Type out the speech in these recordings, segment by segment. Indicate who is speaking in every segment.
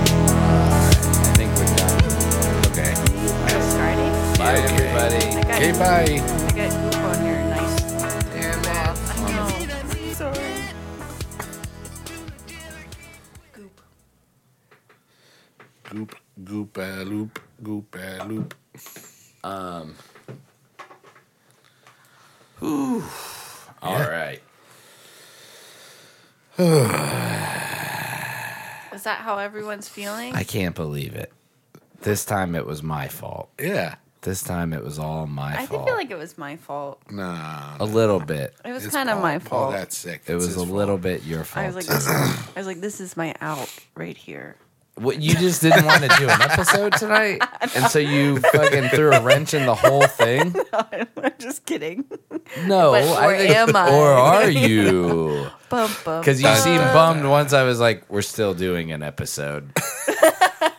Speaker 1: I think we're done. Okay.
Speaker 2: Starting.
Speaker 1: Bye,
Speaker 3: Okay.
Speaker 1: everybody.
Speaker 2: I got,
Speaker 3: Okay, bye.
Speaker 2: I got goop on your nice.
Speaker 1: Damn it.
Speaker 2: Oh, sorry. Goop.
Speaker 3: Goop, goop, uh, loop, goop, uh, loop.
Speaker 1: Um. whew. All right.
Speaker 2: Is that how everyone's feeling?
Speaker 1: I can't believe it. This time it was my fault.
Speaker 3: Yeah.
Speaker 1: This time it was all my
Speaker 2: I
Speaker 1: fault.
Speaker 2: feel like it was my fault.
Speaker 3: Nah.
Speaker 1: a little bit.
Speaker 2: It was
Speaker 3: it's
Speaker 2: kind of
Speaker 3: Paul.
Speaker 2: my
Speaker 3: Paul
Speaker 2: fault.
Speaker 3: got sick.
Speaker 1: It was
Speaker 3: It's his
Speaker 1: a
Speaker 3: fault.
Speaker 1: little bit your fault.
Speaker 2: I was like, this, I was like, this is my out right here.
Speaker 1: What you just didn't want to do an episode tonight, and so you fucking threw a wrench in the whole thing.
Speaker 2: I'm just kidding.
Speaker 1: No,
Speaker 2: But- or am I?
Speaker 1: or are you?
Speaker 2: Bum, bum,
Speaker 1: Because you
Speaker 2: bum.
Speaker 1: seemed bummed once. I was like, we're still doing an episode.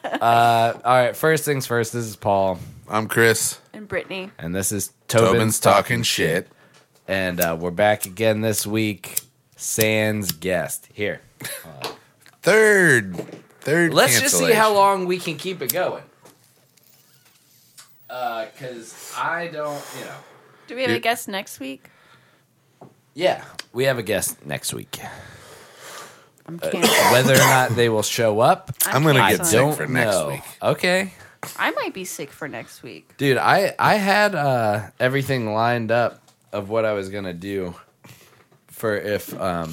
Speaker 1: uh, all right, first things first. This is Paul,
Speaker 3: I'm Chris.
Speaker 2: and Brittany.
Speaker 1: and this is Tobin's,
Speaker 3: Tobin's
Speaker 1: talking,
Speaker 3: talking shit.
Speaker 1: and uh, we're back again this week. Sans guest here.
Speaker 3: Third. Third.
Speaker 1: Let's just see how
Speaker 3: cancellation.
Speaker 1: long we can keep it going. Because I don't, you know.
Speaker 2: Do we have a
Speaker 3: Dude.
Speaker 2: guest next week?
Speaker 1: Yeah, we have a guest next week.
Speaker 2: I'm
Speaker 1: Uh,
Speaker 2: canceling.
Speaker 1: Whether or not they will show up,
Speaker 3: I'm gonna
Speaker 1: I
Speaker 3: get sick
Speaker 1: don't
Speaker 3: for next
Speaker 1: know.
Speaker 3: week.
Speaker 1: Okay,
Speaker 2: I might be sick for next week.
Speaker 1: dude, I I had uh, everything lined up of what I was gonna do for if um,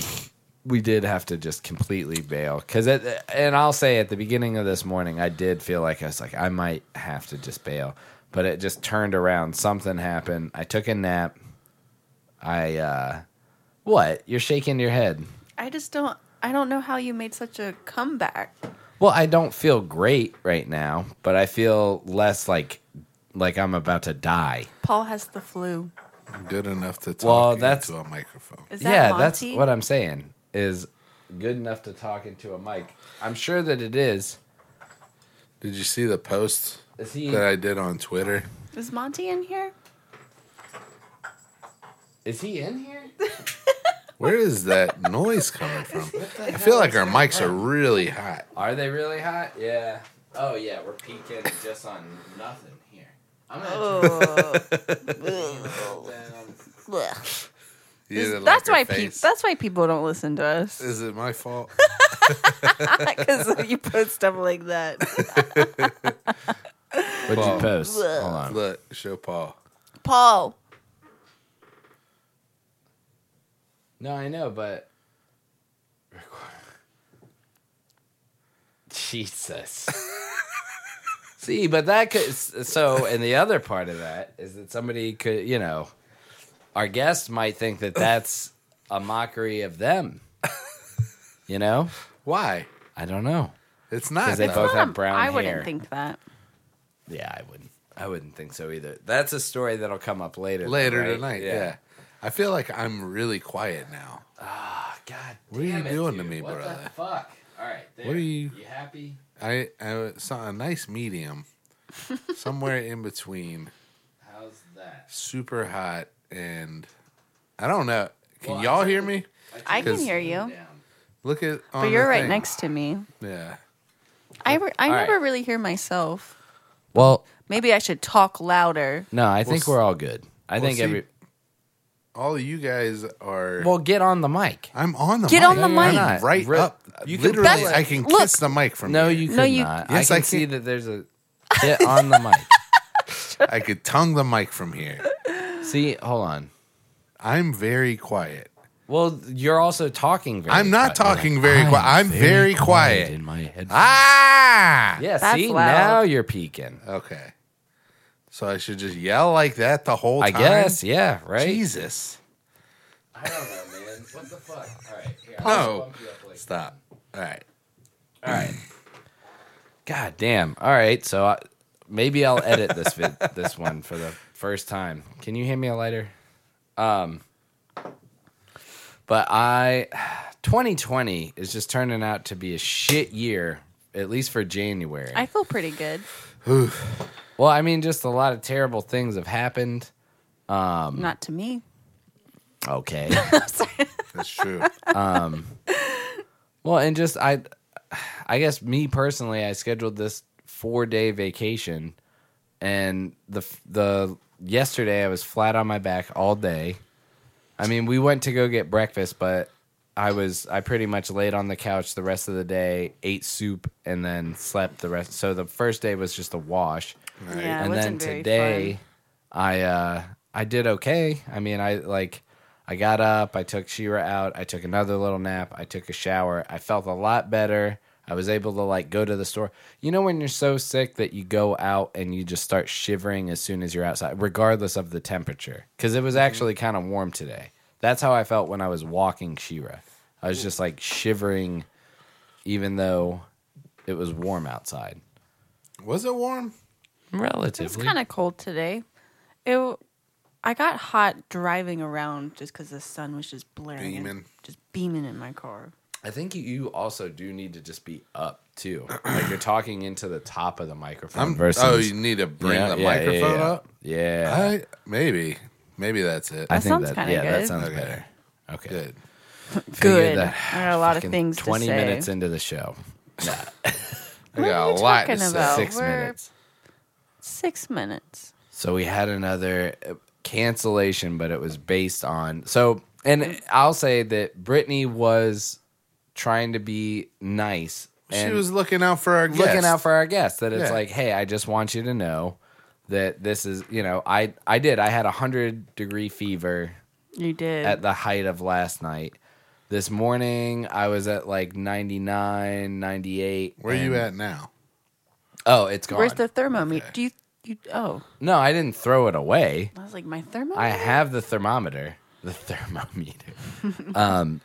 Speaker 1: we did have to just completely bail. Because and I'll say at the beginning of this morning, I did feel like I was like I might have to just bail, but it just turned around. Something happened. I took a nap. I uh, what? You're shaking your head.
Speaker 2: I just don't. I don't know how you made such a comeback.
Speaker 1: Well, I don't feel great right now, but I feel less like like I'm about to die.
Speaker 2: Paul has the flu.
Speaker 3: Good enough to talk
Speaker 1: Well, that's-
Speaker 3: into a microphone.
Speaker 2: Is that
Speaker 1: yeah,
Speaker 2: Monty?
Speaker 1: that's what I'm saying. Is good enough to talk into a mic. I'm sure that it is.
Speaker 3: Did you see the post
Speaker 1: Is he
Speaker 3: that I did on Twitter?
Speaker 2: Is Monty in here?
Speaker 1: is he in here?
Speaker 3: Where is that noise coming from?
Speaker 1: the
Speaker 3: I feel
Speaker 1: hell
Speaker 3: like
Speaker 1: is
Speaker 3: our
Speaker 1: that
Speaker 3: mics are really hot.
Speaker 1: Are they really hot? Yeah. Oh yeah, we're peeking just on nothing here. I'm gonna
Speaker 2: Oh,
Speaker 1: turn it down.
Speaker 2: blech.
Speaker 3: You didn't like
Speaker 2: that's
Speaker 3: your
Speaker 2: why
Speaker 3: face.
Speaker 2: people. That's why people don't listen to us.
Speaker 3: Is it my fault?
Speaker 2: Because you post stuff like that.
Speaker 1: What'd you
Speaker 3: Paul.
Speaker 1: post? Hold on.
Speaker 3: Look, show Paul.
Speaker 2: Paul,
Speaker 1: No, I know, but Jesus. See, but that could so, and the other part of that is that somebody could, you know, our guest might think that that's a mockery of them. You know,
Speaker 3: Why?
Speaker 1: I don't know.
Speaker 3: It's not.
Speaker 1: Is it
Speaker 3: though.
Speaker 1: both- Both have
Speaker 2: Um,
Speaker 1: brown
Speaker 2: I
Speaker 1: hair.
Speaker 2: wouldn't think that.
Speaker 1: Yeah, I wouldn't. I wouldn't think so either. That's a story that'll come up later.
Speaker 3: Later
Speaker 1: right?
Speaker 3: tonight. Yeah. I feel like I'm really quiet now.
Speaker 1: Ah, God.
Speaker 3: What are you
Speaker 1: damn it,
Speaker 3: doing to
Speaker 1: dude.
Speaker 3: me,
Speaker 1: what The
Speaker 3: brother?
Speaker 1: fuck. All right. There.
Speaker 3: What are you-
Speaker 1: You happy?
Speaker 3: I, I saw a nice medium somewhere in between
Speaker 1: How's that?
Speaker 3: super hot and I don't know. Can
Speaker 1: Well, I
Speaker 3: y'all
Speaker 1: think-
Speaker 3: hear me?
Speaker 2: I can
Speaker 3: Because-
Speaker 2: hear you,
Speaker 1: Down.
Speaker 3: Look at on
Speaker 2: but you're
Speaker 3: the
Speaker 2: right
Speaker 3: thing.
Speaker 2: next to me.
Speaker 3: Yeah.
Speaker 2: I, re- I
Speaker 1: All
Speaker 2: never
Speaker 1: right.
Speaker 2: really hear myself.
Speaker 1: Well,
Speaker 2: Maybe I should talk louder.
Speaker 1: no, I think
Speaker 3: We'll
Speaker 1: we're all good. I
Speaker 3: we'll
Speaker 1: think
Speaker 3: see.
Speaker 1: every
Speaker 3: All of you guys are
Speaker 1: well, get on the mic.
Speaker 3: I'm on the
Speaker 2: Get
Speaker 3: mic.
Speaker 2: on the No, you're mic.
Speaker 1: not.
Speaker 3: Right
Speaker 1: Re-
Speaker 3: up.
Speaker 1: you can
Speaker 3: Literally
Speaker 2: pull it.
Speaker 3: I can
Speaker 2: Look.
Speaker 3: kiss the mic from
Speaker 1: No,
Speaker 3: here.
Speaker 1: you could
Speaker 2: No, you-
Speaker 1: not.
Speaker 3: Yes,
Speaker 1: I
Speaker 3: I
Speaker 1: can see
Speaker 3: can.
Speaker 1: that there's a get on the mic.
Speaker 3: I could tongue the mic from here.
Speaker 1: See, hold on.
Speaker 3: I'm very quiet.
Speaker 1: Well, you're also talking very.
Speaker 3: I'm not
Speaker 1: quiet.
Speaker 3: talking very
Speaker 1: I'm
Speaker 3: quiet. I'm very quiet.
Speaker 1: in my head.
Speaker 3: Ah!
Speaker 1: yeah,
Speaker 2: That's
Speaker 1: see,
Speaker 2: loud.
Speaker 1: now you're peeking.
Speaker 3: Okay. So I should just yell like that the whole
Speaker 1: I
Speaker 3: time.
Speaker 1: guess, yeah, right.
Speaker 3: Jesus.
Speaker 1: I don't know, man. What the fuck? All right, here,
Speaker 3: I'll bump you Stop. All right.
Speaker 1: All right. God damn. All right. So I, maybe I'll edit this vid, this one for the first time. Can you hand me a lighter? Um. But I, 2020 is just turning out to be a shit year, at least for January.
Speaker 2: I feel pretty good.
Speaker 1: well, I mean, just a lot of terrible things have happened.
Speaker 2: Not to me.
Speaker 1: Okay.
Speaker 2: Sorry.
Speaker 3: That's true.
Speaker 1: Well, and just I, I guess me personally, I scheduled this four day vacation, and the the yesterday I was flat on my back all day. I mean, we went to go get breakfast, but I was I pretty much laid on the couch the rest of the day, ate soup, and then slept the rest. So the first day was just a wash
Speaker 3: Right.
Speaker 2: Yeah, it
Speaker 1: and then
Speaker 2: wasn't very
Speaker 1: today
Speaker 2: fun.
Speaker 1: i uh i did okay i mean i like i got up i took shira out i took another little nap i took a shower i felt a lot better i was able to like go to the store you know when you're so sick that you go out and you just start shivering as soon as you're outside regardless of the temperature because it
Speaker 2: Mm-hmm.
Speaker 1: was actually kind of warm today that's how i felt when i was walking shira i was just like shivering even though it was warm outside
Speaker 3: Was it warm?
Speaker 1: relatively
Speaker 2: It's kind of cold today. It. w- I got hot driving around just because the sun was just blaring, and
Speaker 3: Beaming.
Speaker 2: just beaming in my car.
Speaker 1: I think you- you also do need to just be up too. Like you're talking into the top of the microphone
Speaker 3: I'm,
Speaker 1: versus
Speaker 3: oh, you need to bring
Speaker 1: Yeah,
Speaker 3: the
Speaker 1: yeah, yeah,
Speaker 3: microphone
Speaker 1: yeah.
Speaker 3: up.
Speaker 1: Yeah,
Speaker 3: I maybe, maybe that's it.
Speaker 1: I
Speaker 2: That sounds
Speaker 1: that
Speaker 2: kinda
Speaker 1: yeah, that
Speaker 2: good.
Speaker 1: sounds
Speaker 3: Okay.
Speaker 1: better. Okay,
Speaker 3: Good.
Speaker 1: Figured
Speaker 2: Good.
Speaker 1: that-
Speaker 2: There are a lot of
Speaker 1: fucking
Speaker 2: things.
Speaker 1: Twenty
Speaker 2: to say.
Speaker 1: minutes into the show,
Speaker 3: I
Speaker 2: What
Speaker 3: got
Speaker 2: are
Speaker 3: a
Speaker 2: you
Speaker 3: lot
Speaker 2: talking
Speaker 3: to say.
Speaker 2: about? Oh,
Speaker 1: six
Speaker 2: we're-
Speaker 1: minutes.
Speaker 2: Six minutes.
Speaker 1: So we had another uh, cancellation, but it was based on so. And I'll say that Brittany was trying to be nice.
Speaker 3: She
Speaker 1: and-
Speaker 3: was looking out for our
Speaker 1: looking
Speaker 3: guest.
Speaker 1: out for our guests that it's
Speaker 3: Yeah.
Speaker 1: like hey i just want you to know that this is you know i i did i had a hundred degree fever
Speaker 2: You did.
Speaker 1: at the height of last night this morning i was at like 99 98
Speaker 3: Where are you
Speaker 1: and-
Speaker 3: at now?
Speaker 1: oh it's gone
Speaker 2: Where's the thermometer? Do you? You? Oh,
Speaker 1: no i didn't throw it away
Speaker 2: I was like my thermometer.
Speaker 1: I have the thermometer. The thermometer. um,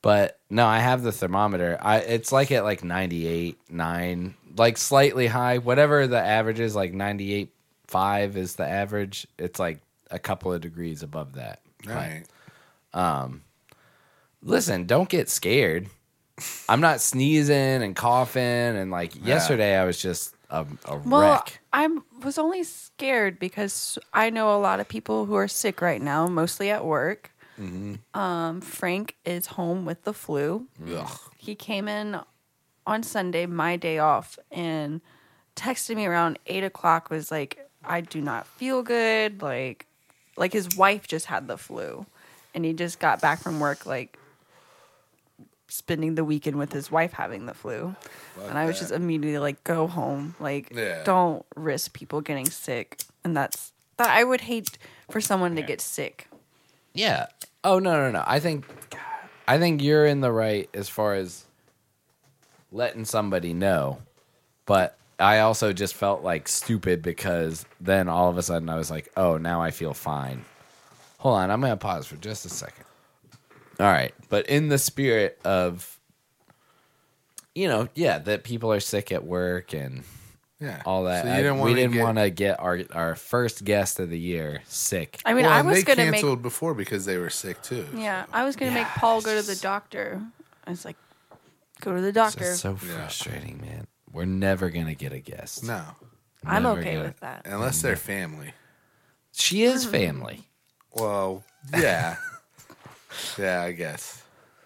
Speaker 1: but no, I have the thermometer. I it's like at like 98, 9, like slightly high. Whatever the average is, like 98, 5 is the average. It's like a couple of degrees above that.
Speaker 3: All right.
Speaker 1: Listen, don't get scared. I'm not sneezing and coughing and like yesterday I was just a, a
Speaker 2: well,
Speaker 1: wreck.
Speaker 2: I was only scared because I know a lot of people who are sick right now, mostly at work.
Speaker 1: Mm-hmm.
Speaker 2: Um, Frank is home with the flu.
Speaker 1: Mm.
Speaker 3: Ugh.
Speaker 2: He came in on Sunday, my day off, and texted me around eight o'clock. Was like, I do not feel good. Like, like his wife just had the flu, and he just got back from work like spending the weekend with his wife having the flu. and I was
Speaker 3: that.
Speaker 2: just immediately like, go home. Like,
Speaker 3: Yeah.
Speaker 2: don't risk people getting sick. And that's that. I would hate for someone to get sick.
Speaker 1: Yeah. Oh no no no. I think I think you're in the right as far as letting somebody know. But I also just felt like stupid because then all of a sudden I was like, "Oh, now I feel fine." Hold on, I'm going to pause for just a second. All right. But in the spirit of you know, yeah, that people are sick at work and
Speaker 3: Yeah.
Speaker 1: all that.
Speaker 3: So
Speaker 1: I-
Speaker 3: you didn't
Speaker 1: we
Speaker 3: want
Speaker 1: didn't
Speaker 3: to
Speaker 1: want
Speaker 3: get.
Speaker 1: to get our our first guest of the year sick.
Speaker 2: I mean,
Speaker 3: Well,
Speaker 2: I
Speaker 3: and
Speaker 2: was
Speaker 3: they
Speaker 2: going to make
Speaker 3: canceled before because they were sick too.
Speaker 2: Yeah, I was gonna make Paul go to the doctor. I was like, go to the doctor.
Speaker 1: That's so frustrating, man. We're never gonna get a guest.
Speaker 3: No,
Speaker 2: I'm
Speaker 1: never
Speaker 2: okay
Speaker 1: gonna-
Speaker 2: with that.
Speaker 3: unless
Speaker 1: Mm.
Speaker 3: they're family.
Speaker 1: She is family.
Speaker 3: Well, yeah, yeah, I guess.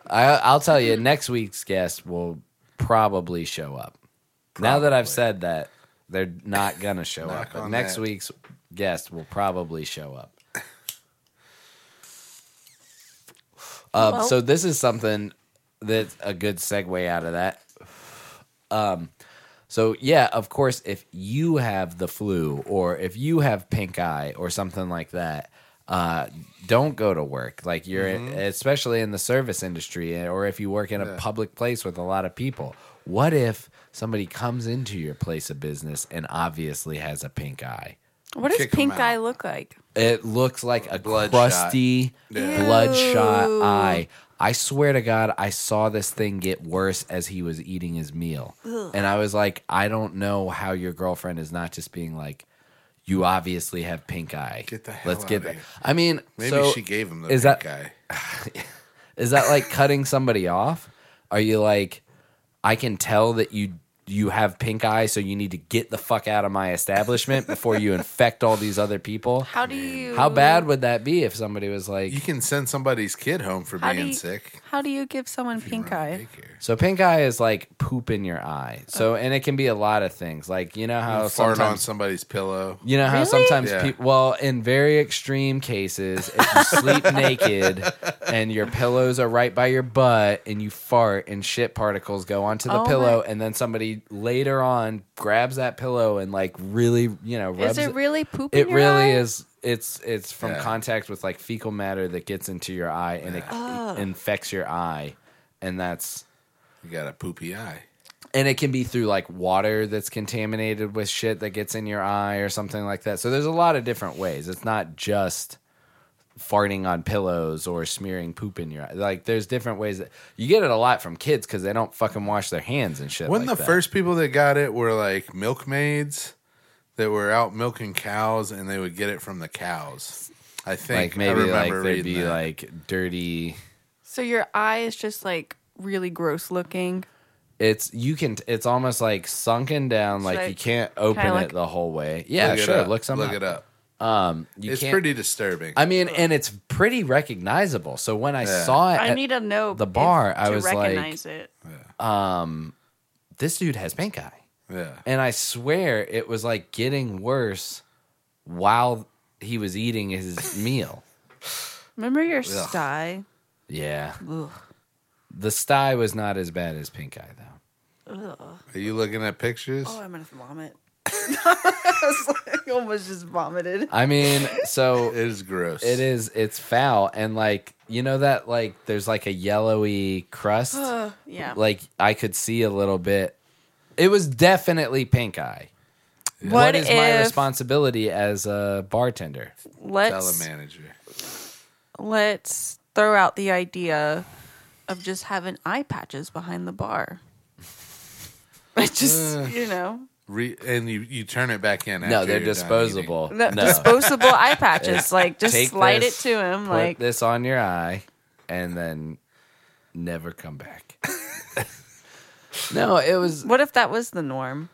Speaker 1: I, I'll tell you, next week's guest will probably show up. Now that I've
Speaker 3: Probably.
Speaker 1: said that, they're not gonna show
Speaker 3: Knock
Speaker 1: up. But
Speaker 3: on
Speaker 1: next
Speaker 3: that.
Speaker 1: week's guest will probably show up. Uh,
Speaker 2: Well-
Speaker 1: so this is something that's a good segue out of that. Um, So yeah, of course, if you have the flu or if you have pink eye or something like that, uh, don't go to work. Like you're, especially in the service industry, eh, or if you work in a public place with a lot of people. What if somebody comes into your place of business and obviously has a pink eye?
Speaker 2: What does
Speaker 3: Kick 'em
Speaker 2: pink
Speaker 3: out.
Speaker 2: eye look like?
Speaker 1: It looks like a
Speaker 3: Bloodshot.
Speaker 1: crusty,
Speaker 2: Yeah.
Speaker 1: bloodshot
Speaker 2: Ew.
Speaker 1: eye. I swear to God, I saw this thing get worse as he was eating his meal. And I was like, I don't know how your girlfriend is not just being like, you obviously have pink eye.
Speaker 3: Get the hell
Speaker 1: Let's get
Speaker 3: outta
Speaker 1: that.
Speaker 3: here.
Speaker 1: I mean,
Speaker 3: Maybe
Speaker 1: so
Speaker 3: she gave him the
Speaker 1: is
Speaker 3: is
Speaker 1: that-
Speaker 3: guy.
Speaker 1: is that like cutting somebody off? Are you like, I can tell that you you have pink eye, so you need to get the fuck out of my establishment before you infect all these other people.
Speaker 2: How do you?
Speaker 1: How bad would that be if somebody was like,
Speaker 3: You can send somebody's kid home for
Speaker 2: How do
Speaker 3: being
Speaker 2: you-
Speaker 3: sick.
Speaker 2: How do you give someone pink eye?
Speaker 3: Daycare.
Speaker 1: so pink eye is like poop in your eye.
Speaker 2: Oh.
Speaker 1: So, and it can be a lot of things. Like, you know how
Speaker 3: Fart on
Speaker 1: Oh, sometimes,
Speaker 3: somebody's pillow.
Speaker 1: you know how
Speaker 2: Really?
Speaker 1: sometimes
Speaker 3: Yeah.
Speaker 1: people, well, in very extreme cases, if you sleep naked and your pillows are right by your butt and you fart and shit particles go onto the
Speaker 2: Oh my-
Speaker 1: pillow and then somebody later on grabs that pillow and like really, you know, rubs
Speaker 2: Is it really poop? in
Speaker 1: It
Speaker 2: your
Speaker 1: really
Speaker 2: eye?
Speaker 1: is. It's it's from
Speaker 3: Yeah.
Speaker 1: contact with like fecal matter that gets into your eye and it,
Speaker 2: Oh.
Speaker 1: it infects your eye, and that's
Speaker 3: You got a poopy eye.
Speaker 1: and it can be through like water that's contaminated with shit that gets in your eye or something like that. So there's a lot of different ways. It's not just farting on pillows or smearing poop in your eye. Like there's different ways that you get it a lot from kids because they don't fucking wash their hands and shit.
Speaker 3: When
Speaker 1: like
Speaker 3: the
Speaker 1: that.
Speaker 3: first people that got it were like milkmaids that were out milking cows, and they would get it from the cows. I
Speaker 1: like
Speaker 3: think I
Speaker 1: maybe like
Speaker 3: remember
Speaker 1: there'd
Speaker 3: reading
Speaker 1: be
Speaker 3: that.
Speaker 1: like dirty.
Speaker 2: So your eye is just like really gross looking.
Speaker 1: It's you can. It's almost like sunken down. Like
Speaker 2: I-
Speaker 1: you can't open
Speaker 2: kinda
Speaker 1: it
Speaker 2: like-
Speaker 1: the whole way. Yeah,
Speaker 3: it
Speaker 1: sure.
Speaker 3: up.
Speaker 1: Look some
Speaker 3: Look
Speaker 1: up.
Speaker 3: it up.
Speaker 1: Um, you
Speaker 3: It's
Speaker 1: can't.
Speaker 3: pretty disturbing.
Speaker 1: I mean, and it's pretty recognizable. So when I
Speaker 3: Yeah.
Speaker 1: saw it,
Speaker 2: I
Speaker 1: at-
Speaker 2: need to know
Speaker 1: the
Speaker 2: if-
Speaker 1: bar, I
Speaker 2: to
Speaker 1: was like-
Speaker 2: recognize it.
Speaker 1: this dude has pink eye,
Speaker 3: yeah,
Speaker 1: and I swear it was like getting worse while he was eating his meal.
Speaker 2: Remember your sty?
Speaker 1: Yeah,
Speaker 2: Ugh.
Speaker 1: the sty was not as bad as pink eye though.
Speaker 2: Ugh.
Speaker 3: are you looking at pictures?
Speaker 2: Oh, I'm gonna vomit. I was like, almost just vomited.
Speaker 1: I mean, so
Speaker 3: it is gross.
Speaker 1: It is. It's foul, and like you know that like there's like a yellowy crust.
Speaker 2: Ugh, yeah.
Speaker 1: Like I could see a little bit. It was definitely pink eye. what is my responsibility as a bartender?
Speaker 2: Let's
Speaker 3: Telemanager.
Speaker 2: let's throw out the idea of just having eye patches behind the bar. I just
Speaker 3: Ugh.
Speaker 2: you know
Speaker 3: Re- and you, you turn it back in.
Speaker 1: no,
Speaker 3: after
Speaker 1: they're
Speaker 3: you're done
Speaker 1: disposable.
Speaker 2: the
Speaker 1: No,
Speaker 2: disposable eye patches. Like just
Speaker 1: Take
Speaker 2: slide
Speaker 1: this,
Speaker 2: it to him.
Speaker 1: put
Speaker 2: Like
Speaker 1: this on your eye, and then never come back. no, it was.
Speaker 2: what if that was the norm?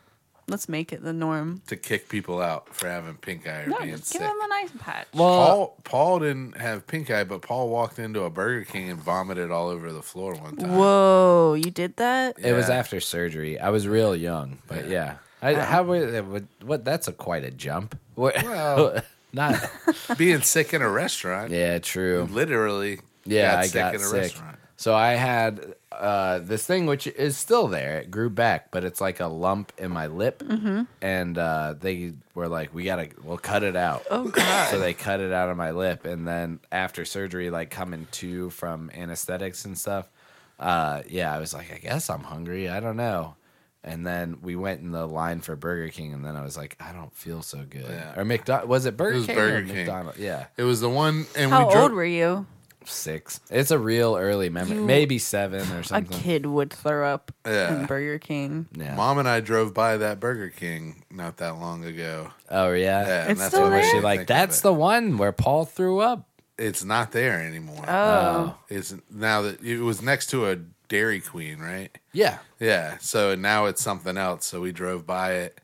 Speaker 2: Let's make it the norm.
Speaker 3: eating. To kick people out for having pink eye or
Speaker 2: No,
Speaker 3: being
Speaker 2: just
Speaker 3: sick.
Speaker 2: give him an eye patch.
Speaker 1: Well,
Speaker 3: Paul Paul didn't have pink eye, but Paul walked into a Burger King and vomited all over the floor one time.
Speaker 2: Whoa, you did that?
Speaker 1: it was
Speaker 3: yeah.
Speaker 1: after surgery. I was real young, but yeah. I, how would it would- what? That's a quite a jump. What,
Speaker 3: Well-
Speaker 1: not
Speaker 3: being sick in a restaurant.
Speaker 1: Yeah, true.
Speaker 3: Literally.
Speaker 1: Yeah, I got sick. So I had uh, this thing, which is still there. It grew back, but it's like a lump in my lip, and uh, they were like, "We gotta, we'll cut it out."
Speaker 2: Oh god.
Speaker 1: So they cut it out of my lip, and then after surgery, like coming to from anesthetics and stuff, uh, yeah, I was like, I guess I'm hungry. I don't know. And then we went in the line for Burger King, and then I was like, I don't feel so good.
Speaker 3: Yeah.
Speaker 1: Or McDonald was it Burger
Speaker 3: was
Speaker 1: King or
Speaker 3: Burger King.
Speaker 1: McDonald's? Yeah,
Speaker 3: It was the one, and
Speaker 2: How
Speaker 3: we drove.
Speaker 2: old were you?
Speaker 1: six. It's a real early memory,
Speaker 2: You-
Speaker 1: maybe seven or
Speaker 2: A
Speaker 1: something.
Speaker 2: kid would throw up
Speaker 3: Yeah.
Speaker 2: in Burger King.
Speaker 1: Yeah.
Speaker 3: Mom and I drove by that Burger King not that long ago.
Speaker 1: Oh yeah.
Speaker 3: Yeah, and
Speaker 2: It's
Speaker 3: that's
Speaker 2: still
Speaker 3: what
Speaker 1: Was
Speaker 3: made
Speaker 1: she
Speaker 3: me
Speaker 1: like,
Speaker 3: think of
Speaker 1: that's
Speaker 3: it.
Speaker 1: the one where Paul threw up?
Speaker 3: It's not there anymore.
Speaker 1: Uh,
Speaker 2: Oh.
Speaker 3: It's now that it was next to a Dairy Queen, right?
Speaker 1: Yeah.
Speaker 3: Yeah. So now it's something else. So we drove by it,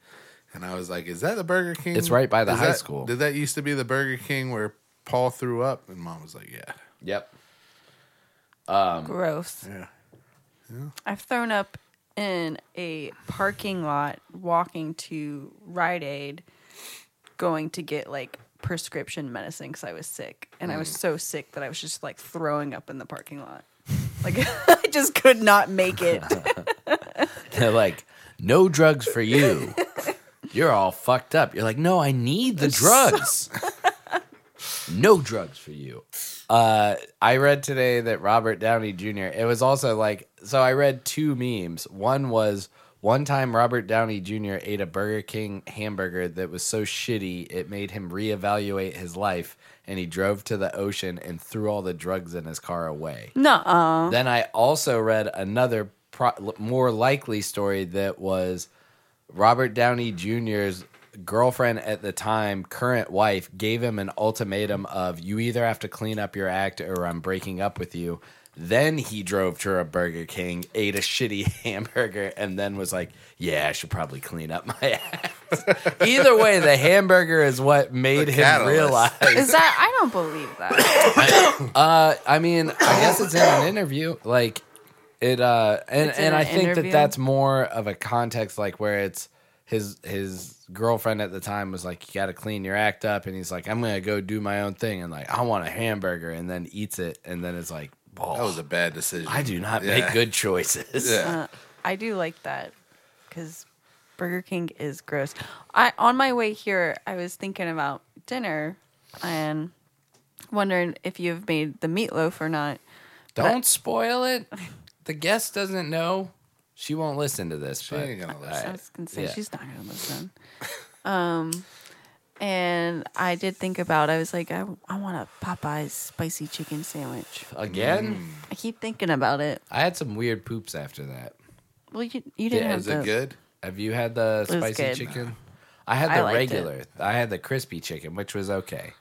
Speaker 3: and I was like, "Is that the Burger King?"
Speaker 1: It's right by the
Speaker 3: Is
Speaker 1: high
Speaker 3: that-
Speaker 1: school.
Speaker 3: Did that used to be the Burger King where Paul threw up? And Mom was like, "Yeah,
Speaker 1: Yep.
Speaker 2: Gross.
Speaker 3: yeah."
Speaker 2: I've thrown up in a parking lot walking to Rite Aid going to get like prescription medicine because I was sick. And I was
Speaker 3: Mm.
Speaker 2: so sick that I was just like throwing up in the parking lot. Like I just could not make it.
Speaker 1: They're like, no drugs for you. You're all fucked up. You're like, no, I need the drugs. no drugs for you. Uh, I read today that Robert Downey Jr. It was also like, so I read two memes. One was one time Robert Downey Jr. ate a Burger King hamburger that was so shitty it made him reevaluate his life, and he drove to the ocean and threw all the drugs in his car away.
Speaker 2: Nuh-uh.
Speaker 1: Then I also read another pro- more likely story that was Robert Downey Jr.'s girlfriend at the time, current wife, gave him an ultimatum of you either have to clean up your act or I'm breaking up with you. Then he drove to a Burger King, ate a shitty hamburger, and then was like, "Yeah, I should probably clean up my ass." Either way, the hamburger is what made
Speaker 3: The
Speaker 1: him
Speaker 3: catalyst.
Speaker 1: realize.
Speaker 2: Is that I don't believe that.
Speaker 1: Uh, I mean, I guess it's in an interview, like it. Uh, and
Speaker 2: It's in
Speaker 1: and
Speaker 2: an
Speaker 1: I think that
Speaker 2: interview?
Speaker 1: that's more of a context, like where it's his his girlfriend at the time was like, "You got to clean your act up," and he's like, "I'm gonna go do my own thing," and like, "I want a hamburger," and then eats it, and then it's like,
Speaker 3: That
Speaker 1: "Oh,
Speaker 3: was a bad decision.
Speaker 1: I do not
Speaker 3: Yeah.
Speaker 1: make good choices."
Speaker 3: Yeah.
Speaker 2: Uh, I do like that because Burger King is gross. I on my way here, I was thinking about dinner and wondering if you've made the meatloaf or not.
Speaker 1: Don't spoil it. The guest doesn't know. She won't listen to this.
Speaker 3: She
Speaker 1: but
Speaker 3: ain't gonna
Speaker 2: I
Speaker 3: listen.
Speaker 2: was gonna say
Speaker 1: Yeah.
Speaker 2: she's not gonna listen. Um, and I did think about. I was like, I, I want a Popeyes spicy chicken sandwich.
Speaker 1: again,
Speaker 3: Mm.
Speaker 2: I keep thinking about it.
Speaker 1: I had some weird poops after that.
Speaker 2: Well, you you didn't
Speaker 1: Yeah,
Speaker 2: have
Speaker 3: Is it
Speaker 2: the-
Speaker 3: good?
Speaker 1: Have you had the
Speaker 2: was
Speaker 1: spicy
Speaker 2: good.
Speaker 1: chicken? I had
Speaker 2: I
Speaker 1: the
Speaker 2: liked it.
Speaker 1: regular. I had the crispy chicken, which was okay,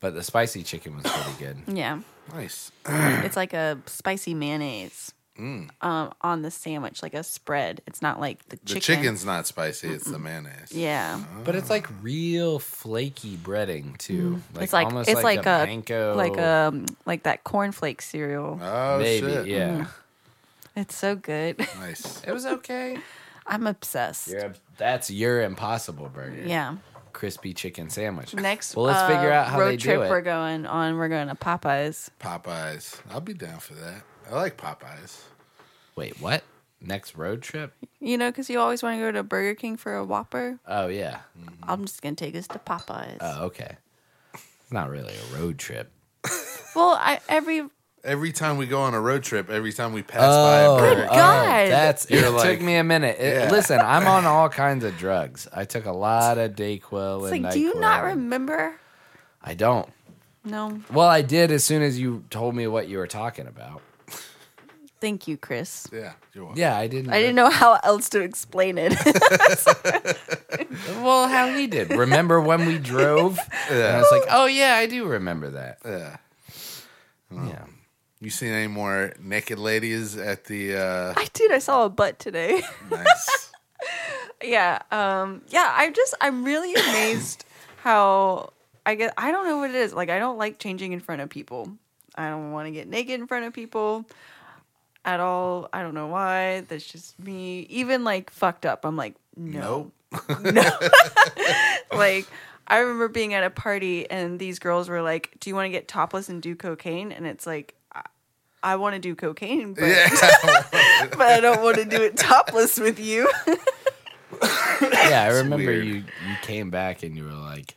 Speaker 1: but the spicy chicken was pretty good.
Speaker 2: Yeah,
Speaker 3: Nice.
Speaker 2: it's like a spicy mayonnaise.
Speaker 1: Mm.
Speaker 2: Um, on the sandwich, like a spread. It's not like the
Speaker 3: The
Speaker 2: chicken.
Speaker 3: chicken's not spicy. It's the mayonnaise.
Speaker 2: Yeah,
Speaker 1: But it's like real flaky breading too. Like
Speaker 2: Mm. it's like
Speaker 1: almost
Speaker 2: it's like, a,
Speaker 1: panko, Uh.
Speaker 2: like um like that cornflake cereal.
Speaker 3: Oh
Speaker 1: maybe
Speaker 3: shit.
Speaker 1: yeah.
Speaker 2: Mm-hmm. It's so good.
Speaker 3: Nice.
Speaker 1: It was okay.
Speaker 2: I'm obsessed.
Speaker 1: Your- that's your impossible burger.
Speaker 2: yeah.
Speaker 1: crispy chicken sandwich.
Speaker 2: Next,
Speaker 1: Well, let's
Speaker 2: uh,
Speaker 1: figure out how
Speaker 2: road
Speaker 1: they
Speaker 2: trip
Speaker 1: do it.
Speaker 2: we're going on. We're going to Popeyes.
Speaker 3: Popeyes. I'll be down for that. I like Popeyes.
Speaker 1: Wait, what? Next road trip?
Speaker 2: You know, because you always want to go to Burger King for a Whopper.
Speaker 1: Oh yeah.
Speaker 2: I'm just gonna take us to Popeyes.
Speaker 1: Oh okay. It's not really a road trip.
Speaker 2: Well, I every
Speaker 3: Every time we go on a road trip, every time we pass
Speaker 1: Oh,
Speaker 3: by a Burger
Speaker 2: Good God.
Speaker 1: that's it.
Speaker 3: You're
Speaker 1: took
Speaker 3: like-
Speaker 1: me a minute. It-
Speaker 3: Yeah.
Speaker 1: Listen, I'm on all kinds of drugs. I took a lot of Dayquil
Speaker 2: it's
Speaker 1: and
Speaker 2: like, do you not
Speaker 1: NyQuil.
Speaker 2: remember?
Speaker 1: I don't.
Speaker 2: No,
Speaker 1: Well, I did as soon as you told me what you were talking about.
Speaker 2: thank you, Chris.
Speaker 3: King. Yeah. You're welcome.
Speaker 1: Yeah, I didn't.
Speaker 2: I didn't know how else to explain it.
Speaker 1: Well, how he did. Remember when we drove? And I was like, oh yeah, I do remember that.
Speaker 3: Yeah.
Speaker 1: Yeah.
Speaker 3: You seen any more naked ladies at the uh
Speaker 2: I did. I saw a butt today.
Speaker 3: nice
Speaker 2: yeah, um, yeah. I'm just, I'm really amazed how I get. I don't know what it is. Like, I don't like changing in front of people. I don't want to get naked in front of people at all. I don't know why. That's just me. Even like fucked up. I'm like, no.
Speaker 3: Nope.
Speaker 2: like I remember being at a party and these girls were like, "Do you want to get topless and do cocaine?" And it's like, I, I want to do cocaine, but, but I don't want to do it topless with you.
Speaker 1: Yeah, I remember
Speaker 3: weird.
Speaker 1: you. You came back and you were like,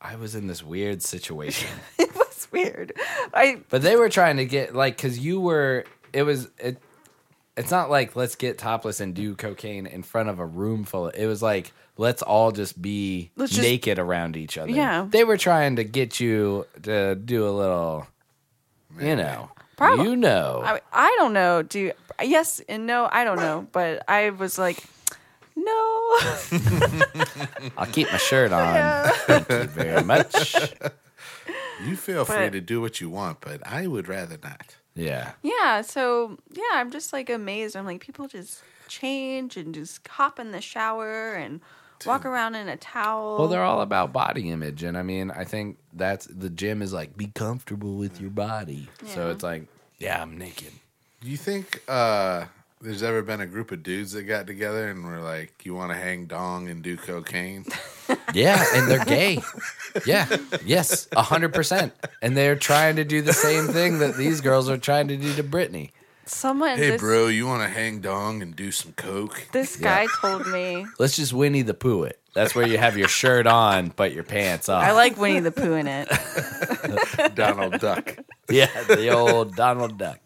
Speaker 1: I was in this weird situation.
Speaker 2: it was weird. I
Speaker 1: But they were trying to get like because you were. It was it. It's not like let's get topless and do cocaine in front of a room full. Of, it was like let's all just be
Speaker 2: Let's just-
Speaker 1: naked around each other.
Speaker 2: Yeah.
Speaker 1: they were trying to get you to do a little. You know,
Speaker 2: Prob-
Speaker 1: you know.
Speaker 2: I, I don't know. Do you, yes and no. I don't know, but I was like, no.
Speaker 1: I'll keep my shirt on.
Speaker 2: Yeah.
Speaker 1: Thank you very much.
Speaker 3: you feel free
Speaker 2: But-
Speaker 3: to do what you want but i would rather not
Speaker 1: Yeah,
Speaker 2: yeah. So yeah, I'm just like amazed. I'm like, people just change and just hop in the shower and. Walk around in a towel.
Speaker 1: Well, they're all about body image, and I mean, I think that's the gym is like be comfortable with your body. So
Speaker 2: Yeah.
Speaker 1: it's like, yeah, I'm naked.
Speaker 3: do you think uh there's ever been a group of dudes that got together and were like you want to hang dong and do cocaine
Speaker 1: Yeah, and they're gay. Yeah, yes, a hundred percent. And they're trying to do the same thing that these girls are trying to do to Britney.
Speaker 2: Someone
Speaker 3: hey
Speaker 2: this,
Speaker 3: bro you want to hang dong and do some coke
Speaker 2: this
Speaker 1: Yeah.
Speaker 2: guy told me
Speaker 1: Let's just Winnie the Pooh it. That's where you have your shirt on but your pants off.
Speaker 2: I like Winnie the Pooh in it.
Speaker 3: donald duck
Speaker 1: yeah, the old Donald Duck.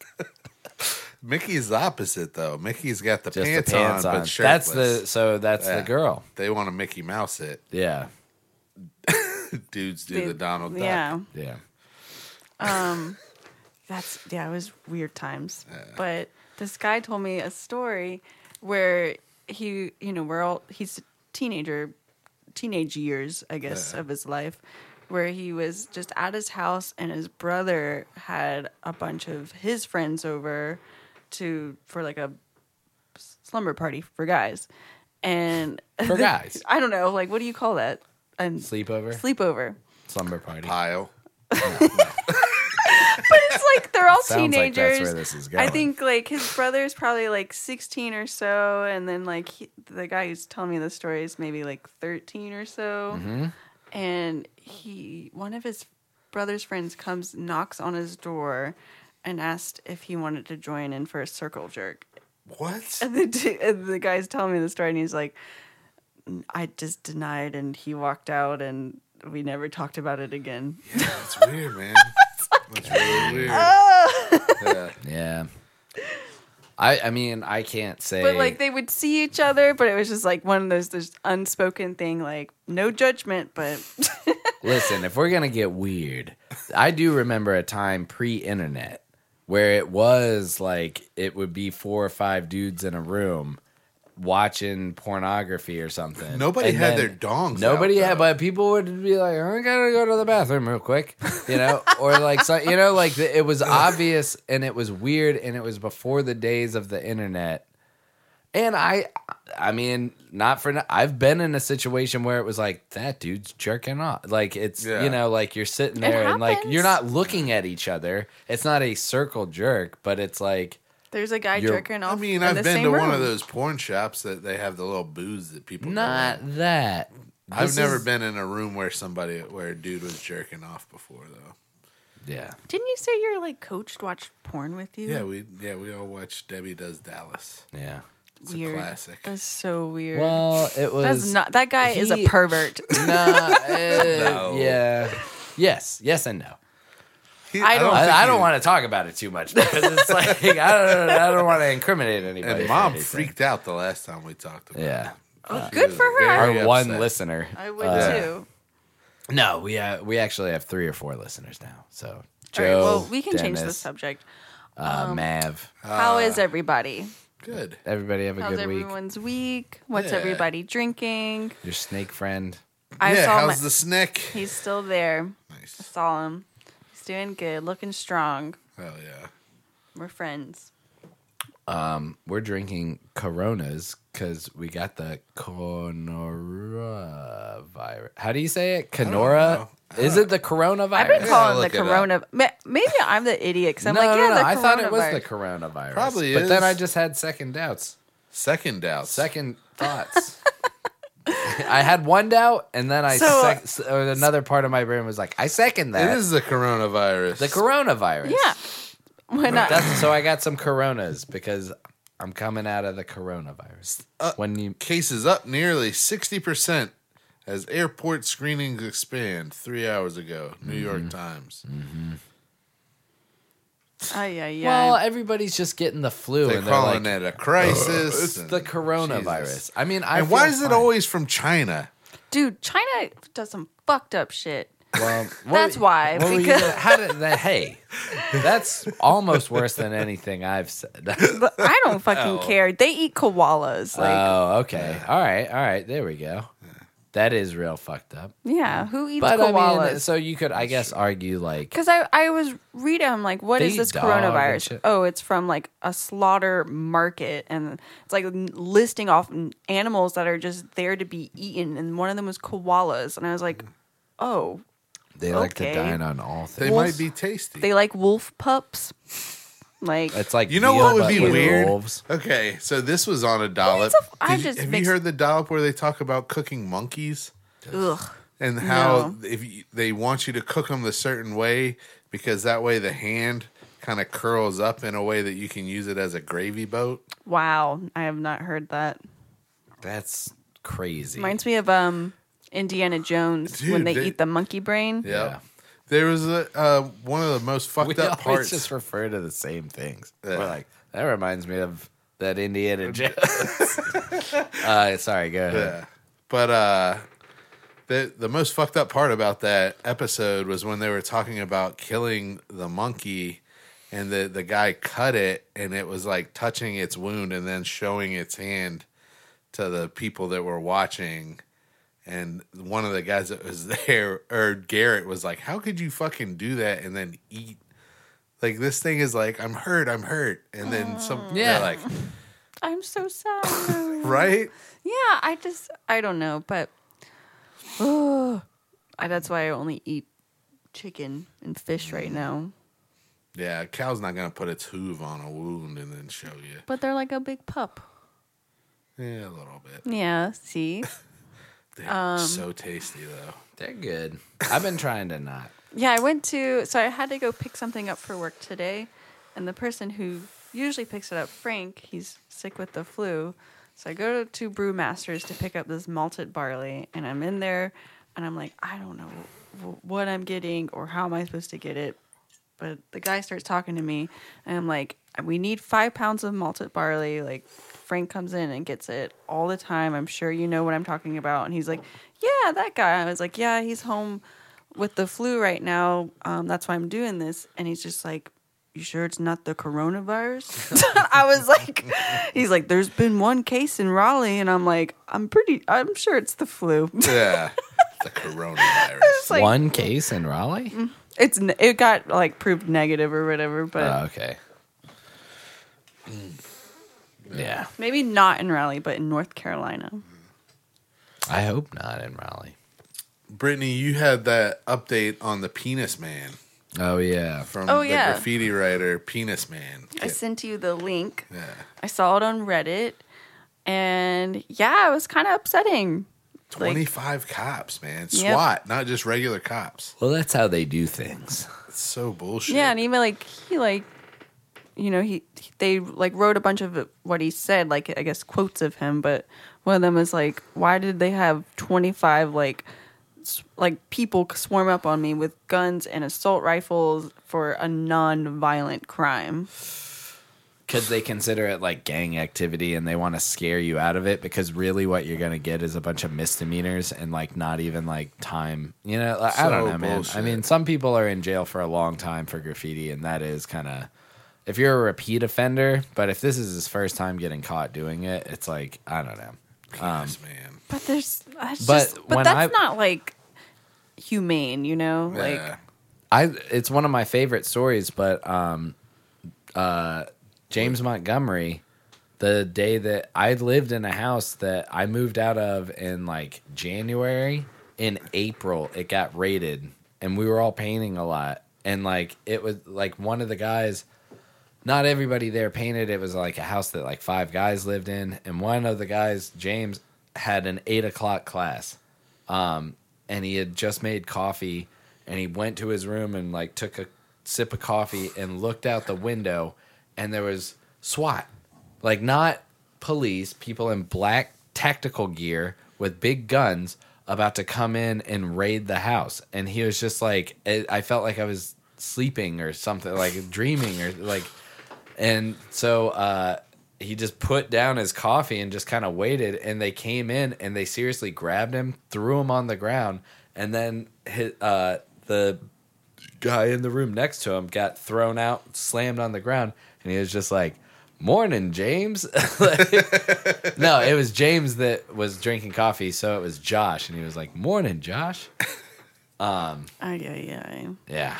Speaker 3: mickey's the opposite though mickey's got the,
Speaker 1: Just
Speaker 3: pants,
Speaker 1: the pants
Speaker 3: on,
Speaker 1: on.
Speaker 3: but shirtless.
Speaker 1: that's the so that's
Speaker 3: Yeah.
Speaker 1: the girl.
Speaker 3: they want to mickey mouse it
Speaker 1: Yeah,
Speaker 3: dudes do the donald duck
Speaker 2: Yeah.
Speaker 1: yeah.
Speaker 2: Um, that's yeah. It was weird times, but this guy told me a story where he, you know, we're all he's a teenager, teenage years, I guess, of his life, where he was just at his house and his brother had a bunch of his friends over to for like a slumber party for guys. And
Speaker 1: For guys.
Speaker 2: I don't know, like what do you call that? And
Speaker 1: Sleepover,
Speaker 2: sleepover.
Speaker 1: slumber party.
Speaker 3: Pile.
Speaker 2: But it's like they're all
Speaker 1: Sounds like that's
Speaker 2: teenagers.
Speaker 1: where this is going.
Speaker 2: I think like his brother's probably like 16 or so, and then like he, the guy who's telling me the story is maybe like 13 or so. And he, one of his brother's friends comes, knocks on his door, and asked if he wanted to join in for a circle jerk.
Speaker 3: What?
Speaker 2: And the, d- and the guy's telling me the story, and he's like, I just denied, and he walked out, and we never talked about it again.
Speaker 3: That's weird, man. That's really weird.
Speaker 1: Oh.
Speaker 3: Yeah.
Speaker 1: Yeah. I I mean I can't say
Speaker 2: But like they would see each other, but it was just like one of those this unspoken thing, like no judgment, but
Speaker 1: Listen, if we're gonna get weird, I do remember a time pre-internet where it was like it would be four or five dudes in a room watching pornography or something.
Speaker 3: Nobody
Speaker 1: And
Speaker 3: had
Speaker 1: then
Speaker 3: their dongs.
Speaker 1: Nobody
Speaker 3: out,
Speaker 1: had,
Speaker 3: though.
Speaker 1: but people would be like, "I gotta go to the bathroom real quick," you know, or like, so, you know, like the, it was obvious and it was weird and it was before the days of the internet. And I, I mean, not for no- I've been in a situation where it was like that dude's jerking off. Like it's
Speaker 3: Yeah.
Speaker 1: you know, like you're sitting there and like
Speaker 2: happens.
Speaker 1: you're not looking at each other. It's not a circle jerk, but it's like
Speaker 2: there's a guy
Speaker 1: You're-
Speaker 2: jerking off.
Speaker 3: I mean,
Speaker 2: in
Speaker 3: I've
Speaker 2: the
Speaker 3: been
Speaker 2: same
Speaker 3: to
Speaker 2: room.
Speaker 3: one of those porn shops that they have the little booze that people. go
Speaker 1: not
Speaker 3: in.
Speaker 1: that.
Speaker 3: I've
Speaker 1: This
Speaker 3: never
Speaker 1: is-
Speaker 3: been in a room where somebody where a dude was jerking off before though.
Speaker 1: Yeah.
Speaker 2: Didn't you say your like coach watched porn with you?
Speaker 3: Yeah, we yeah we all watched Debbie Does Dallas.
Speaker 1: Yeah.
Speaker 3: It's
Speaker 2: weird. Uh,
Speaker 3: a classic.
Speaker 2: That's so weird.
Speaker 1: Well, it was
Speaker 2: That's not that guy is a
Speaker 1: he-
Speaker 2: pervert.
Speaker 1: Nah, eh,
Speaker 3: No.
Speaker 1: Yeah. Yes. Yes and no.
Speaker 3: He-
Speaker 2: I don't-
Speaker 1: I,
Speaker 3: think
Speaker 1: I
Speaker 3: he-
Speaker 1: don't want to talk about it too much because it's like I don't. I don't want to incriminate anybody.
Speaker 3: And
Speaker 1: for
Speaker 3: mom
Speaker 1: anything.
Speaker 3: freaked out the last time we talked about.
Speaker 1: Yeah.
Speaker 2: Oh,
Speaker 3: it.
Speaker 2: Good
Speaker 3: She
Speaker 2: for
Speaker 3: was
Speaker 2: her.
Speaker 1: Our
Speaker 3: very
Speaker 1: one
Speaker 3: upset.
Speaker 1: listener.
Speaker 2: I would
Speaker 1: Uh,
Speaker 2: too.
Speaker 1: No, we uh, we actually have three or four listeners now. So Joe,
Speaker 2: All right, well, we can change the um,
Speaker 1: Dennis,
Speaker 2: subject.
Speaker 1: Uh, Mav,
Speaker 2: How is everybody?
Speaker 3: Good.
Speaker 1: everybody have a
Speaker 2: How's
Speaker 1: good week.
Speaker 2: everyone's week? What's
Speaker 3: Yeah.
Speaker 2: everybody drinking?
Speaker 1: Your snake friend.
Speaker 2: I
Speaker 3: yeah.
Speaker 2: saw
Speaker 3: How's
Speaker 2: my-
Speaker 3: the snack?
Speaker 2: he's still there. I
Speaker 3: Nice.
Speaker 2: saw him. He's doing good, looking strong.
Speaker 3: Hell yeah.
Speaker 2: We're friends.
Speaker 1: We're drinking Coronas because we got the Conora virus. How do you say it? Conora.
Speaker 3: know.
Speaker 1: Is it the coronavirus?
Speaker 2: I've been
Speaker 3: Yeah,
Speaker 2: calling the
Speaker 3: look it up.
Speaker 2: corona. ma- Maybe I'm the idiot because I'm
Speaker 1: no,
Speaker 2: like,
Speaker 1: no,
Speaker 2: yeah,
Speaker 1: no.
Speaker 2: the
Speaker 1: I thought it was
Speaker 2: coronavirus.
Speaker 1: the coronavirus.
Speaker 3: Probably
Speaker 1: But then
Speaker 3: is.
Speaker 1: I just had second doubts,
Speaker 3: Second doubt.
Speaker 1: second thoughts. I had one doubt, and then I
Speaker 2: So-
Speaker 1: sec- s- or another part of my brain was like, I second
Speaker 3: It
Speaker 1: that.
Speaker 3: is the coronavirus.
Speaker 1: the coronavirus.
Speaker 2: Yeah. When I,
Speaker 1: That's, so I got some coronas because I'm coming out of the coronavirus.
Speaker 3: Uh,
Speaker 1: when you
Speaker 3: cases up nearly 60% as airport screenings expand three hours ago new
Speaker 1: Mm-hmm.
Speaker 3: york times
Speaker 2: ay, ay, ay.
Speaker 1: well, everybody's just getting the flu,
Speaker 3: they're
Speaker 1: and they're
Speaker 3: calling
Speaker 1: like,
Speaker 3: it a crisis
Speaker 1: it's the
Speaker 3: and-
Speaker 1: coronavirus.
Speaker 3: Jesus.
Speaker 1: I mean, I
Speaker 3: and why
Speaker 1: feel
Speaker 3: is
Speaker 1: fine.
Speaker 3: it always from china
Speaker 2: dude, China does some fucked up shit.
Speaker 1: Well, what-
Speaker 2: That's why,
Speaker 1: what were you
Speaker 2: because-
Speaker 1: gonna- how did that? Hey, that's almost worse than anything I've said.
Speaker 2: But I don't fucking care. They eat koalas. Like,
Speaker 1: oh, okay. All right. All right. There we go. That is real fucked up.
Speaker 2: yeah, who eats
Speaker 1: But I mean,
Speaker 2: koalas?
Speaker 1: so you could, I guess, argue like,
Speaker 2: Because I, I was reading, I'm like, what
Speaker 1: They
Speaker 2: is
Speaker 1: eat
Speaker 2: this
Speaker 1: dog and
Speaker 2: coronavirus?
Speaker 1: shit.
Speaker 2: Oh, it's from like a slaughter market. And it's like n- listing off n- animals that are just there to be eaten. And one of them was koalas. And I was
Speaker 1: Mm.
Speaker 2: like, oh,
Speaker 1: they like to
Speaker 2: okay.
Speaker 1: dine on all
Speaker 3: they
Speaker 1: things.
Speaker 3: might be tasty
Speaker 2: they like wolf pups? Like,
Speaker 1: It's like
Speaker 3: you know
Speaker 1: veal,
Speaker 3: what
Speaker 1: but
Speaker 3: would be
Speaker 1: with
Speaker 3: weird?
Speaker 1: wolves.
Speaker 3: Okay, so this was on a dollop.
Speaker 2: What is a- I
Speaker 3: Did you-
Speaker 2: just
Speaker 3: have
Speaker 2: mixed-
Speaker 3: you heard the dollop where they talk about cooking monkeys?
Speaker 2: ugh.
Speaker 3: and how
Speaker 2: No.
Speaker 3: if you, they want you to cook them the certain way because that way the hand kind of curls up in a way that you can use it as a gravy boat.
Speaker 2: Wow. I have not heard that.
Speaker 1: That's crazy.
Speaker 2: Reminds me of um Indiana Jones when
Speaker 3: Dude,
Speaker 2: they,
Speaker 3: they-
Speaker 2: eat the monkey brain.
Speaker 3: Yep.
Speaker 1: Yeah.
Speaker 3: There was a, uh, one of the most
Speaker 1: we
Speaker 3: fucked up
Speaker 1: always
Speaker 3: parts.
Speaker 1: just refer to the same things.
Speaker 3: Yeah.
Speaker 1: We're like, that reminds me of that Indiana Jones. uh, sorry, go ahead.
Speaker 3: Yeah. But uh, the the most fucked up part about that episode was when they were talking about killing the monkey, and the the guy cut it, and it was like touching its wound and then showing its hand to the people that were watching, And one of the guys that was there, or Garrett, was like, "How could you fucking do that and then eat? Like this thing is like, I'm hurt, I'm hurt." And then some,
Speaker 1: Yeah.
Speaker 3: yeah, like
Speaker 2: I'm so sad.
Speaker 3: right,
Speaker 2: yeah, I just I don't know, but I, that's why I only eat chicken and fish
Speaker 3: Mm.
Speaker 2: right now.
Speaker 3: yeah. A cow's not gonna put its hoof on a wound and then show you.
Speaker 2: But they're like a big pup.
Speaker 3: Yeah, a little bit.
Speaker 2: Yeah, see?
Speaker 3: They're
Speaker 2: Um.
Speaker 3: so tasty though.
Speaker 1: They're good. I've been trying to not.
Speaker 2: Yeah, I went to so I had to go pick something up for work today, and the person who usually picks it up, Frank, he's sick with the flu. So I go to Brewmasters to pick up this malted barley, and I'm in there, and I'm like, I don't know wh- what I'm getting or how am I supposed to get it, but the guy starts talking to me, and I'm like, we need five pounds of malted barley. Like, Frank comes in and gets it all the time. I'm sure you know what I'm talking about. And he's like, yeah, that guy. I was like, yeah, he's home with the flu right now. Um, that's why I'm doing this. And he's just like, you sure it's not the coronavirus? I was like, he's like, there's been one case in Raleigh. And I'm like, I'm pretty, I'm sure it's the flu.
Speaker 3: Yeah, the coronavirus.
Speaker 2: It's like-
Speaker 1: One case in Raleigh?
Speaker 2: It's, n- it got like proved negative or whatever, but
Speaker 1: Oh, okay. Mm. Yeah.
Speaker 2: maybe not in Raleigh, but in North Carolina.
Speaker 1: I hope not in Raleigh.
Speaker 3: Brittany, you had that update on the penis man
Speaker 1: Oh, yeah.
Speaker 3: from
Speaker 2: Oh,
Speaker 3: the
Speaker 2: yeah.
Speaker 3: graffiti writer Penis Man.
Speaker 2: I sent you the link.
Speaker 3: Yeah.
Speaker 2: I saw it on Reddit, and yeah, it was kind of upsetting.
Speaker 3: Twenty five cops, man.
Speaker 2: Yep.
Speaker 3: SWAT, not just regular cops.
Speaker 1: Well, that's how they do things.
Speaker 3: It's so bullshit.
Speaker 2: Yeah, and even like he like, you know, he they like wrote a bunch of what he said, like I guess quotes of him, but one of them is like, why did they have twenty five like. s- Like people swarm up on me with guns and assault rifles for a non-violent crime.
Speaker 1: Because they consider it like gang activity and they want to scare you out of it because really what you're going to get is a bunch of misdemeanors and like not even like time. You know, like, I don't
Speaker 3: So
Speaker 1: know, man. I
Speaker 3: bullshit.
Speaker 1: mean, some people are in jail for a long time for graffiti and that is kind of. If you're a repeat offender, but if this is his first time getting caught doing it, it's like, I don't know.
Speaker 3: Penis
Speaker 1: Um,
Speaker 3: man.
Speaker 2: But there's, that's
Speaker 1: But
Speaker 2: just, but
Speaker 1: when I-
Speaker 2: that's not like humane, you know.
Speaker 3: Yeah.
Speaker 2: Like,
Speaker 1: I it's one of my favorite stories, but um uh James Montgomery the day that I lived in a house that I moved out of in like January in April it got raided and we were all painting a lot and like it was like one of the guys not everybody there painted it was like a house that like five guys lived in and one of the guys James had an eight o'clock class and he had just made coffee and he went to his room and like took a sip of coffee and looked out the window and there was SWAT. Like not police, people in black tactical gear with big guns about to come in and raid the house. And he was just like I I felt like I was sleeping or something like dreaming or like and so uh, he just put down his coffee and just kind of waited. And they came in and they seriously grabbed him, threw him on the ground, and then hit, uh, the guy in the room next to him got thrown out, slammed on the ground, and he was just like, "Morning, James." Like- no, it was James that was drinking coffee, so it was Josh, and he was like, "Morning, Josh."
Speaker 2: ay, ay, ay.
Speaker 1: Yeah.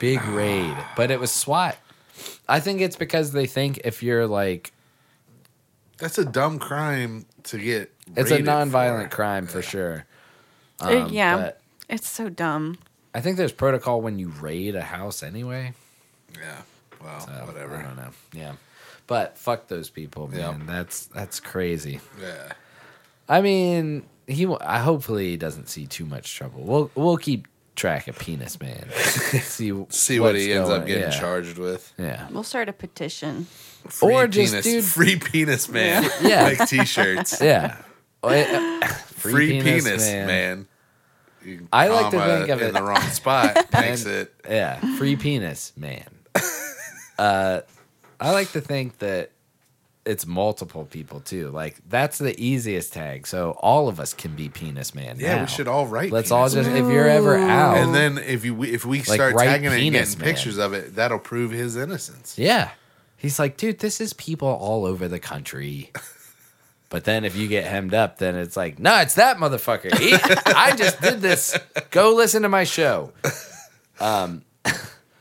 Speaker 1: Big raid. But it was SWAT. I think it's because they think if you're like
Speaker 3: That's a dumb crime to get.
Speaker 1: it's a
Speaker 3: raided
Speaker 1: nonviolent
Speaker 3: for.
Speaker 1: crime for sure.
Speaker 2: Uh, yeah,
Speaker 1: Um, but-
Speaker 2: it's so dumb.
Speaker 1: I think there's protocol when you raid a house anyway.
Speaker 3: Yeah. Well,
Speaker 1: So, I
Speaker 3: whatever.
Speaker 1: don't know. Yeah. But fuck those people,
Speaker 3: Yeah.
Speaker 1: man. That's that's crazy.
Speaker 3: Yeah.
Speaker 1: I mean, he w- I hopefully he doesn't see too much trouble. We'll we'll keep track of penis man. see
Speaker 3: See what
Speaker 1: what's
Speaker 3: he ends up
Speaker 1: going-
Speaker 3: getting
Speaker 1: yeah.
Speaker 3: charged with.
Speaker 1: Yeah.
Speaker 2: We'll start a petition.
Speaker 3: Free
Speaker 1: Or just,
Speaker 3: penis,
Speaker 1: dude-
Speaker 3: free penis man.
Speaker 1: Yeah.
Speaker 3: like t-shirts.
Speaker 1: Yeah. Free
Speaker 3: free, penis, man. You
Speaker 1: I like to
Speaker 3: comma
Speaker 1: think of
Speaker 3: in
Speaker 1: it-
Speaker 3: the wrong spot. Makes
Speaker 1: And-
Speaker 3: it.
Speaker 1: Yeah, free penis man. Uh, I like to think that it's multiple people too. Like that's the easiest tag, so all of us can be penis man.
Speaker 3: Yeah,
Speaker 1: now.
Speaker 3: we should all write.
Speaker 1: Let's
Speaker 3: penis
Speaker 1: all
Speaker 3: man.
Speaker 1: just if you're ever out,
Speaker 3: And then if you if we start
Speaker 1: right
Speaker 3: tagging it and
Speaker 1: penis,
Speaker 3: getting
Speaker 1: man.
Speaker 3: pictures of it, that'll prove his innocence.
Speaker 1: yeah, he's like, dude, this is people all over the country. But then if you get hemmed up, then it's like, no, it's that motherfucker. He, I just did this. Go listen to my show. Um,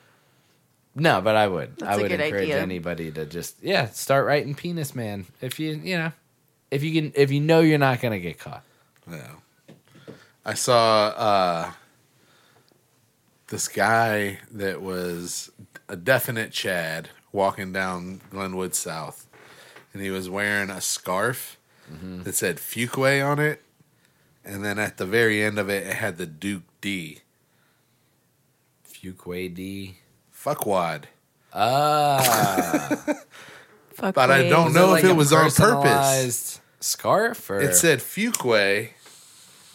Speaker 1: no, but I would. I
Speaker 2: a
Speaker 1: would
Speaker 2: good
Speaker 1: encourage
Speaker 2: idea.
Speaker 1: anybody to just yeah start writing penis man if you you know if you can if you know you're not gonna get caught.
Speaker 3: Yeah. I saw uh, this guy that was a definite Chad walking down Glenwood South, and he was wearing a scarf that said Fuquay on it, and then at the very end of it, it had the Duke D.
Speaker 1: Fuquay D.
Speaker 3: Fuckwad.
Speaker 1: Ah,
Speaker 2: Fuck
Speaker 3: But I
Speaker 2: me.
Speaker 3: don't
Speaker 1: Is
Speaker 3: know if
Speaker 1: like
Speaker 3: it
Speaker 1: a
Speaker 3: was on purpose.
Speaker 1: personalized Scarf or
Speaker 3: It said Fuquay,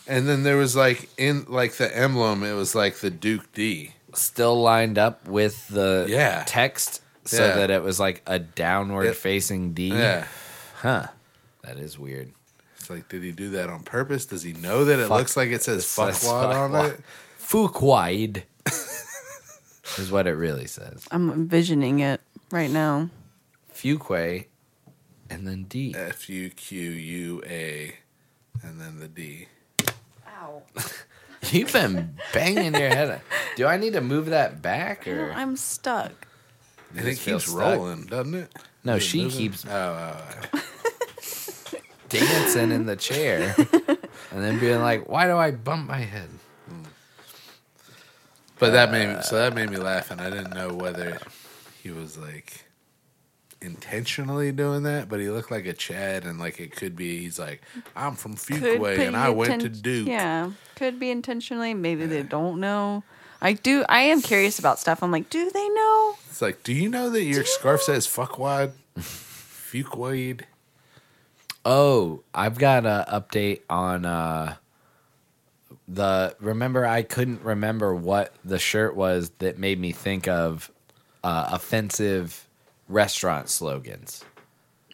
Speaker 3: and then there was like in like the emblem, it was like the Duke D.
Speaker 1: still lined up with the
Speaker 3: Yeah.
Speaker 1: text so
Speaker 3: Yeah.
Speaker 1: that it was like a downward
Speaker 3: It-
Speaker 1: facing D.
Speaker 3: Yeah.
Speaker 1: Huh. That is weird.
Speaker 3: It's like, did he do that on purpose? Does he know that it
Speaker 1: Fuck-
Speaker 3: looks like it says
Speaker 1: it says
Speaker 3: fuckwad on
Speaker 1: fuckwad.
Speaker 3: it?
Speaker 1: Fuquide is what it really says.
Speaker 2: I'm envisioning it right now.
Speaker 1: Fuquay and then D.
Speaker 3: F U Q U A and then the D.
Speaker 2: Ow.
Speaker 1: You've been banging your head. Do I need to move that back or
Speaker 2: I'm stuck.
Speaker 3: And it
Speaker 1: just feel
Speaker 3: keeps
Speaker 1: stuck.
Speaker 3: rolling, doesn't it?
Speaker 1: No,
Speaker 3: Is it
Speaker 1: she
Speaker 3: moving?
Speaker 1: keeps-
Speaker 3: Oh, oh, oh.
Speaker 1: dancing in the chair and then being like, "Why do I bump my head?"
Speaker 3: but that made me, so that made me laugh, and I didn't know whether he was like intentionally doing that, but he looked like a Chad, and like it could be he's like, I'm from Fuquay,
Speaker 2: be
Speaker 3: and I went to
Speaker 2: inten-
Speaker 3: Duke.
Speaker 2: Yeah, could be intentionally. Maybe they don't know. I do. I am curious about stuff. I'm like, do they know?
Speaker 3: It's like, do you know that your scarf says fuckwad, Fuquade?
Speaker 1: Oh, I've got an update on uh, the. Remember, I couldn't remember what the shirt was that made me think of uh, offensive restaurant slogans.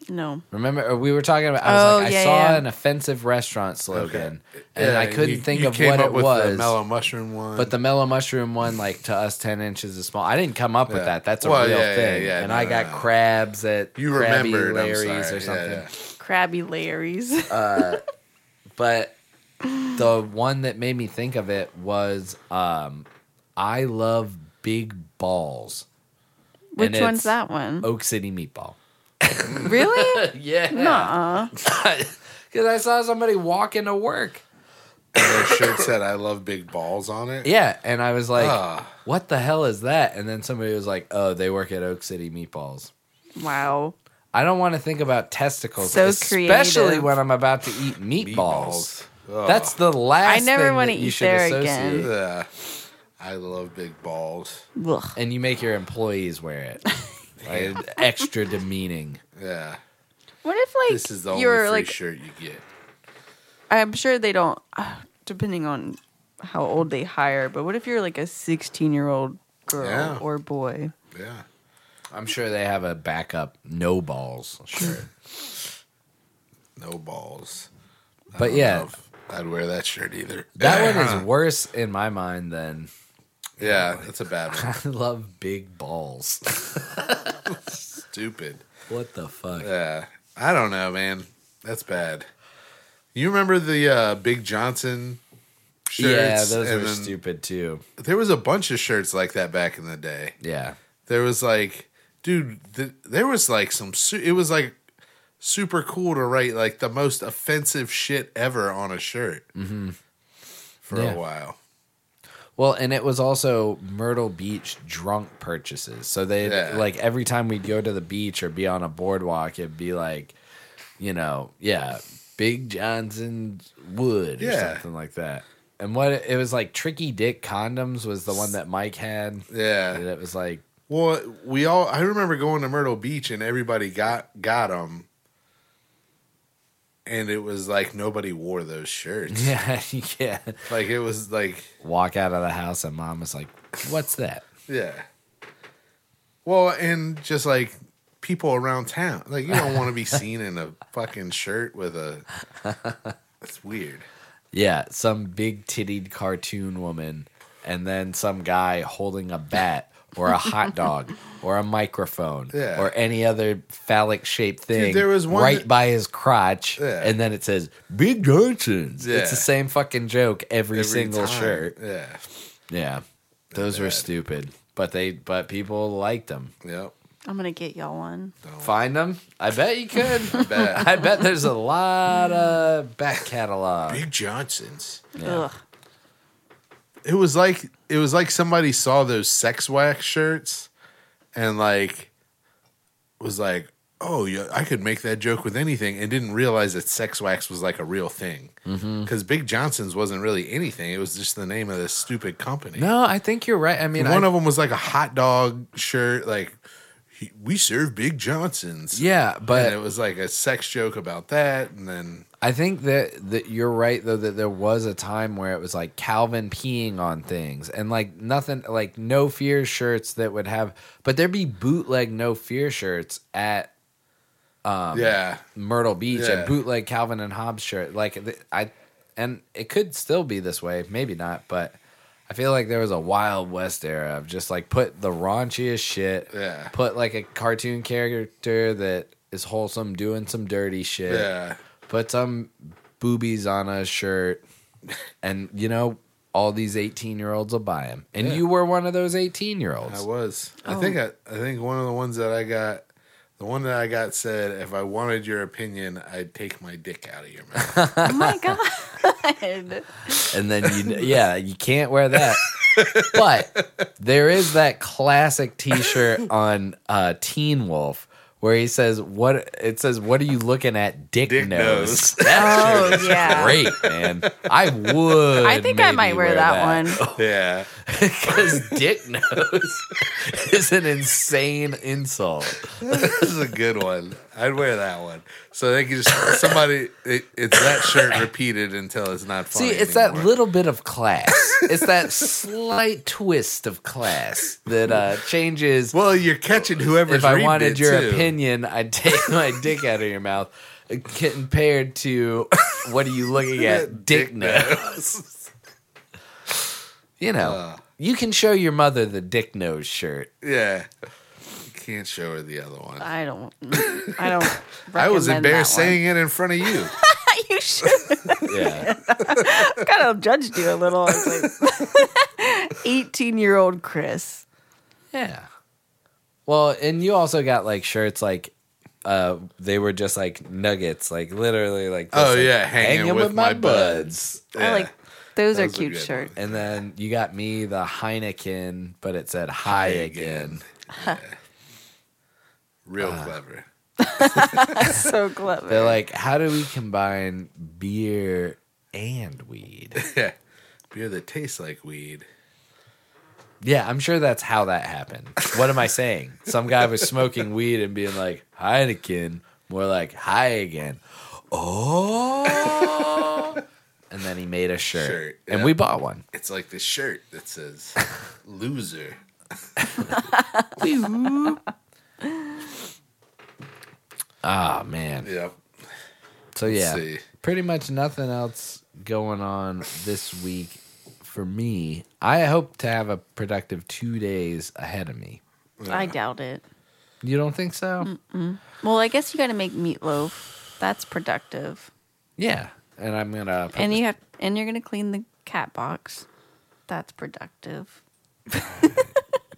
Speaker 2: No.
Speaker 1: Remember, or we were talking about. I was
Speaker 2: Oh,
Speaker 1: like, I
Speaker 2: yeah,
Speaker 1: saw
Speaker 2: yeah.
Speaker 1: an offensive restaurant slogan, and
Speaker 3: Yeah,
Speaker 1: I couldn't
Speaker 3: you-
Speaker 1: think
Speaker 3: you
Speaker 1: of
Speaker 3: came
Speaker 1: what
Speaker 3: up
Speaker 1: it
Speaker 3: with
Speaker 1: was.
Speaker 3: The mellow mushroom one,
Speaker 1: but the mellow mushroom one, like to us, ten inches is small. I didn't come up with
Speaker 3: Yeah.
Speaker 1: that. That's a
Speaker 3: Well,
Speaker 1: real
Speaker 3: yeah, yeah,
Speaker 1: thing.
Speaker 3: yeah,
Speaker 1: and
Speaker 3: no,
Speaker 1: I
Speaker 3: no,
Speaker 1: got
Speaker 3: no.
Speaker 1: crabs at
Speaker 3: you
Speaker 1: Krabby
Speaker 3: remembered I'm
Speaker 1: Larry's
Speaker 3: sorry.
Speaker 1: or something.
Speaker 3: Yeah,
Speaker 2: Crabby Larry's.
Speaker 1: Uh, but the one that made me think of it was um I love big balls.
Speaker 2: Which
Speaker 1: and
Speaker 2: one's
Speaker 1: it's
Speaker 2: that one?
Speaker 1: Oak City meatball.
Speaker 2: Really?
Speaker 1: yeah.
Speaker 2: Nuh-uh.
Speaker 1: Cuz I saw somebody walking to work.
Speaker 3: yeah. And their shirt said "I love big balls" on it.
Speaker 1: Yeah, and I was like,
Speaker 3: Ah.
Speaker 1: "What the hell is that?" And then somebody was like, "Oh, they work at Oak City Meatballs."
Speaker 2: Wow.
Speaker 1: I don't want to think about testicles,
Speaker 2: So
Speaker 1: especially
Speaker 2: creative.
Speaker 1: when I'm about to eat meatballs.
Speaker 3: Meatballs. Ugh.
Speaker 1: That's the last.
Speaker 2: I never
Speaker 1: want
Speaker 2: wanna
Speaker 1: to
Speaker 2: eat there again.
Speaker 3: Ugh. I love big balls.
Speaker 2: Ugh.
Speaker 1: and you make your employees wear it. Like, extra demeaning.
Speaker 3: Yeah,
Speaker 2: What if like
Speaker 3: this is the only
Speaker 2: you're
Speaker 3: free
Speaker 2: like?
Speaker 3: shirt you get.
Speaker 2: I'm sure they don't. Uh, depending on how old they hire, but what if you're like a 16 year old girl
Speaker 3: Yeah.
Speaker 2: or boy?
Speaker 3: Yeah,
Speaker 1: I'm sure they have a backup no balls shirt.
Speaker 3: no balls. I
Speaker 1: But
Speaker 3: don't
Speaker 1: yeah.
Speaker 3: know if I'd wear that shirt either.
Speaker 1: That
Speaker 3: yeah.
Speaker 1: one is worse in my mind than
Speaker 3: yeah, that's a bad one.
Speaker 1: I love big balls.
Speaker 3: Stupid.
Speaker 1: what the fuck?
Speaker 3: Yeah, I don't know, man. That's bad. You remember the uh, Big Johnson?
Speaker 1: yeah,
Speaker 3: Shirts
Speaker 1: those
Speaker 3: and
Speaker 1: were
Speaker 3: then-
Speaker 1: stupid too.
Speaker 3: There was a bunch of shirts like that back in the day.
Speaker 1: Yeah.
Speaker 3: there was like dude th- there was like some su- it was like super cool to write like the most offensive shit ever on a shirt for
Speaker 1: Mm-hmm. Yeah.
Speaker 3: a while
Speaker 1: Well, and it was also Myrtle Beach drunk purchases. So they
Speaker 3: Yeah.
Speaker 1: like every time we'd go to the beach or be on a boardwalk, it'd be like, you know, yeah, Big Johnson's wood or
Speaker 3: Yeah.
Speaker 1: something like that. And what it was like, Tricky Dick condoms was the one that Mike had.
Speaker 3: yeah
Speaker 1: And it was like,
Speaker 3: well we all i remember going to myrtle beach and everybody got got them and it was like nobody wore those shirts
Speaker 1: yeah, you can't
Speaker 3: like it was like
Speaker 1: walk out of the house and mom was like, "What's that?"
Speaker 3: yeah well and just like people around town like you don't want to be seen in a fucking shirt with a that's weird
Speaker 1: Yeah, some big tittied cartoon woman, and then some guy holding a bat or a hot dog or a microphone
Speaker 3: Yeah.
Speaker 1: or any other phallic shaped thing
Speaker 3: there was one
Speaker 1: right
Speaker 3: that-
Speaker 1: by his crotch.
Speaker 3: Yeah.
Speaker 1: And then it says, Big Johnson's.
Speaker 3: Yeah.
Speaker 1: It's the same fucking joke every,
Speaker 3: Every
Speaker 1: single
Speaker 3: time.
Speaker 1: shirt.
Speaker 3: Yeah.
Speaker 1: Yeah. Those were stupid. But they but people liked them.
Speaker 3: Yep.
Speaker 2: I'm gonna get y'all one.
Speaker 1: Find them? I bet you could.
Speaker 3: Bad.
Speaker 1: I bet there's a lot of back catalog.
Speaker 3: Big Johnson's.
Speaker 2: Ugh.
Speaker 3: It was like it was like somebody saw those sex wax shirts and like was like, "Oh, yeah, I could make that joke with anything," and didn't realize that sex wax was like a real thing. Because
Speaker 1: Mm-hmm.
Speaker 3: Big Johnson's wasn't really anything; it was just the name of this stupid company.
Speaker 1: No, I think you're right. I mean,
Speaker 3: one
Speaker 1: I,
Speaker 3: of them was like a hot dog shirt, like he, we serve Big Johnson's.
Speaker 1: yeah,
Speaker 3: and
Speaker 1: but
Speaker 3: it was like a sex joke about that, and then
Speaker 1: I think that that you're right though that there was a time where it was like Calvin peeing on things and like nothing like no fear shirts that would have but there'd be bootleg no fear shirts at Um,
Speaker 3: yeah,
Speaker 1: Myrtle Beach
Speaker 3: Yeah.
Speaker 1: and bootleg Calvin and Hobbes shirt like th- I and it could still be this way maybe not but I feel like there was a wild west era of just like put the raunchiest shit
Speaker 3: Yeah.
Speaker 1: put like a cartoon character that is wholesome doing some dirty shit
Speaker 3: yeah,
Speaker 1: put some boobies on a shirt, and you know all these eighteen year olds will buy them. And you were one of those eighteen year
Speaker 3: I
Speaker 1: olds.
Speaker 3: was. I think
Speaker 1: Um,
Speaker 3: I, I think one of the ones that I got, the one that I got said, if I wanted your opinion, I'd take my dick out of your mouth.
Speaker 2: Oh my god.
Speaker 1: And then you, yeah, you can't wear that. but there is that classic T shirt on uh, Teen Wolf. Where he says, "What it says? What are you looking at? Dick,
Speaker 3: Dick
Speaker 1: nose.
Speaker 3: nose.
Speaker 1: That
Speaker 2: oh yeah.
Speaker 1: great, man. I would.
Speaker 2: I think I
Speaker 1: maybe
Speaker 2: might wear, that, one.
Speaker 3: yeah,
Speaker 1: because dick nose is an insane insult.
Speaker 3: this is a good one. I'd wear that one. So they could just somebody. It, it's that shirt repeated until it's not
Speaker 1: See,
Speaker 3: funny.
Speaker 1: it's that
Speaker 3: anymore.
Speaker 1: little bit of class. it's that slight twist of class that uh, changes.
Speaker 3: Well, you're catching whoever's.
Speaker 1: if I
Speaker 3: reading
Speaker 1: wanted
Speaker 3: it,
Speaker 1: your
Speaker 3: too.
Speaker 1: opinion, I'd take my dick out of your mouth. uh, Compared to what are you looking at? Dick nose. You know,
Speaker 3: Uh.
Speaker 1: you can show your mother the dick nose shirt.
Speaker 3: yeah, can't show her the other one.
Speaker 2: I don't. I don't.
Speaker 3: I was
Speaker 2: recommend
Speaker 3: embarrassed
Speaker 2: that one.
Speaker 3: saying it in front of you.
Speaker 2: you should
Speaker 1: Yeah.
Speaker 2: kind of judged you a little. I was like, Eighteen-year-old Chris.
Speaker 1: Yeah. Well, and you also got like shirts like uh they were just like nuggets, like literally like this,
Speaker 3: Oh,
Speaker 1: like,
Speaker 3: yeah, hanging with my
Speaker 1: buds.
Speaker 2: I
Speaker 3: Yeah.
Speaker 2: like. Those,
Speaker 3: Those
Speaker 2: are
Speaker 3: are
Speaker 2: cute
Speaker 3: good
Speaker 2: shirts.
Speaker 1: And then you got me the Heineken, but it said hi again.
Speaker 3: Real clever.
Speaker 2: so clever.
Speaker 1: They're like, how do we combine beer and weed?
Speaker 3: Yeah. Beer that tastes like weed.
Speaker 1: Yeah, I'm sure that's how that happened. What am I saying? Some guy was smoking weed and being like, Heineken, more like, hi again. Oh. and then he made a shirt.
Speaker 3: Shirt,
Speaker 1: And
Speaker 3: yeah.
Speaker 1: we bought one.
Speaker 3: It's like this shirt that says loser.
Speaker 1: Ah, man.
Speaker 3: Yep.
Speaker 1: So, yeah,
Speaker 3: see.
Speaker 1: pretty much nothing else going on this week for me. I hope to have a productive two days ahead of me.
Speaker 2: I doubt it.
Speaker 1: You don't think so?
Speaker 2: Mm. Well, I guess you got to make meatloaf. That's productive.
Speaker 1: Yeah. And I'm going to.
Speaker 2: and you have, and you're gonna clean the cat box. That's productive.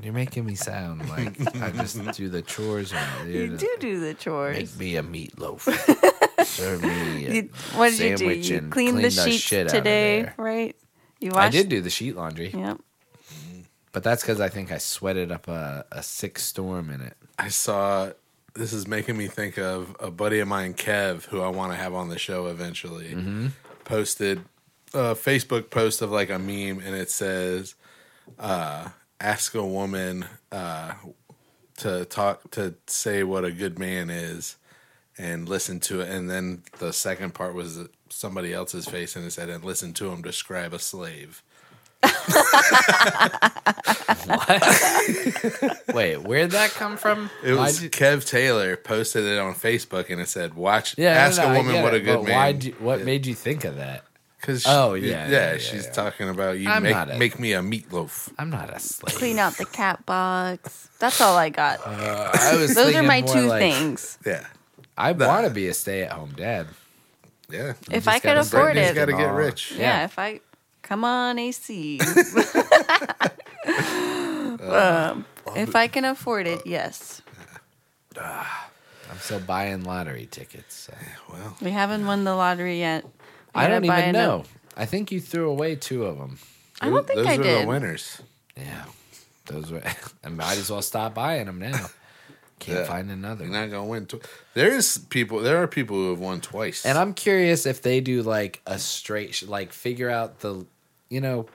Speaker 1: You're making me sound like I just do the chores and
Speaker 2: You do do the
Speaker 1: Make
Speaker 2: chores.
Speaker 1: me a meatloaf. Serve me. A
Speaker 2: You, what did you do?
Speaker 1: sandwich
Speaker 2: You
Speaker 1: and
Speaker 2: cleaned the
Speaker 1: clean the
Speaker 2: sheets
Speaker 1: shit out of
Speaker 2: today,
Speaker 1: there.
Speaker 2: right? You
Speaker 1: I
Speaker 2: washed.
Speaker 1: did do the sheet laundry,
Speaker 2: Yep.
Speaker 1: but that's because I think I sweated up a, a sick storm in it.
Speaker 3: I saw this is making me think of a buddy of mine, Kev, who I want to have on the show eventually,
Speaker 1: Mm-hmm.
Speaker 3: posted a Facebook post of like a meme and it says, uh, ask a woman uh, to talk to say what a good man is and listen to it. And then the second part was somebody else's face and it said, and listen to him describe a slave.
Speaker 1: Wait, where'd that come from?
Speaker 3: It
Speaker 1: Why'd
Speaker 3: was
Speaker 1: you-
Speaker 3: Kev Taylor posted it on Facebook and it said, "Watch,
Speaker 1: yeah, no,
Speaker 3: ask
Speaker 1: no,
Speaker 3: a
Speaker 1: I
Speaker 3: woman
Speaker 1: get
Speaker 3: what
Speaker 1: it,
Speaker 3: a good
Speaker 1: but
Speaker 3: man."
Speaker 1: Why'd you, what made you think of that?
Speaker 3: Because
Speaker 1: Oh, yeah,
Speaker 3: yeah,
Speaker 1: yeah, yeah,
Speaker 3: she's
Speaker 1: yeah.
Speaker 3: talking about you
Speaker 1: I'm
Speaker 3: make
Speaker 1: not a-
Speaker 3: make me a meatloaf.
Speaker 1: I'm not a slave.
Speaker 2: Clean out the cat box. That's all I got.
Speaker 1: Uh, I was
Speaker 2: Those are
Speaker 1: thinking
Speaker 2: my
Speaker 1: more
Speaker 2: two
Speaker 1: like,
Speaker 2: things.
Speaker 3: Yeah,
Speaker 1: I want to be a stay-at-home dad.
Speaker 3: yeah.
Speaker 2: If
Speaker 1: just
Speaker 2: I could
Speaker 1: gotta
Speaker 2: afford
Speaker 1: Brittany's
Speaker 2: it,
Speaker 3: He's got to get
Speaker 1: Oh.
Speaker 3: rich.
Speaker 2: yeah.
Speaker 1: Yeah.
Speaker 2: If I come on AC,
Speaker 1: Uh,
Speaker 2: um, if I can afford it, yes.
Speaker 1: I'm still buying lottery tickets. so.
Speaker 3: Well,
Speaker 2: We haven't won the lottery yet. We
Speaker 1: I
Speaker 2: gotta
Speaker 1: don't
Speaker 2: buy
Speaker 1: even
Speaker 2: another-
Speaker 1: know. I think you threw away two of them.
Speaker 2: I don't think
Speaker 3: those
Speaker 2: I
Speaker 3: were
Speaker 2: did.
Speaker 3: the winners.
Speaker 1: Yeah, those were. I might as well stop buying them now. Can't
Speaker 3: Yeah.
Speaker 1: find another.
Speaker 3: You're not gonna win. Tw- there is people. There are people who have won twice.
Speaker 1: And I'm curious if they do like a straight, sh- like figure out the, you know,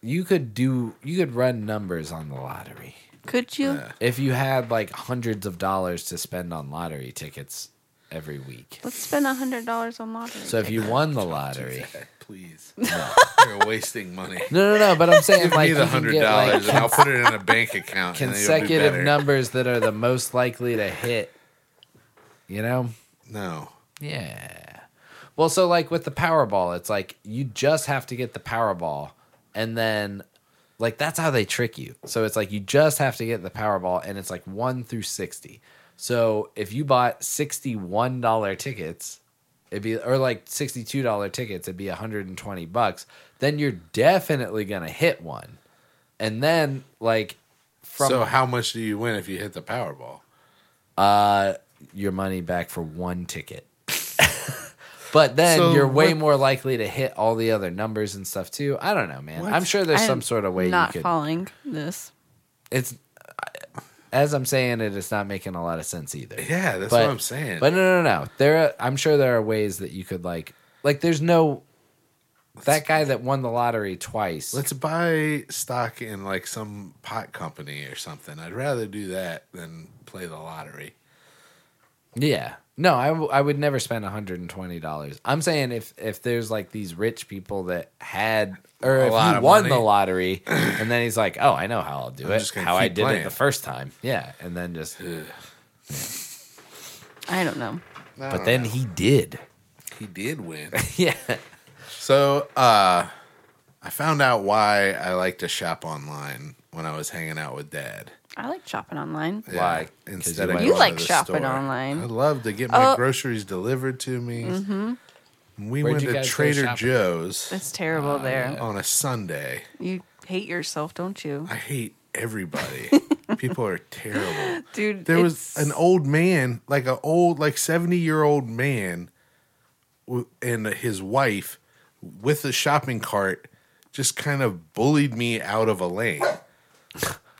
Speaker 1: you could do, you could run numbers on the lottery.
Speaker 2: Could you?
Speaker 1: If you had like hundreds of dollars to spend on lottery tickets every week.
Speaker 2: Let's spend a hundred dollars on lottery.
Speaker 1: So if you won the lottery.
Speaker 3: please. You're wasting money.
Speaker 1: No, no, no, but I'm saying
Speaker 3: Give
Speaker 1: like
Speaker 3: me
Speaker 1: you
Speaker 3: the
Speaker 1: can
Speaker 3: hundred
Speaker 1: get
Speaker 3: dollars,
Speaker 1: like
Speaker 3: and I'll put it in a bank account. and it'll be
Speaker 1: consecutive
Speaker 3: better.
Speaker 1: numbers that are the most likely to hit. You know?
Speaker 3: No.
Speaker 1: Yeah. Well, so like with the Powerball, it's like you just have to get the Powerball, and then like that's how they trick you. So it's like you just have to get the Powerball, and it's like one through sixty. So if you bought sixty-one dollar tickets, it'd be or like sixty-two dollar tickets, it'd be hundred and twenty bucks. Then you're definitely gonna hit one, and then like from
Speaker 3: so how much do you win if you hit the Powerball?
Speaker 1: uh, your money back for one ticket. but then
Speaker 3: So
Speaker 1: you're way
Speaker 3: what-
Speaker 1: more likely to hit all the other numbers and stuff too. I don't know, man.
Speaker 3: What?
Speaker 1: I'm sure there's some
Speaker 2: I'm
Speaker 1: sort of way you
Speaker 2: Not
Speaker 1: could.
Speaker 2: following this.
Speaker 1: It's as I'm saying it, it's not making a lot of sense either.
Speaker 3: Yeah, that's
Speaker 1: But-
Speaker 3: what I'm saying.
Speaker 1: But no, no, no. There, are, I'm sure there are ways that you could like, like. There's no that guy that won the lottery twice.
Speaker 3: Let's buy stock in like some pot company or something. I'd rather do that than play the lottery.
Speaker 1: Yeah. No, I, w- I would never spend $120. I'm saying if if there's like these rich people that had or
Speaker 3: A
Speaker 1: if
Speaker 3: lot
Speaker 1: he
Speaker 3: of
Speaker 1: won
Speaker 3: money.
Speaker 1: the lottery and then he's like, "Oh, I know how I'll do
Speaker 3: I'm
Speaker 1: it.
Speaker 3: just gonna
Speaker 1: How I
Speaker 3: keep
Speaker 1: did it
Speaker 3: playing."
Speaker 1: the first time." Yeah, and then just
Speaker 2: I don't know.
Speaker 1: but then he did.
Speaker 3: He did win.
Speaker 1: yeah.
Speaker 3: so uh I found out why I like to shop online when I was hanging out with dad.
Speaker 2: I like shopping online.
Speaker 1: Why? 'Cause
Speaker 3: Instead
Speaker 1: you
Speaker 3: of
Speaker 1: like-
Speaker 2: You
Speaker 3: going
Speaker 2: like
Speaker 3: to the
Speaker 2: shopping
Speaker 3: store.
Speaker 2: online.
Speaker 3: I love to get my
Speaker 2: Oh.
Speaker 3: groceries delivered to me. We
Speaker 1: Where'd
Speaker 3: went
Speaker 1: you
Speaker 3: to
Speaker 1: guys go
Speaker 3: Trader
Speaker 1: shopping?
Speaker 3: Joe's
Speaker 2: It's terrible
Speaker 3: Ah,
Speaker 2: there.
Speaker 3: on a Sunday.
Speaker 2: You hate yourself, don't you,
Speaker 3: I hate everybody. People are terrible.
Speaker 2: dude?
Speaker 3: There was
Speaker 2: it's-
Speaker 3: an old man, like an old, like 70 year old man w- and his wife with a shopping cart just kind of bullied me out of a lane.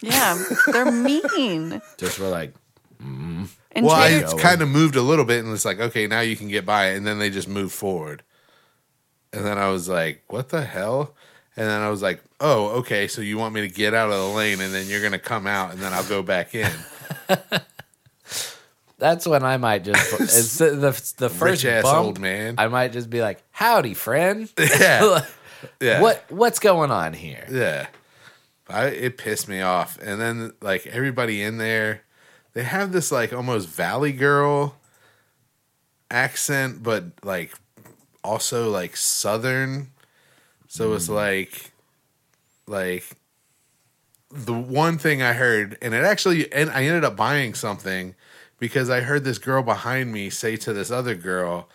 Speaker 2: yeah. They're mean.
Speaker 1: Just were like,
Speaker 2: And
Speaker 3: Well, I
Speaker 2: Taylor-
Speaker 1: Taylor-
Speaker 3: kind of moved a little bit and it's like, okay, now you can get by. And then they just moved forward. And then I was like, what the hell? And then I was like, oh, okay, so you want me to get out of the lane and then you're going to come out and then I'll go back in.
Speaker 1: that's when I might just it's the the, the first
Speaker 3: Rich ass
Speaker 1: bump,
Speaker 3: old man.
Speaker 1: I might just be like, "Howdy, friend.
Speaker 3: yeah. Yeah.
Speaker 1: What what's going on here?"
Speaker 3: Yeah. I, it pissed me off. And then, like, everybody in there, they have this, like, almost Valley Girl accent, but, like, also, like, Southern. So it's like, like, the one thing I heard, and it actually, and I ended up buying something because I heard this girl behind me say to this other girl,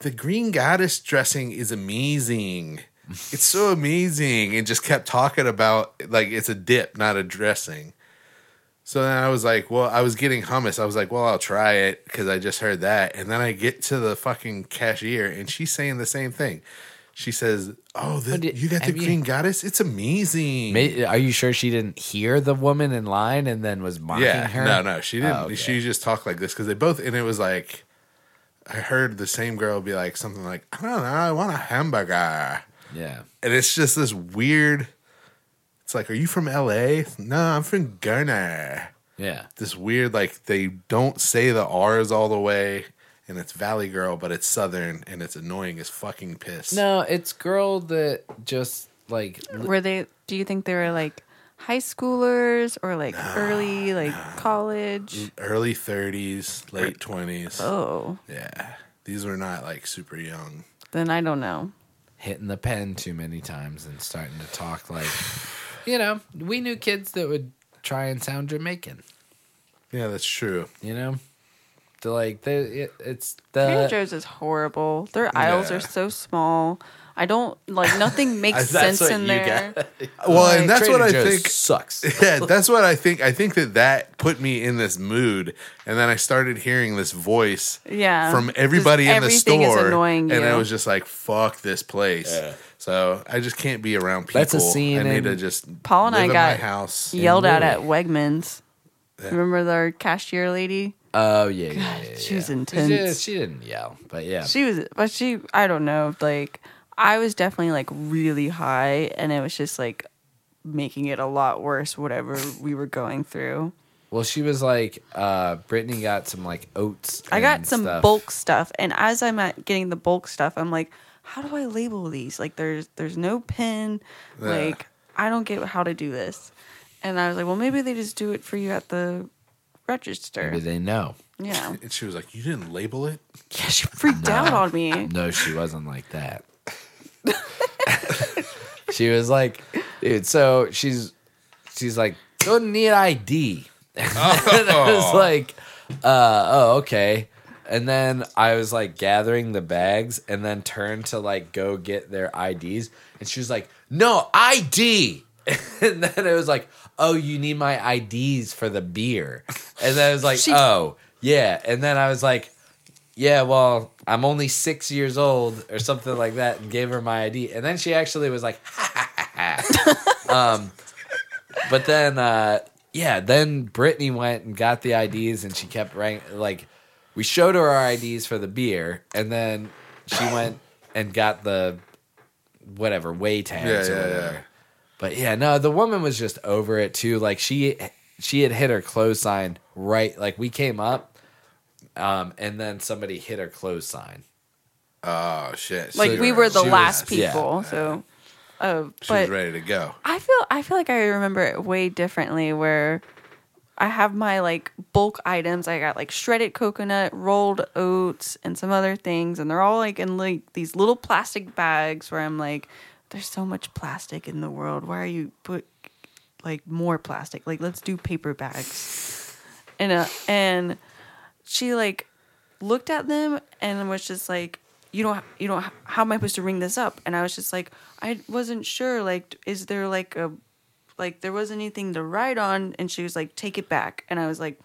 Speaker 3: the green goddess dressing is amazing. It's so amazing. And just kept talking about like it's a dip, not a dressing. So then I was like, well, I was getting hummus. I was like, well, I'll try it because I just heard that. And then I get to the fucking cashier and she's saying the same thing. She says, Oh, the,
Speaker 1: Oh, did-
Speaker 3: you got the
Speaker 1: have you-
Speaker 3: green goddess? It's amazing.
Speaker 1: May, are you sure she didn't hear the woman in line and then was mocking
Speaker 3: yeah,
Speaker 1: her?
Speaker 3: no, no, she didn't.
Speaker 1: Oh, okay.
Speaker 3: She just talked like this because they both, and it was like, I heard the same girl be like something like, I don't know, I want a hamburger.
Speaker 1: Yeah.
Speaker 3: and it's just this weird. It's like, are you from L.A.? No, I'm from Ghana.
Speaker 1: Yeah.
Speaker 3: This weird, like they don't say the R's all the way, and it's Valley Girl, but it's Southern, and it's annoying as fucking piss.
Speaker 1: No, it's girl that just like
Speaker 2: were they? Do you think they were like high schoolers or like early, like college?
Speaker 3: early 30s, late 20s.
Speaker 2: Oh,
Speaker 3: Yeah, these were not like super young.
Speaker 2: then I don't know.
Speaker 1: hitting the pen too many times and starting to talk like, you know, we knew kids that would try and sound Jamaican.
Speaker 3: Yeah, that's true.
Speaker 1: You know, they're like they, it, it's
Speaker 2: Trader
Speaker 1: the
Speaker 2: Joe's is horrible. Their aisles
Speaker 3: yeah.
Speaker 2: are so small. I don't like nothing makes sense in there.
Speaker 3: Uh, Well,
Speaker 2: Like,
Speaker 3: and that's
Speaker 1: Trader
Speaker 3: what I
Speaker 1: Joe's
Speaker 3: think.
Speaker 1: sucks.
Speaker 3: Yeah, that's what I think. I think that that put me in this mood, and then I started hearing this voice
Speaker 2: Yeah.
Speaker 3: from everybody
Speaker 2: Just
Speaker 3: in the
Speaker 2: everything is
Speaker 3: store,
Speaker 2: annoying
Speaker 3: and
Speaker 2: you.
Speaker 3: I was just like, "Fuck this place." So I just can't be around people.
Speaker 1: That's a scene
Speaker 3: I need
Speaker 1: in-
Speaker 3: to just
Speaker 2: Paul and
Speaker 3: live
Speaker 2: I
Speaker 3: in
Speaker 2: got
Speaker 3: my house.
Speaker 2: Yelled at at
Speaker 1: Louis.
Speaker 2: Wegmans. Remember their cashier lady?
Speaker 1: Oh yeah, yeah, yeah, yeah,
Speaker 2: she was
Speaker 1: yeah.
Speaker 2: intense.
Speaker 1: She, she didn't yell, but yeah,
Speaker 2: She was, but she, I don't know. Like, I was definitely like really high, and it was just like making it a lot worse, whatever we were going through.
Speaker 1: Well, she was like, uh, Brittany got some like oats.
Speaker 2: I got
Speaker 1: and
Speaker 2: some
Speaker 1: stuff.
Speaker 2: bulk stuff, and as I'm at getting the bulk stuff, I'm like, how do I label these? Like, there's there's no pin. Like, I don't get how to do this. And I was like, well, maybe they just do it for you at the register.
Speaker 1: Maybe they know.
Speaker 2: Yeah.
Speaker 3: And she was like, "You didn't label it."
Speaker 2: Yeah, she freaked out on me.
Speaker 1: No, she wasn't like that. she was like, dude. So she's she's like, don't need ID. and I
Speaker 3: Oh.
Speaker 1: was like, uh, oh okay. And then I was like gathering the bags, and then turned to like go get their IDs, and she was like, no ID. and then it was like, oh, you need my IDs for the beer. And then I was like, oh yeah. And then I was like yeah, well, I'm only six years old or something like that, and gave her my ID. And then she actually was like, um, but then, uh, yeah, then Brittany went and got the IDs, and she kept rank like we showed her our IDs for the beer, and then she went and got the whatever way tags
Speaker 3: Yeah,
Speaker 1: or
Speaker 3: yeah, yeah.
Speaker 1: whatever. But yeah, no, the woman was just over it too. Like she she had hit her clothesline right like we came up um and then somebody hit her clothesline.
Speaker 3: Oh shit!
Speaker 2: Like
Speaker 3: She
Speaker 2: we were the
Speaker 3: she was-
Speaker 2: last
Speaker 1: yeah.
Speaker 2: people, so. Uh,
Speaker 3: She
Speaker 2: but
Speaker 3: was ready to go.
Speaker 2: I feel I feel like I remember it way differently where I have my like bulk items. I got like shredded coconut, rolled oats, and some other things, and they're all like in like these little plastic bags where I'm like, there's so much plastic in the world. Why are you put like more plastic? Like let's do paper bags. And uh, and she like looked at them and was just like you don't you don't how am i supposed to ring this up and i was just like i wasn't sure like is there like a like there wasn't anything to write on and she was like take it back and i was like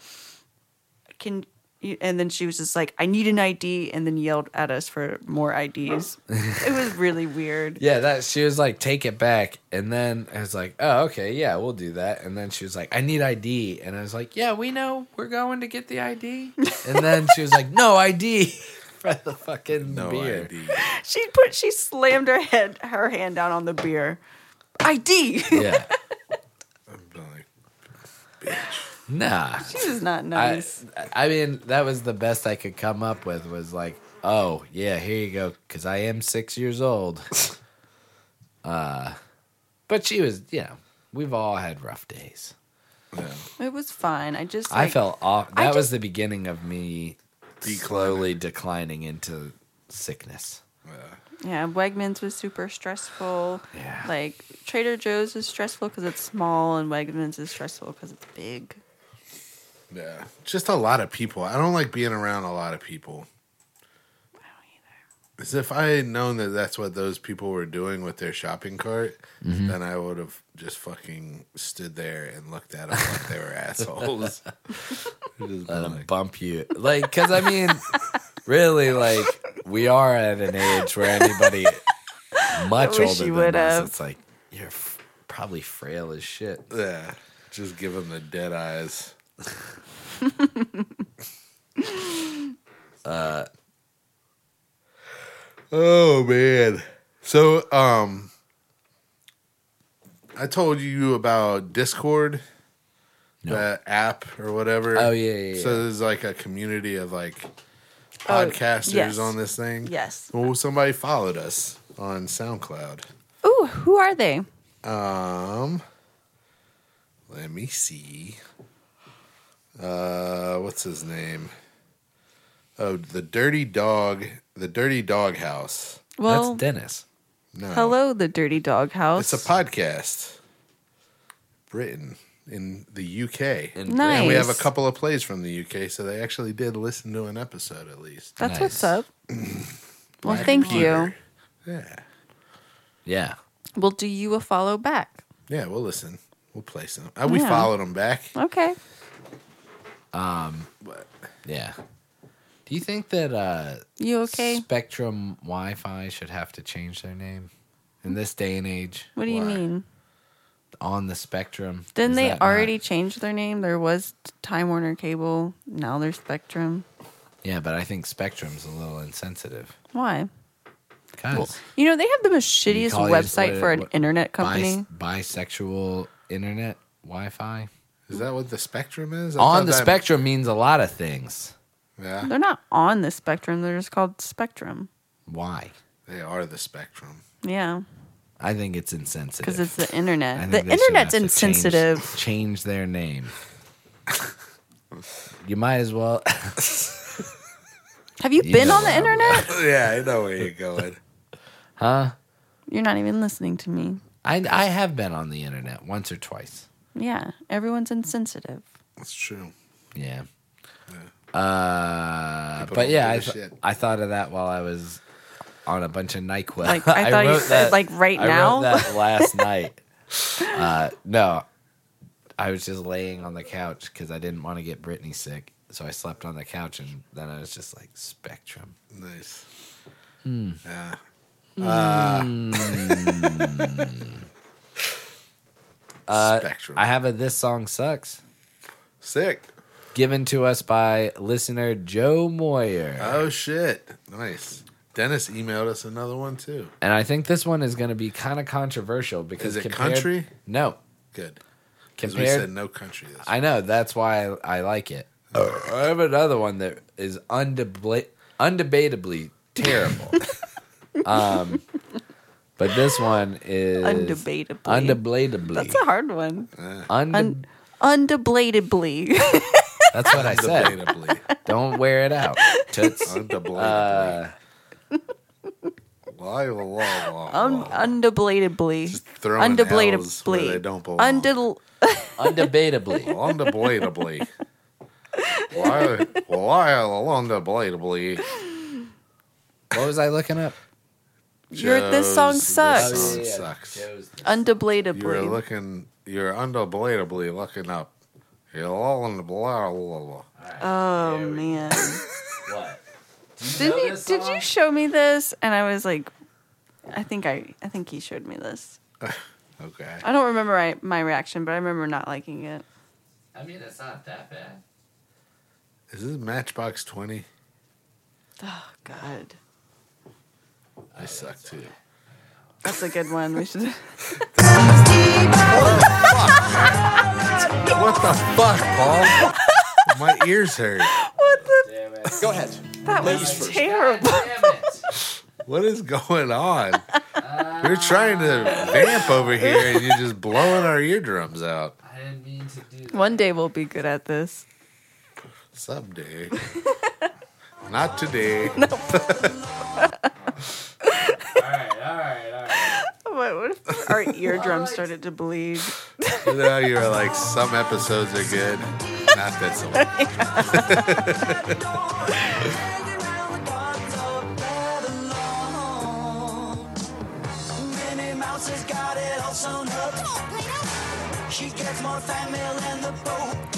Speaker 2: can you and then she was just like i need an id and then yelled at us for more ids it was really weird
Speaker 1: Yeah, that she was like, take it back. And then I was like, Oh, okay, yeah, we'll do that. And then she was like, I need ID. And I was like, Yeah, we know we're going to get the ID. And then she was like, No ID for the fucking
Speaker 3: No
Speaker 1: beer.
Speaker 3: ID.
Speaker 2: she put she slammed her head her hand down on the beer id
Speaker 1: Yeah.
Speaker 3: I'm like,
Speaker 1: Nah.
Speaker 2: she was not
Speaker 1: I,
Speaker 2: nice
Speaker 1: I mean, that was the best I could come up with was like, oh, yeah, here you go, because I am six years old. uh, but she was, you know, we've all had rough days.
Speaker 2: it was fine i just
Speaker 1: I
Speaker 2: like-
Speaker 1: felt off. That
Speaker 2: I
Speaker 1: was the beginning of me
Speaker 3: Declining.
Speaker 1: slowly declining into sickness.
Speaker 2: Yeah, Wegmans was super stressful.
Speaker 1: Yeah.
Speaker 2: Like Trader Joe's is stressful because it's small, and Wegmans is stressful because it's big.
Speaker 3: yeah, just a lot of people. I don't like being around a lot of people. As if I had known that that's what those people were doing with their shopping cart, then I would have just fucking stood there and looked at them like they were assholes. Just been
Speaker 1: Let 'em
Speaker 3: like,
Speaker 1: bump you, like, because I mean, really, like, we are at an age where anybody much
Speaker 2: I wish
Speaker 1: older
Speaker 2: you
Speaker 1: than us,
Speaker 2: would've.
Speaker 1: it's like you're f- probably frail as shit.
Speaker 3: yeah, just give them the dead eyes. Uh, Oh man. So um I told you about Discord, the app or whatever.
Speaker 1: Oh, yeah, yeah,
Speaker 3: So
Speaker 1: yeah.
Speaker 3: there's like a community of like
Speaker 2: Oh,
Speaker 3: podcasters
Speaker 2: yes.
Speaker 3: on this thing.
Speaker 2: Yes.
Speaker 3: Well, somebody followed us on SoundCloud.
Speaker 2: Ooh, who are they?
Speaker 3: Um let me see. Uh what's his name? Oh, the Dirty Dog, the Dirty Dog House.
Speaker 2: Well,
Speaker 1: That's Dennis.
Speaker 3: No.
Speaker 2: Hello, the dirty dog house.
Speaker 3: It's a podcast. Britain in the UK.
Speaker 1: And
Speaker 2: Nice.
Speaker 3: And we have a couple of plays from the UK, so they actually did listen to an episode at least.
Speaker 2: That's
Speaker 1: Nice.
Speaker 2: what's up. well,
Speaker 3: Black
Speaker 2: thank you.
Speaker 3: Peter. Yeah.
Speaker 1: Yeah.
Speaker 2: We'll do you a follow back.
Speaker 3: Yeah, we'll listen. We'll play some. Uh, we
Speaker 2: Yeah.
Speaker 3: followed them back.
Speaker 2: Okay.
Speaker 1: Yeah. Do you think that uh,
Speaker 2: You okay?
Speaker 1: Spectrum Wi Fi should have to change their name in this day and age?
Speaker 2: What do you
Speaker 3: Why?
Speaker 2: mean?
Speaker 1: On the spectrum.
Speaker 2: Didn't
Speaker 1: Is
Speaker 2: they
Speaker 1: that
Speaker 2: already
Speaker 1: not-
Speaker 2: change their name? There was Time Warner Cable. Now there's Spectrum.
Speaker 1: Yeah, but I think Spectrum's a little insensitive.
Speaker 2: Why?
Speaker 1: Because
Speaker 2: You know, they have the most
Speaker 1: You
Speaker 2: shittiest
Speaker 1: call yours
Speaker 2: website
Speaker 1: what-
Speaker 2: for an
Speaker 1: what-
Speaker 2: internet company.
Speaker 1: bisexual internet Wi Fi.
Speaker 3: Is that what the spectrum is? I
Speaker 1: On
Speaker 3: thought
Speaker 1: the
Speaker 3: that-
Speaker 1: spectrum means a lot of things.
Speaker 3: Yeah,
Speaker 2: They're not on the Spectrum. They're just called Spectrum.
Speaker 1: Why?
Speaker 3: they are the spectrum.
Speaker 2: Yeah.
Speaker 1: I think it's insensitive.
Speaker 2: Because it's the
Speaker 1: I
Speaker 2: internet.
Speaker 1: think
Speaker 2: The
Speaker 1: they should have
Speaker 2: internet's
Speaker 1: to
Speaker 2: insensitive.
Speaker 1: Change, change their name. you might as well.
Speaker 2: Have you,
Speaker 1: You
Speaker 2: been
Speaker 1: know
Speaker 2: on the
Speaker 1: where I'm
Speaker 2: internet?
Speaker 3: yeah, I know where you're going.
Speaker 1: Huh?
Speaker 2: You're not even listening to me.
Speaker 1: I, I have been on the internet once or twice.
Speaker 2: Yeah. Everyone's insensitive.
Speaker 3: That's true.
Speaker 1: Yeah. Uh,
Speaker 3: People
Speaker 1: but
Speaker 3: don't
Speaker 1: yeah, I,
Speaker 3: give a
Speaker 1: th-
Speaker 3: shit.
Speaker 1: I thought of that while I was on a bunch of NyQuil.
Speaker 2: Like, I thought you said, like, right
Speaker 1: I
Speaker 2: now?
Speaker 1: wrote that last night. Uh, no, I was just laying on the couch because I didn't want to get Brittany sick. So I slept on the couch and then I was just like, Spectrum.
Speaker 3: Nice.
Speaker 1: Hmm.
Speaker 3: Yeah. Uh, spectrum.
Speaker 1: I have a This Song Sucks
Speaker 3: Sick.
Speaker 1: given to us by listener Joe Moyer.
Speaker 3: Oh shit. Nice. Dennis emailed us another one too.
Speaker 1: And I think this one is going to be kind of controversial because
Speaker 3: Is it
Speaker 1: compared-
Speaker 3: country?
Speaker 1: No,
Speaker 3: Good. Because we
Speaker 1: compared.
Speaker 3: said no country. This
Speaker 1: I know that's why I, I like it. I have another one that is undebla- undebatably terrible. um, but this one is
Speaker 2: Undebatably.
Speaker 1: Undebatably.
Speaker 2: That's a hard one.
Speaker 1: Unde-
Speaker 2: Un- undebatably.
Speaker 1: that's what I said.
Speaker 3: undebatably.
Speaker 1: Don't wear it out. Toots.
Speaker 3: undebatably.
Speaker 1: Uh,
Speaker 3: Why, why, why, why,
Speaker 2: Un-
Speaker 3: why?
Speaker 2: undebatably.
Speaker 3: Just throwing L's where
Speaker 2: Undebatably.
Speaker 3: they don't belong.
Speaker 2: Undel-
Speaker 1: undebatably.
Speaker 3: Undebatably. Why? Why undebatably?
Speaker 1: What was I looking up? Oh,
Speaker 2: Your this song
Speaker 3: Joe's- this
Speaker 2: sucks.
Speaker 3: song sucks.
Speaker 2: undebatably.
Speaker 3: You're looking. You're undebatably looking up. You're all in the blah, blah, blah.
Speaker 2: oh man.
Speaker 1: What?
Speaker 2: Didn't you, did you show me this? And I was like, I think I, I think he showed me this.
Speaker 3: Okay.
Speaker 2: I don't remember my, my reaction, but I remember not liking it.
Speaker 1: I mean, it's not that bad.
Speaker 3: Is this Matchbox Twenty?
Speaker 2: Oh God,
Speaker 3: I suck too.
Speaker 2: that's a good one. We should.
Speaker 3: What the fuck, Paul? My ears hurt.
Speaker 2: What the?
Speaker 1: Damn it.
Speaker 4: Go ahead.
Speaker 2: That was terrible.
Speaker 3: What is going on? We're trying to vamp over here, and you're just blowing our eardrums out.
Speaker 1: I didn't mean to do
Speaker 2: One day we'll be good at this.
Speaker 3: Someday. Not today.
Speaker 1: All right, all right, all right.
Speaker 2: Oh, What, what if our eardrums started to bleed?
Speaker 3: You know, you were like, some episodes are good. Not this one.
Speaker 4: Minnie Mouse has got it all sewn up. She gets more fan mail than the Pope.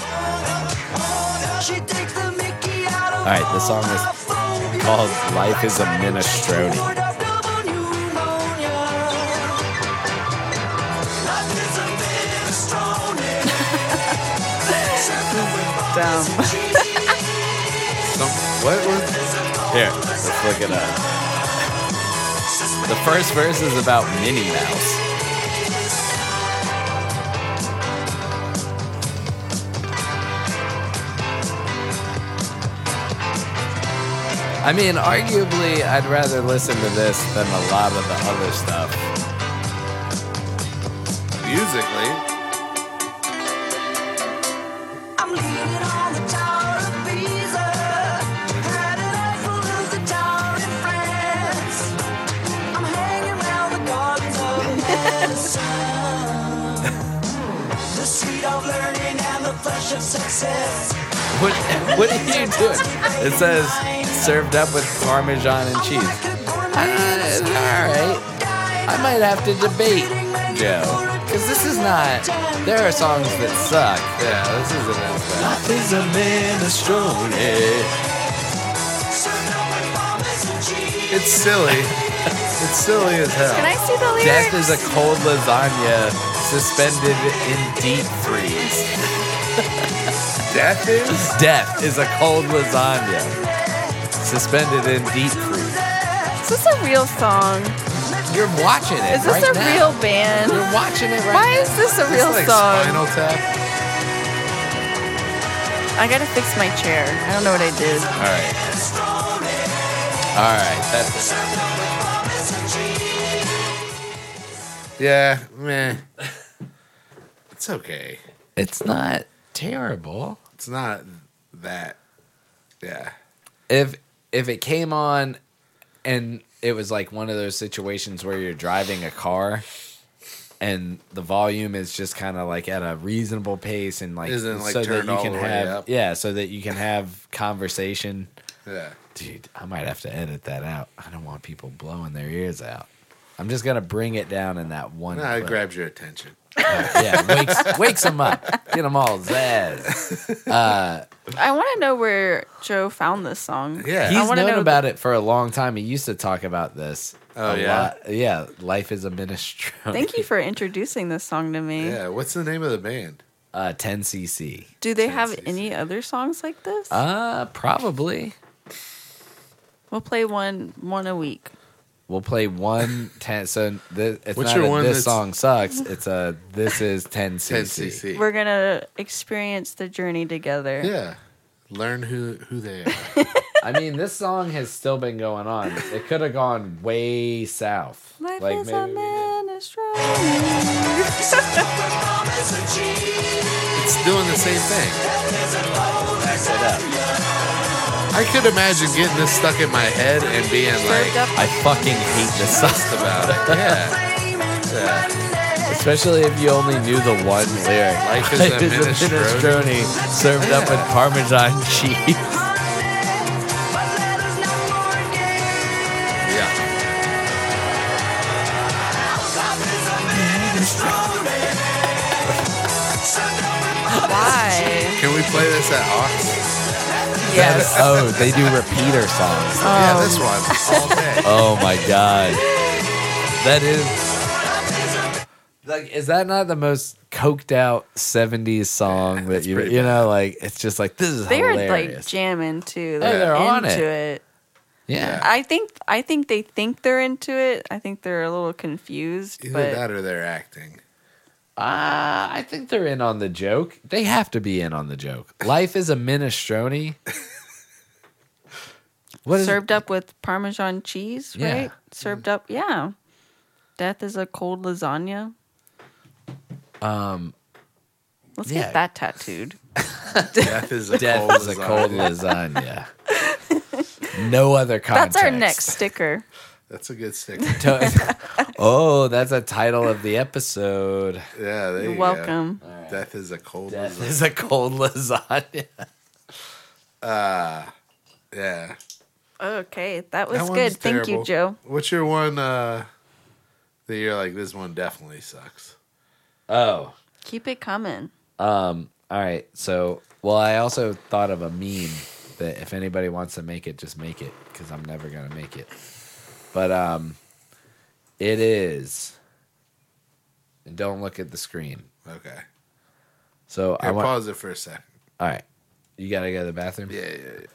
Speaker 4: She takes the Mickey out of
Speaker 1: All right, the song is
Speaker 4: is
Speaker 1: called Life is a Minestrone.
Speaker 2: Dumb.
Speaker 3: Some, what was
Speaker 1: Here, let's look it up. The first verse is about Minnie Mouse. I mean, arguably, I'd rather listen to this than a lot of the other stuff.
Speaker 3: musically?
Speaker 4: I'm leaning on the Tower of Pisa. Had an eye full of the tower in France. I'm hanging round the success.
Speaker 1: What, what are you doing? It says served up with Parmesan and cheese. Uh, all right. I might have to debate Joe. Because this is not. There are songs that suck.
Speaker 3: Yeah, this isn't as bad.
Speaker 1: Life is a minestrone.
Speaker 3: It's silly. it's silly as
Speaker 2: Can I
Speaker 3: hell.
Speaker 2: see the lyrics?
Speaker 1: Death is a cold lasagna suspended in deep freeze.
Speaker 3: Death is?
Speaker 1: Death is a cold lasagna suspended in deep freeze.
Speaker 2: is this a real song?
Speaker 1: You're watching it
Speaker 2: Is this
Speaker 1: right
Speaker 2: a
Speaker 1: now.
Speaker 2: real band?
Speaker 1: You're watching it right
Speaker 2: Why is this a
Speaker 3: It's
Speaker 2: real
Speaker 3: like
Speaker 2: song?
Speaker 3: Spinal Tap.
Speaker 2: I gotta fix my chair. I don't know what I did.
Speaker 1: now. All right. All right. That's it.
Speaker 3: Yeah, meh. It's okay.
Speaker 1: It's not terrible.
Speaker 3: It's not that. Yeah.
Speaker 1: if if it came on and it was like one of those situations where you're driving a car and the volume is just kind of like at a reasonable pace and like
Speaker 3: Isn't, like,
Speaker 1: so that
Speaker 3: turned
Speaker 1: you
Speaker 3: all
Speaker 1: can
Speaker 3: the way
Speaker 1: have
Speaker 3: up.
Speaker 1: yeah so that you can have conversation
Speaker 3: Yeah.
Speaker 1: dude i might have to edit that out i don't want people blowing their ears out i'm just gonna bring it down in that one
Speaker 3: No, it
Speaker 1: clip.
Speaker 3: grabs your attention.
Speaker 1: yeah wakes, wakes them up get them all zazz
Speaker 2: I want to know where Joe found this song.
Speaker 3: Yeah.
Speaker 2: I
Speaker 1: He's
Speaker 2: wanna
Speaker 1: known
Speaker 2: know
Speaker 1: about it for a long time. He used to talk about this.
Speaker 3: Oh,
Speaker 1: a
Speaker 3: yeah?
Speaker 1: lot. yeah. Life is a minestrone.
Speaker 2: Thank you for introducing this song to me.
Speaker 3: Yeah. What's the name of the band?
Speaker 1: Uh, 10cc.
Speaker 2: Do they have
Speaker 3: Fancy.
Speaker 2: any other songs like this?
Speaker 1: Uh, probably.
Speaker 2: we'll play one one a week.
Speaker 1: We'll play one ten. So th- it's
Speaker 3: What's
Speaker 1: not
Speaker 3: your
Speaker 1: a
Speaker 3: one
Speaker 1: this
Speaker 3: that's-
Speaker 1: song sucks. It's a this is 10cc.
Speaker 3: 10cc.
Speaker 2: We're gonna experience the journey together.
Speaker 3: Yeah. Learn who who they are.
Speaker 1: I mean, this song has still been going on. It could have gone way south.
Speaker 2: Life
Speaker 1: like
Speaker 2: is
Speaker 1: maybe.
Speaker 2: a
Speaker 1: we-
Speaker 2: minestrone.
Speaker 3: it's doing the same thing. I could imagine getting this stuck in my head and being
Speaker 2: Served
Speaker 3: like,
Speaker 2: up
Speaker 1: I fucking hate this song,
Speaker 3: pissed about it. Yeah. yeah.
Speaker 1: especially if you only knew the one lyric.
Speaker 3: Life is
Speaker 1: Life
Speaker 3: a
Speaker 1: is a
Speaker 3: minestrone.
Speaker 1: minestrone served up with Parmesan cheese.
Speaker 3: Yeah.
Speaker 2: why?
Speaker 3: Can we play this at Ox?
Speaker 2: yes.
Speaker 1: Oh, they do repeater songs.
Speaker 2: Um,
Speaker 3: yeah, this one. All day.
Speaker 1: Oh my god. That is like is that not the most coked out 70s song that you
Speaker 3: pretty
Speaker 1: you know like it's just like this is
Speaker 2: They're like
Speaker 1: hilarious.
Speaker 2: jamming too.
Speaker 1: Oh, they're on
Speaker 2: into
Speaker 1: it.
Speaker 2: it.
Speaker 1: yeah.
Speaker 2: I think I think they think they're into it. I think they're a little confused,
Speaker 3: Either
Speaker 2: but
Speaker 3: that or they're acting.
Speaker 1: Uh, I think they're in on the joke. They have to be in on the joke. Life is a minestrone. What is
Speaker 2: served up with Parmesan cheese,
Speaker 1: Yeah.
Speaker 2: right? Served up, yeah. Death is a cold lasagna.
Speaker 1: um
Speaker 2: Let's
Speaker 1: Yeah.
Speaker 2: get that tattooed.
Speaker 3: Death is a
Speaker 1: death
Speaker 3: cold
Speaker 1: is a
Speaker 3: lasagna.
Speaker 1: cold lasagna. no other context.
Speaker 2: That's our next sticker.
Speaker 3: That's a good sticker.
Speaker 1: To- oh, that's a title of the episode.
Speaker 3: Yeah, there
Speaker 2: You're
Speaker 3: you go.
Speaker 2: welcome.
Speaker 3: Death is a cold
Speaker 1: Death
Speaker 3: lasagna.
Speaker 1: is a cold lasagna.
Speaker 3: Yeah.
Speaker 2: Okay, that was
Speaker 3: That
Speaker 2: good.
Speaker 3: one's
Speaker 2: Thank you,
Speaker 3: terrible.
Speaker 2: Joe.
Speaker 3: What's your one uh that you're like, this one definitely sucks?
Speaker 1: Oh,
Speaker 2: Keep it coming.
Speaker 1: um, all right. So, well, I also thought of a meme that if anybody wants to make it, just make it because I'm never gonna make it. But um, it is. And don't look at the screen.
Speaker 3: Okay.
Speaker 1: So I
Speaker 3: Here,
Speaker 1: want.
Speaker 3: pause it for a second.
Speaker 1: All right, you gotta go to the bathroom.
Speaker 3: Yeah, yeah, yeah.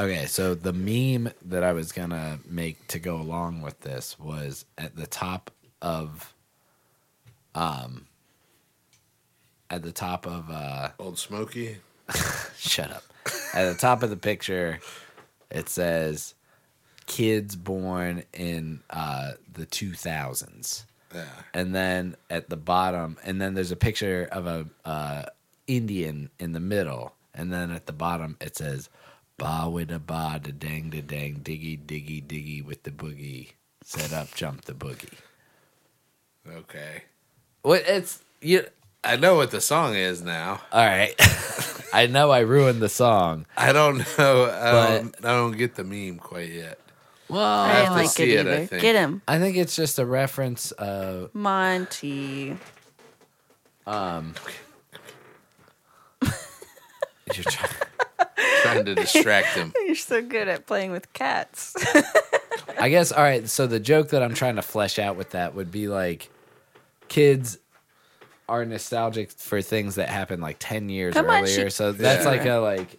Speaker 1: Okay, so the meme that I was gonna make to go along with this was at the top of, um, at the top of uh,
Speaker 3: Old Smoky.
Speaker 1: shut up. At the top of the picture, it says kids born in uh, the two thousands,
Speaker 3: Yeah.
Speaker 1: and then at the bottom, and then there's a picture of a uh, Indian in the middle, and then at the bottom it says ba with a ba da dang da dang diggy diggy diggy with the boogie. Set up, jump the boogie.
Speaker 3: Okay.
Speaker 1: What it's you?
Speaker 3: I know what the song is now.
Speaker 1: All right. I know I ruined the song.
Speaker 3: I don't know. I don't, I don't get the meme quite yet.
Speaker 1: Well,
Speaker 2: I
Speaker 1: I,
Speaker 2: didn't
Speaker 3: to
Speaker 2: like it
Speaker 3: see it, I
Speaker 2: either.
Speaker 3: think.
Speaker 2: Get him,
Speaker 1: think it's just a reference of
Speaker 2: Monty.
Speaker 1: you're trying,
Speaker 3: Trying to distract him.
Speaker 2: You're so good at playing with cats.
Speaker 1: I guess all right. So the joke that I'm trying to flesh out with that would be like, kids are nostalgic for things that happened like ten years
Speaker 2: Come on,
Speaker 1: earlier.
Speaker 2: she-
Speaker 1: so that's
Speaker 3: Yeah.
Speaker 1: like a like.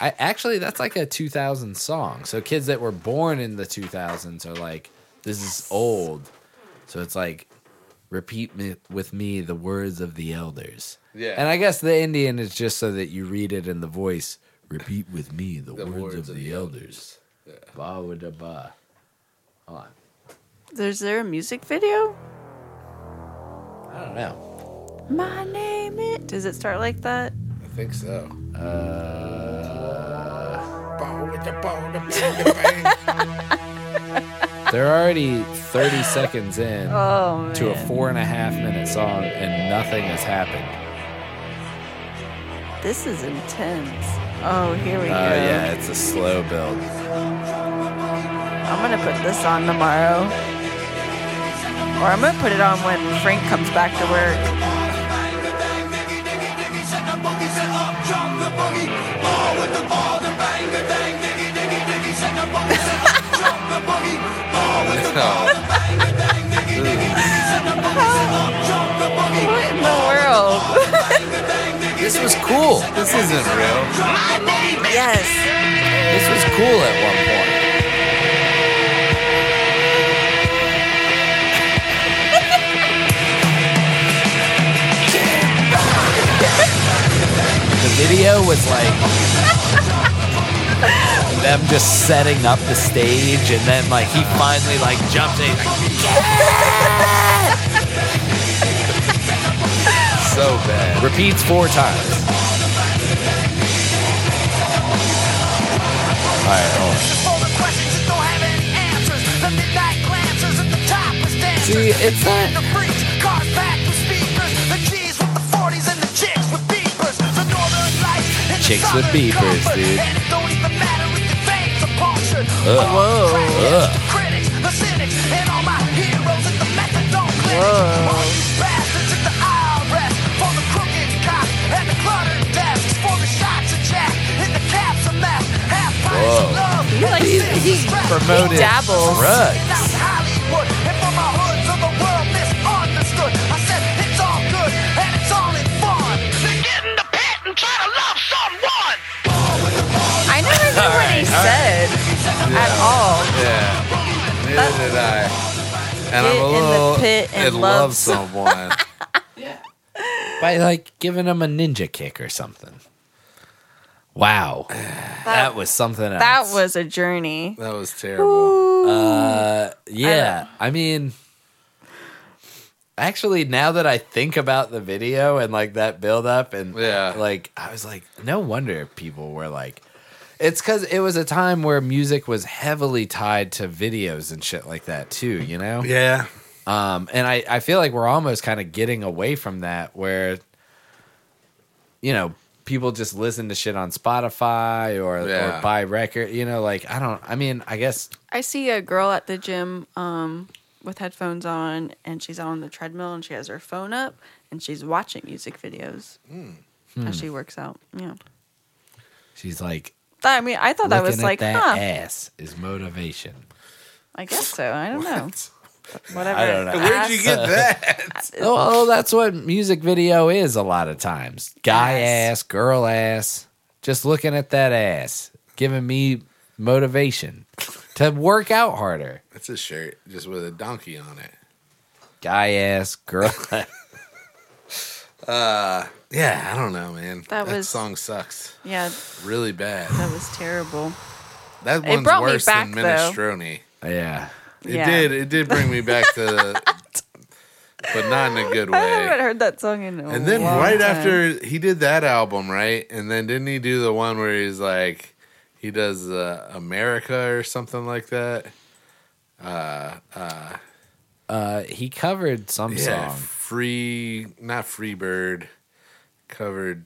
Speaker 1: I actually that's like a 2000 song. So kids that were born in the 2000s are like, this is old. So it's like, repeat me, with me the words of the elders.
Speaker 3: Yeah.
Speaker 1: And I guess the Indian is just so that you read it in the voice. Repeat with me the, words, of, the elders. Ba wa da ba. Hold on.
Speaker 2: Is there a music video?
Speaker 1: I don't know.
Speaker 2: My name is. Does it start like that?
Speaker 3: I think so.
Speaker 1: They're already 30 seconds in
Speaker 2: Oh man.
Speaker 1: to a four and a half minute song, and nothing has happened.
Speaker 2: This is intense. Oh, here we
Speaker 1: Oh,
Speaker 2: go.
Speaker 3: Uh,
Speaker 1: yeah, it's a slow build.
Speaker 2: I'm gonna put this on tomorrow, or I'm gonna put it on when Frank comes back to work.
Speaker 3: No.
Speaker 2: What in the world?
Speaker 3: This was cool. This isn't real.
Speaker 2: Yes.
Speaker 1: This was cool at one point. the video was like them just setting up the stage and then like he finally like jumps in like,
Speaker 3: So bad.
Speaker 1: repeats four times. All right, hold on.
Speaker 4: All the questions that don't have any answers. The midnight glancers at the topless dancers.
Speaker 1: See, it's not-
Speaker 4: The freaks, cars packed with speakers. The G's with the 40s and the chicks with beepers. The northern lights and the
Speaker 1: Chicks with
Speaker 4: southern
Speaker 1: beepers,
Speaker 4: comfort.
Speaker 1: dude.
Speaker 4: And it don't even matter if your veins are punctured.
Speaker 1: Ugh.
Speaker 4: All the
Speaker 1: Whoa.
Speaker 4: crackheads,
Speaker 1: Ugh.
Speaker 4: the critics, the cynics, and all my heroes at the methadone clinic. All these bastards at the IRS for the crooked cops and the cluttered desks for the shots of Jack and the caps of meth. Half pints of
Speaker 1: Whoa.
Speaker 4: love.
Speaker 2: He likes
Speaker 4: He,
Speaker 2: to-
Speaker 4: he promoted
Speaker 1: promoted
Speaker 2: Dabbles.
Speaker 1: drugs.
Speaker 2: I never knew what he said at all.
Speaker 3: Yeah. Neither did I. And I'm
Speaker 2: Get in
Speaker 3: a
Speaker 2: the
Speaker 3: little
Speaker 2: pit and love
Speaker 3: love someone.
Speaker 1: by like giving him a ninja kick or something. Wow, that, was something else.
Speaker 2: That was a journey.
Speaker 3: that was terrible.
Speaker 1: uh, yeah. I, mean, actually, now that I think about the video and like that build up and
Speaker 3: Yeah.
Speaker 1: like I was like, no wonder people were like. It's because it was a time where music was heavily tied to videos and shit like that too, you know.
Speaker 3: Yeah.
Speaker 1: Um, and I, I feel like we're almost kind of getting away from that where, you know, people just listen to shit on Spotify or,
Speaker 3: Yeah.
Speaker 1: or buy record, you know, like, I don't, I mean, I guess,
Speaker 2: I see a girl at the gym um, with headphones on, and she's on the treadmill, and she has her phone up, and she's watching music videos
Speaker 1: Hmm.
Speaker 2: as she works out. Yeah,
Speaker 1: she's like,
Speaker 2: That- I mean, I thought that was
Speaker 1: looking at
Speaker 2: like,
Speaker 1: that
Speaker 2: huh?
Speaker 1: ass is motivation.
Speaker 2: I guess so. I don't know. Whatever.
Speaker 1: I don't know.
Speaker 3: Where'd you get that?
Speaker 1: Oh, well, that's what music video is a lot of times. Guy
Speaker 2: Ass.
Speaker 1: ass, girl ass, just looking at that ass, giving me motivation to work out harder.
Speaker 3: That's a shirt just with a donkey on it.
Speaker 1: Guy ass, girl
Speaker 3: Yeah, I don't know, man.
Speaker 2: That
Speaker 3: That,
Speaker 2: was-
Speaker 3: song sucks
Speaker 2: Yeah,
Speaker 3: really bad.
Speaker 2: that was terrible.
Speaker 3: That
Speaker 2: It
Speaker 3: one's
Speaker 2: brought me
Speaker 3: worse
Speaker 2: back,
Speaker 3: than
Speaker 2: though.
Speaker 3: minestrone.
Speaker 1: yeah.
Speaker 3: It
Speaker 2: Yeah.
Speaker 3: did. It did bring me back to, but not in a good
Speaker 2: I haven't
Speaker 3: way.
Speaker 2: heard that song in a
Speaker 3: And then
Speaker 2: long
Speaker 3: right
Speaker 2: time.
Speaker 3: after he did that album, right? And then didn't he do the one where he's like, he does uh, America or something like that?
Speaker 1: Uh, he covered some
Speaker 3: Yeah,
Speaker 1: song.
Speaker 3: free, not free bird, covered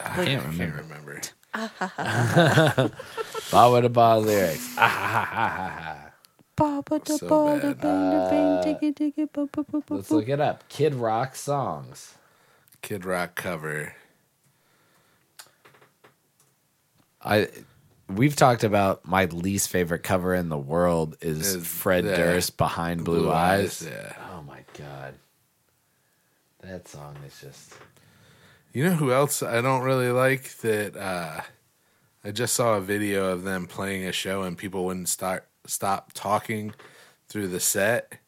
Speaker 1: I can't
Speaker 3: I can't
Speaker 1: remember.
Speaker 3: remember.
Speaker 1: Ba ba da ba lyrics. Ah,
Speaker 3: So bad.
Speaker 1: Uh, let's look it up. Kid Rock songs.
Speaker 3: Kid Rock cover.
Speaker 1: I we've talked about my least favorite cover in the world is
Speaker 3: Is
Speaker 1: Fred
Speaker 3: that
Speaker 1: Durst behind Blue, Eyes.
Speaker 3: Yeah.
Speaker 1: Oh my god. That song is just
Speaker 3: You know who else I don't really like that uh I just saw a video of them playing a show and people wouldn't start stop talking through the set.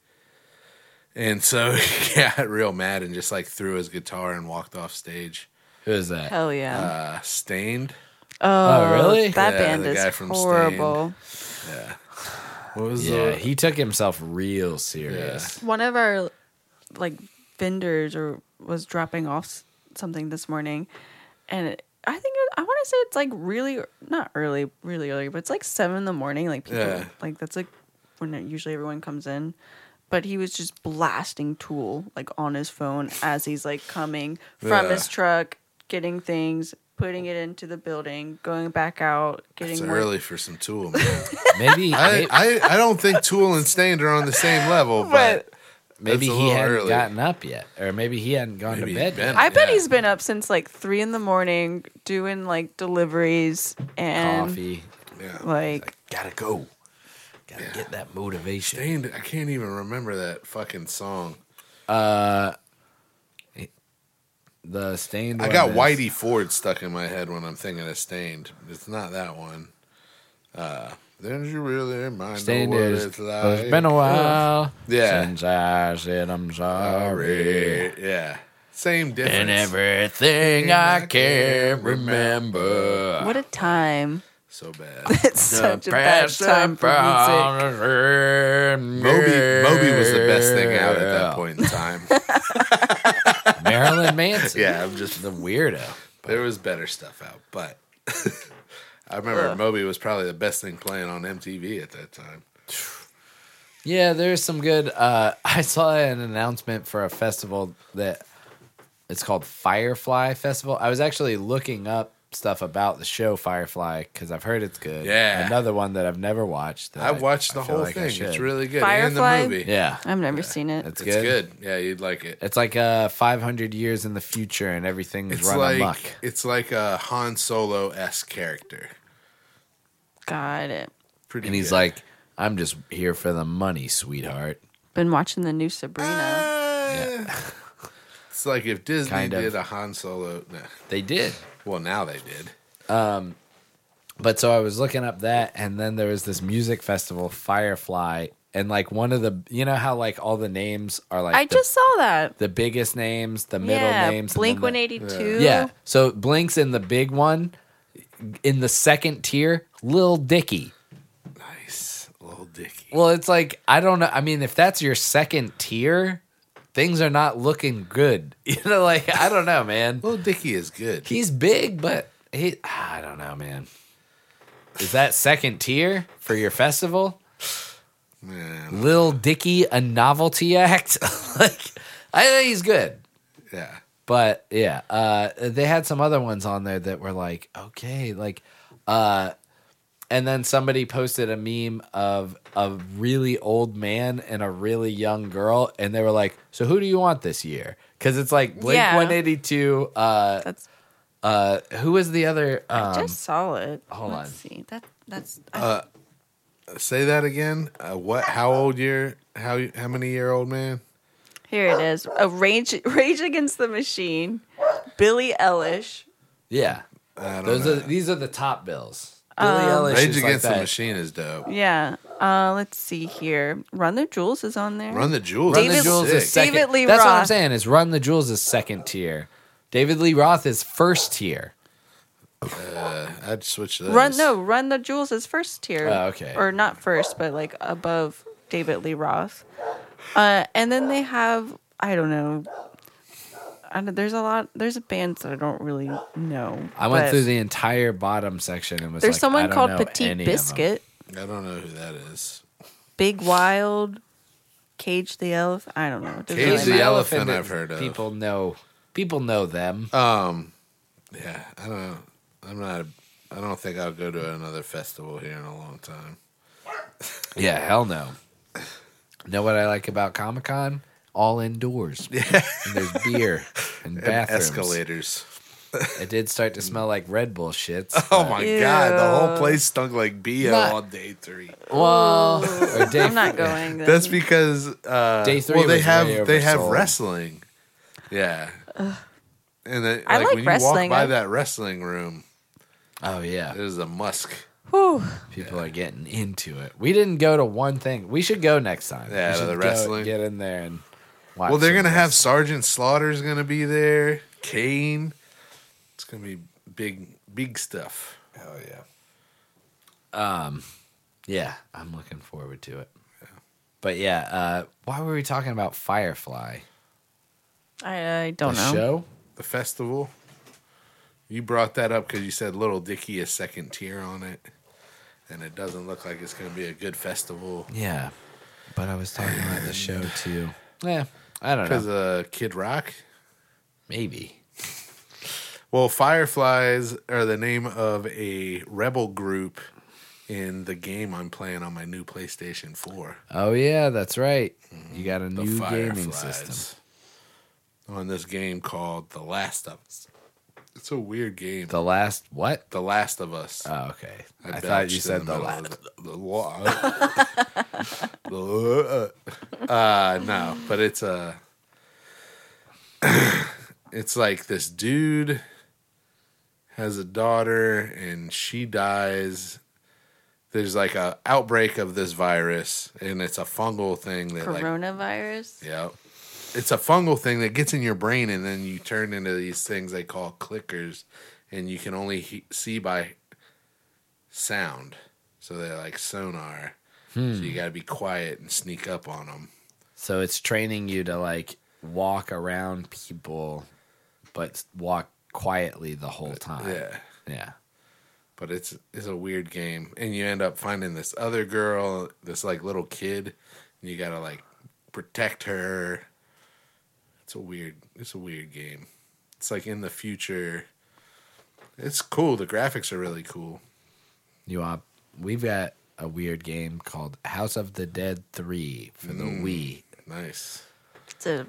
Speaker 3: And so he got real mad and just like threw his guitar and walked off stage.
Speaker 1: Who is that?
Speaker 2: Hell yeah.
Speaker 3: Uh stained.
Speaker 2: oh,
Speaker 1: really?
Speaker 2: That
Speaker 3: Yeah,
Speaker 2: band
Speaker 3: the guy
Speaker 2: is
Speaker 3: from
Speaker 2: horrible.
Speaker 3: What was
Speaker 1: yeah,
Speaker 3: the
Speaker 1: he took himself real serious.
Speaker 2: One of our like vendors or was dropping off s- something this morning, and it, I think it, I want to say it's like really not early, really early, but it's like seven in the morning. Like people,
Speaker 3: Yeah.
Speaker 2: like that's like when it, usually everyone comes in. But he was just blasting Tool like on his phone as he's like coming from
Speaker 3: Yeah.
Speaker 2: his truck, getting things, putting it into the building, going back out, getting
Speaker 3: it's
Speaker 2: more
Speaker 3: early for some Tool. Man.
Speaker 1: Maybe
Speaker 3: I,
Speaker 1: may-
Speaker 3: I I don't think Tool and Stained are on the same level, but
Speaker 1: maybe
Speaker 3: that's
Speaker 1: he
Speaker 3: a little
Speaker 1: hadn't
Speaker 3: early.
Speaker 1: gotten up yet, or maybe he hadn't gone
Speaker 3: Maybe
Speaker 1: to bed.
Speaker 3: he'd
Speaker 1: yet.
Speaker 3: been-
Speaker 2: I bet
Speaker 3: Yeah.
Speaker 2: he's been up since like three in the morning doing like deliveries and
Speaker 1: Coffee.
Speaker 3: yeah.
Speaker 2: like
Speaker 1: Gotta go. Gotta get that motivation.
Speaker 3: Stained. I can't even remember that fucking song.
Speaker 1: The stained.
Speaker 3: I got
Speaker 1: one is-
Speaker 3: Whitey Ford stuck in my head when I'm thinking of Stained. It's not that one. Uh, then you really mind
Speaker 1: Stained
Speaker 3: know what
Speaker 1: is.
Speaker 3: it's like.
Speaker 1: It's been a while
Speaker 3: Yeah.
Speaker 1: since I said I'm sorry.
Speaker 3: Sorry. Yeah. Same difference.
Speaker 1: And everything I can remember.
Speaker 2: what a time.
Speaker 3: so bad.
Speaker 2: It's such a bad time for music.
Speaker 3: Moby, Moby was the best thing out at that point in time.
Speaker 1: Marilyn Manson.
Speaker 3: yeah, I'm just
Speaker 1: The weirdo.
Speaker 3: there was better stuff out, but I remember Moby was probably the best thing playing on MTV at that time.
Speaker 1: Yeah, there's some good. Uh, I saw an announcement for a festival that it's called Firefly Festival. I was actually looking up stuff about the show Firefly because I've heard it's good.
Speaker 3: Yeah.
Speaker 1: Another one that I've never watched. that
Speaker 3: I watched the
Speaker 1: I feel
Speaker 3: whole
Speaker 1: like I
Speaker 3: thing.
Speaker 1: should.
Speaker 3: It's really good.
Speaker 2: Firefly?
Speaker 3: And the movie.
Speaker 1: Yeah.
Speaker 2: I've never seen it.
Speaker 1: It's,
Speaker 3: It's
Speaker 1: good.
Speaker 3: good. Yeah, you'd like it.
Speaker 1: It's like uh, 500 years in the future and everything's
Speaker 3: It's
Speaker 1: run
Speaker 3: like
Speaker 1: amok.
Speaker 3: it's like a Han Solo esque character.
Speaker 2: Got it.
Speaker 3: Pretty.
Speaker 1: And he's
Speaker 3: good.
Speaker 1: like, I'm just here for the money, sweetheart.
Speaker 2: Been watching the
Speaker 1: Ah.
Speaker 2: new Sabrina.
Speaker 3: "Eh." It's like if Disney
Speaker 1: Kind of.
Speaker 3: did a Han Solo. No.
Speaker 1: They did.
Speaker 3: Well, now they did.
Speaker 1: But so I was looking up that, and then there was this music festival, Firefly, and like one of the, you know how like all the names are like
Speaker 2: I
Speaker 1: the,
Speaker 2: just saw that.
Speaker 1: the biggest names, the middle
Speaker 2: Yeah,
Speaker 1: names, and
Speaker 2: Blink
Speaker 1: then the-
Speaker 2: 182.
Speaker 1: Yeah, so Blink's in the big one, in the second tier, Lil Dicky.
Speaker 3: Nice little Dicky.
Speaker 1: Well, it's like I don't know. I mean, if that's your second tier, things are not looking good. You know, like I don't know, man.
Speaker 3: Little Dicky is good.
Speaker 1: He's big, but he I don't know, man. Is that second tier for your festival?
Speaker 3: Man,
Speaker 1: Lil Dicky, a novelty act? like I think he's good.
Speaker 3: yeah.
Speaker 1: But yeah, uh, they had some other ones on there that were like, okay, like, uh, and then somebody posted a meme of a really old man and a really young girl, and they were like, so who do you want this year? Because it's like Blink
Speaker 2: Yeah.
Speaker 1: 182. Uh,
Speaker 2: That's
Speaker 1: uh, who was the other? Um,
Speaker 2: just solid.
Speaker 1: hold
Speaker 2: Let's
Speaker 1: on. Uh,
Speaker 2: see. That that's ah,
Speaker 3: Say that again. Uh, what? How old year? How how many year old man?
Speaker 2: here it is. A rage Rage Against the Machine. Billie Eilish.
Speaker 1: yeah,
Speaker 3: I don't
Speaker 1: those
Speaker 3: know.
Speaker 1: are these are the top bills. Billy Eilish
Speaker 3: Rage
Speaker 1: is like
Speaker 3: Against
Speaker 1: that.
Speaker 3: the Machine is dope.
Speaker 2: Yeah. Uh let's see here. Run the Jewels is on there.
Speaker 3: Run the Jewels.
Speaker 1: Run the
Speaker 2: David-
Speaker 1: Jewels is
Speaker 3: sick.
Speaker 1: second.
Speaker 2: David Lee
Speaker 1: That's what I'm
Speaker 2: Roth.
Speaker 1: saying. Is Run the Jewels is second tier. David Lee Roth is first tier.
Speaker 3: I'd switch those.
Speaker 2: Run no, Run the Jewels is first tier.
Speaker 1: Oh, okay.
Speaker 2: Or not first, but like above David Lee Roth. Uh, and then they have I don't know. I don't, there's a lot. There's bands that I don't really know.
Speaker 1: I went
Speaker 2: but
Speaker 1: through the entire bottom section and was
Speaker 2: There's
Speaker 1: like, I
Speaker 2: someone
Speaker 1: don't
Speaker 2: called
Speaker 1: know any
Speaker 2: Petite
Speaker 1: of them.
Speaker 2: Biscuit,
Speaker 3: I don't know who that is.
Speaker 2: Big Wild, Cage the Elephant. I don't know. It doesn't
Speaker 3: Cage
Speaker 2: really
Speaker 3: the
Speaker 2: matter.
Speaker 3: Elephant
Speaker 1: that
Speaker 3: I've heard of.
Speaker 1: People know. People know them.
Speaker 3: Um, Yeah, I don't. I'm not. I don't think I'll go to another festival here in a long time.
Speaker 1: Yeah, hell no. Know what I like about Comic Con? All indoors. Yeah. And there's beer and
Speaker 3: And
Speaker 1: bathrooms.
Speaker 3: escalators.
Speaker 1: It did start to smell like Red Bull shits.
Speaker 3: Oh my god, the whole
Speaker 2: Ew.
Speaker 3: place stunk like BO
Speaker 1: Not-
Speaker 3: on day three.
Speaker 1: Well, or day,
Speaker 2: I'm not going. Then.
Speaker 3: That's because uh,
Speaker 1: Day three
Speaker 3: Well, they
Speaker 1: was way
Speaker 3: have they have
Speaker 1: oversold.
Speaker 3: wrestling. Yeah, and then,
Speaker 2: I
Speaker 3: like
Speaker 2: like
Speaker 3: when you
Speaker 2: wrestling.
Speaker 3: walk by
Speaker 2: I-
Speaker 3: that wrestling room,
Speaker 1: Oh yeah,
Speaker 3: there's a musk.
Speaker 2: Whew.
Speaker 1: people are getting into it. We didn't go to one thing. We should go next time.
Speaker 3: Yeah,
Speaker 1: We should
Speaker 3: the
Speaker 1: go
Speaker 3: wrestling.
Speaker 1: Get in there and watch.
Speaker 3: Well, they're
Speaker 1: some
Speaker 3: gonna have
Speaker 1: wrestling.
Speaker 3: Sergeant Slaughter's gonna be there. Kane. It's gonna be big big stuff.
Speaker 1: Oh yeah. Um. Yeah, I'm looking forward to it. But yeah, uh, why were we talking about Firefly?
Speaker 2: I, I don't
Speaker 1: The
Speaker 2: know.
Speaker 1: show.
Speaker 3: The festival. You brought that up because you said Little Dicky is second tier on it, and it doesn't look like it's gonna be a good festival.
Speaker 1: Yeah, but I was talking about the show too. Yeah, I don't
Speaker 3: Because
Speaker 1: know.
Speaker 3: uh, Kid Rock.
Speaker 1: Maybe.
Speaker 3: Well, Fireflies are the name of a rebel group in the game I'm playing on my new PlayStation 4.
Speaker 1: Oh yeah, that's right. You got a
Speaker 3: The
Speaker 1: new gaming
Speaker 3: Fireflies.
Speaker 1: system.
Speaker 3: On this game called The Last of Us. It's a weird game. The,
Speaker 1: The last what?
Speaker 3: Last of Us.
Speaker 1: Oh, okay. I, thought
Speaker 3: belched
Speaker 1: you
Speaker 3: in
Speaker 1: said the,
Speaker 3: middle
Speaker 1: last.
Speaker 3: of The, the la- the la- uh, no, but it's uh, it's like this dude has a daughter and she dies. There's like a outbreak of this virus and it's a fungal thing that like
Speaker 2: Coronavirus.
Speaker 3: yeah. It's a fungal thing that gets in your brain and then you turn into these things they call clickers and you can only he- see by sound. So they're like sonar. So you got to be quiet and sneak up on them.
Speaker 1: So it's training you to like walk around people, but walk quietly the whole time.
Speaker 3: Yeah.
Speaker 1: Yeah.
Speaker 3: But it's it's a weird game and you end up finding this other girl, this like little kid, and you got to like protect her. It's a weird it's a weird game. It's like in the future. It's cool. The graphics are really cool.
Speaker 1: You are. We've got a weird game called House of the Dead Three for the Wii,
Speaker 3: Nice.
Speaker 2: It's a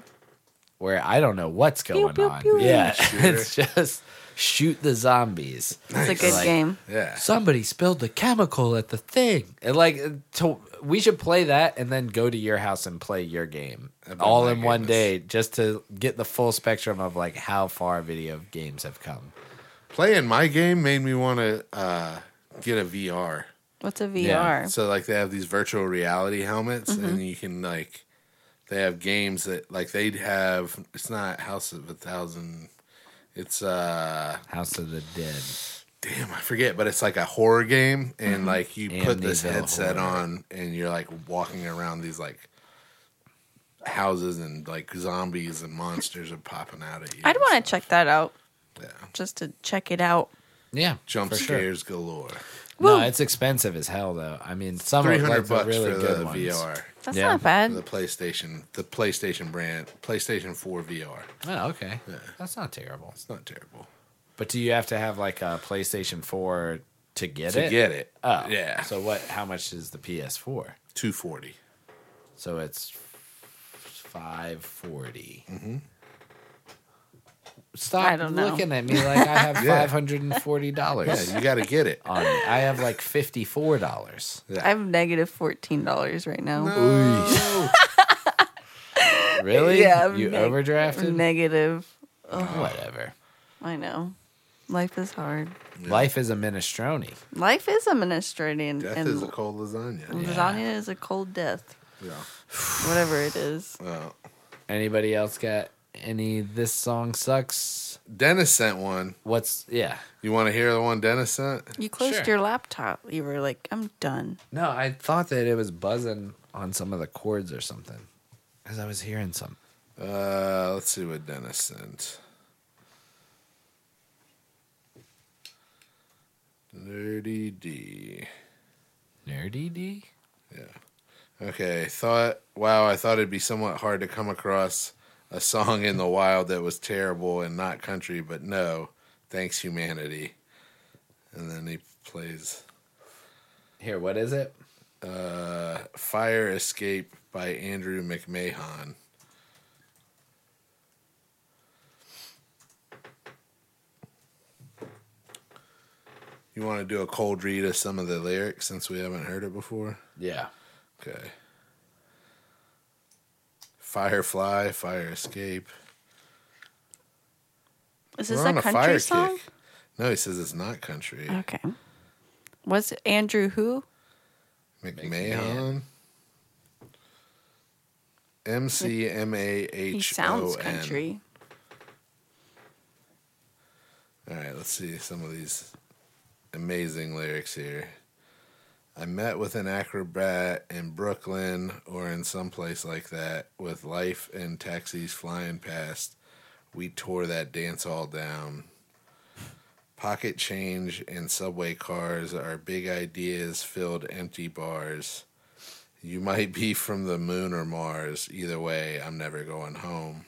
Speaker 1: where I don't know what's going
Speaker 2: pew,
Speaker 1: on.
Speaker 2: pew.
Speaker 1: Yeah,
Speaker 3: Shooter.
Speaker 1: it's just shoot the zombies.
Speaker 2: it's a good
Speaker 1: Like-
Speaker 2: game.
Speaker 3: Yeah.
Speaker 1: Somebody spilled the chemical at the thing. And like, to, we should play that and then go to your house and play your game
Speaker 3: I bet
Speaker 1: all
Speaker 3: Oh my
Speaker 1: in
Speaker 3: game
Speaker 1: one
Speaker 3: is-
Speaker 1: day, just to get the full spectrum of like how far video games have come.
Speaker 3: Playing my game made me want to uh, get a VR.
Speaker 2: What's a VR?
Speaker 1: Yeah,
Speaker 3: So like they have these virtual reality helmets,
Speaker 1: Mm-hmm.
Speaker 3: and you can like they have games that like they'd have. It's not House of a Thousand. It's uh
Speaker 1: House of the Dead.
Speaker 3: damn I forget, but it's like a horror game, and
Speaker 1: Mm-hmm.
Speaker 3: like you put this
Speaker 1: Amityville
Speaker 3: headset
Speaker 1: horror.
Speaker 3: on, and you're like walking around these like houses, and like zombies and monsters are popping out at you.
Speaker 2: I'd want to check that out
Speaker 3: yeah.
Speaker 2: just to check it out.
Speaker 1: Yeah,
Speaker 3: jump
Speaker 1: for sure.
Speaker 3: scares galore.
Speaker 1: No, it's expensive as hell though. I mean, some
Speaker 3: Three
Speaker 1: of Oh, like,
Speaker 3: hundred
Speaker 1: the
Speaker 3: bucks
Speaker 1: really
Speaker 3: for
Speaker 1: good
Speaker 3: the
Speaker 1: ones.
Speaker 3: VR.
Speaker 2: That's
Speaker 1: Yeah.
Speaker 2: not
Speaker 3: for the
Speaker 2: bad.
Speaker 3: PlayStation, the PlayStation brand, PlayStation 4 VR.
Speaker 1: Oh, okay, that's not terrible.
Speaker 3: It's not terrible
Speaker 1: But do you have to have like a PlayStation Four to get
Speaker 3: to
Speaker 1: it?
Speaker 3: get it.
Speaker 1: Oh,
Speaker 3: yeah,
Speaker 1: So what? How much is the PS4?
Speaker 3: two forty.
Speaker 1: So it's five Mm-hmm. Stop
Speaker 2: I don't know.
Speaker 1: looking at me like I have
Speaker 3: Yeah.
Speaker 1: five hundred and forty
Speaker 3: Yeah,
Speaker 1: dollars
Speaker 3: you got to get it.
Speaker 1: on me. I have like fifty four dollars.
Speaker 3: Yeah.
Speaker 2: I have negative fourteen dollars right now.
Speaker 1: Really?
Speaker 2: Yeah, I'm
Speaker 1: You
Speaker 2: neg-
Speaker 1: overdrafted? Oh,
Speaker 2: Negative.
Speaker 1: Whatever.
Speaker 2: I know. Life is hard.
Speaker 1: Life is a minestrone.
Speaker 2: Life is a minestrone, and,
Speaker 3: Death
Speaker 2: and
Speaker 3: is a cold lasagna.
Speaker 2: lasagna is a cold death.
Speaker 3: Yeah.
Speaker 2: Whatever it is.
Speaker 3: Well,
Speaker 1: Anybody else got any? This song sucks.
Speaker 3: Dennis sent one.
Speaker 1: What's yeah?
Speaker 3: You want to hear the one Dennis sent?
Speaker 2: You closed
Speaker 1: Sure.
Speaker 2: your laptop. You were like, I'm done.
Speaker 1: No, I thought that it was buzzing on some of the chords or something, because I was hearing some.
Speaker 3: Uh, let's see what Dennis sent. Nerdy D.
Speaker 1: Nerdy D.
Speaker 3: Okay, thought wow, I thought it'd be somewhat hard to come across a song in the wild that was terrible and not country, but no, Thanks, humanity. And then he plays
Speaker 1: Here, what is it?
Speaker 3: uh, Fire Escape by Andrew McMahon. You want to do a cold read of some of the lyrics since we haven't heard it before?
Speaker 1: Yeah.
Speaker 3: Okay. Firefly, Fire Escape.
Speaker 2: Is this a country song? Uh,
Speaker 3: No, he says it's not country.
Speaker 2: Okay. Was it Andrew who?
Speaker 3: McMahon. M C M A H O N.
Speaker 2: He sounds country.
Speaker 3: All right, let's see some of these amazing lyrics here. I met with an acrobat in Brooklyn or in some place like that with life and taxis flying past. We tore that dance all down. Pocket change and subway cars are big ideas filled empty bars. You might be from the moon or Mars. Either way, I'm never going home.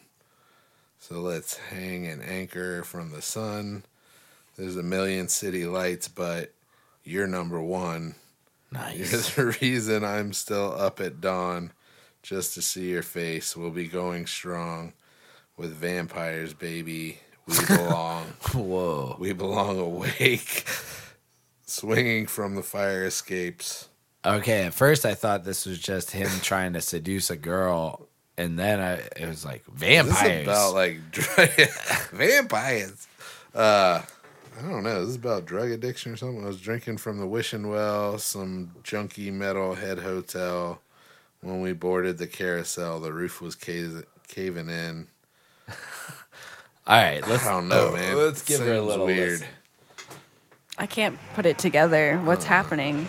Speaker 3: So let's hang an anchor from the sun. There's a million city lights, but you're number one. You're the reason I'm still up at dawn. Just to see your face, we'll be going strong with vampires, baby. We belong.
Speaker 1: Whoa.
Speaker 3: we belong awake, swinging from the fire escapes.
Speaker 1: Okay, at first I thought this was just him trying to seduce a girl, and then I it was like
Speaker 3: This
Speaker 1: vampires.
Speaker 3: is about like drug- vampires. Uh, I don't know. This is about drug addiction or something. I was drinking from the wishing well, some junky metal head hotel. When we boarded the carousel, the roof was cave- caving in.
Speaker 1: All right,
Speaker 3: I
Speaker 1: let's
Speaker 3: don't know, man.
Speaker 1: Oh, Let's give her a
Speaker 3: Seems
Speaker 1: little listen.
Speaker 2: I can't put it together. What's happening?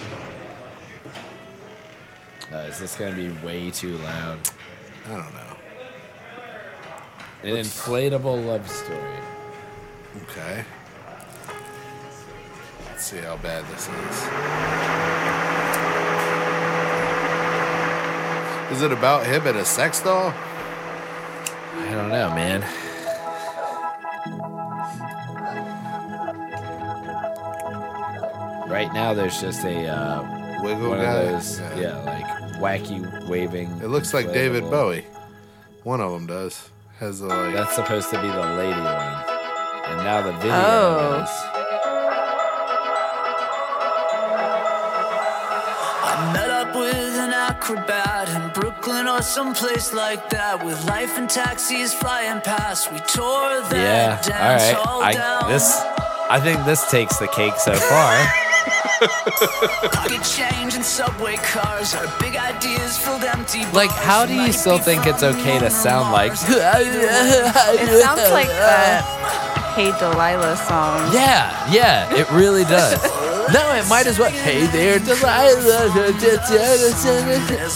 Speaker 1: Uh, is this gonna be way too loud?
Speaker 3: I don't know.
Speaker 1: An inflatable love story.
Speaker 3: Okay. Let's see how bad this is. Is it about him and a sex doll?
Speaker 1: I don't know, man. Right now, there's just a uh,
Speaker 3: Wiggle
Speaker 1: one
Speaker 3: guy?
Speaker 1: of those, yeah. like wacky waving.
Speaker 3: It looks like David
Speaker 1: inflatable-
Speaker 3: Bowie. One of them does. Has the like.
Speaker 1: That's supposed to be the lady one, and now the video
Speaker 2: Oh.
Speaker 1: is.
Speaker 5: I met up with an acrobat in Brooklyn or someplace like that. With life and taxis flying past, we tore that
Speaker 1: Yeah.
Speaker 5: dance
Speaker 1: All
Speaker 5: hall
Speaker 1: right.
Speaker 5: down.
Speaker 1: I, this. I think this takes the cake so far.
Speaker 5: pocket change and subway cars are big ideas filled empty.
Speaker 1: Like,
Speaker 5: bars.
Speaker 1: how do you
Speaker 5: Might
Speaker 1: still
Speaker 5: be
Speaker 1: think it's
Speaker 5: from
Speaker 1: okay to
Speaker 5: Mars.
Speaker 1: sound like?
Speaker 2: It sounds like that Hey Delilah song.
Speaker 1: Yeah, yeah, it really does. No, it might as well. Hey there, Delilah.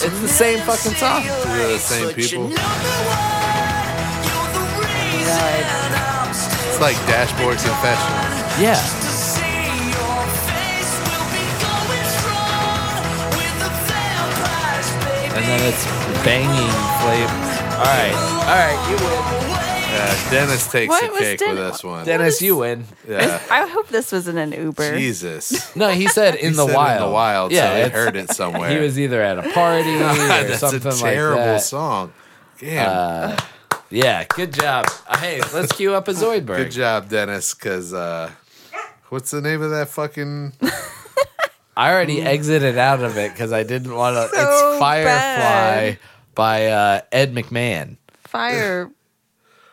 Speaker 1: It's the same fucking song.
Speaker 3: These are the same
Speaker 5: But you
Speaker 3: people.
Speaker 5: know the one, you're the reason I'm still
Speaker 3: It's like Dashboard Confession.
Speaker 1: Yeah.
Speaker 5: To see your face, we'll be going strong with the vampires, baby.
Speaker 1: And then it's banging flame. All right, all right, you win.
Speaker 3: Yeah, Dennis takes
Speaker 2: What
Speaker 3: the
Speaker 2: was
Speaker 3: cake
Speaker 2: Den-
Speaker 3: with this one.
Speaker 1: Dennis, you win.
Speaker 3: yeah.
Speaker 2: I hope this was in an Uber.
Speaker 3: Jesus.
Speaker 1: No, he said in
Speaker 3: He
Speaker 1: the
Speaker 3: said
Speaker 1: wild.
Speaker 3: In the wild.
Speaker 1: Yeah,
Speaker 3: Yeah, so I
Speaker 1: it's-
Speaker 3: heard it somewhere.
Speaker 1: He was either at a party
Speaker 3: God,
Speaker 1: or
Speaker 3: that's
Speaker 1: something
Speaker 3: a terrible
Speaker 1: like that. Uh,
Speaker 3: song. Damn.
Speaker 1: Yeah, good job. Uh, Hey, let's cue up a Zoidberg.
Speaker 3: Good job, Dennis. Because uh, what's the name of that fucking?
Speaker 1: I already exited out of it because I didn't want to. it's
Speaker 2: So
Speaker 1: Firefly
Speaker 2: bad.
Speaker 1: by uh, Ed McMahon.
Speaker 2: Fire.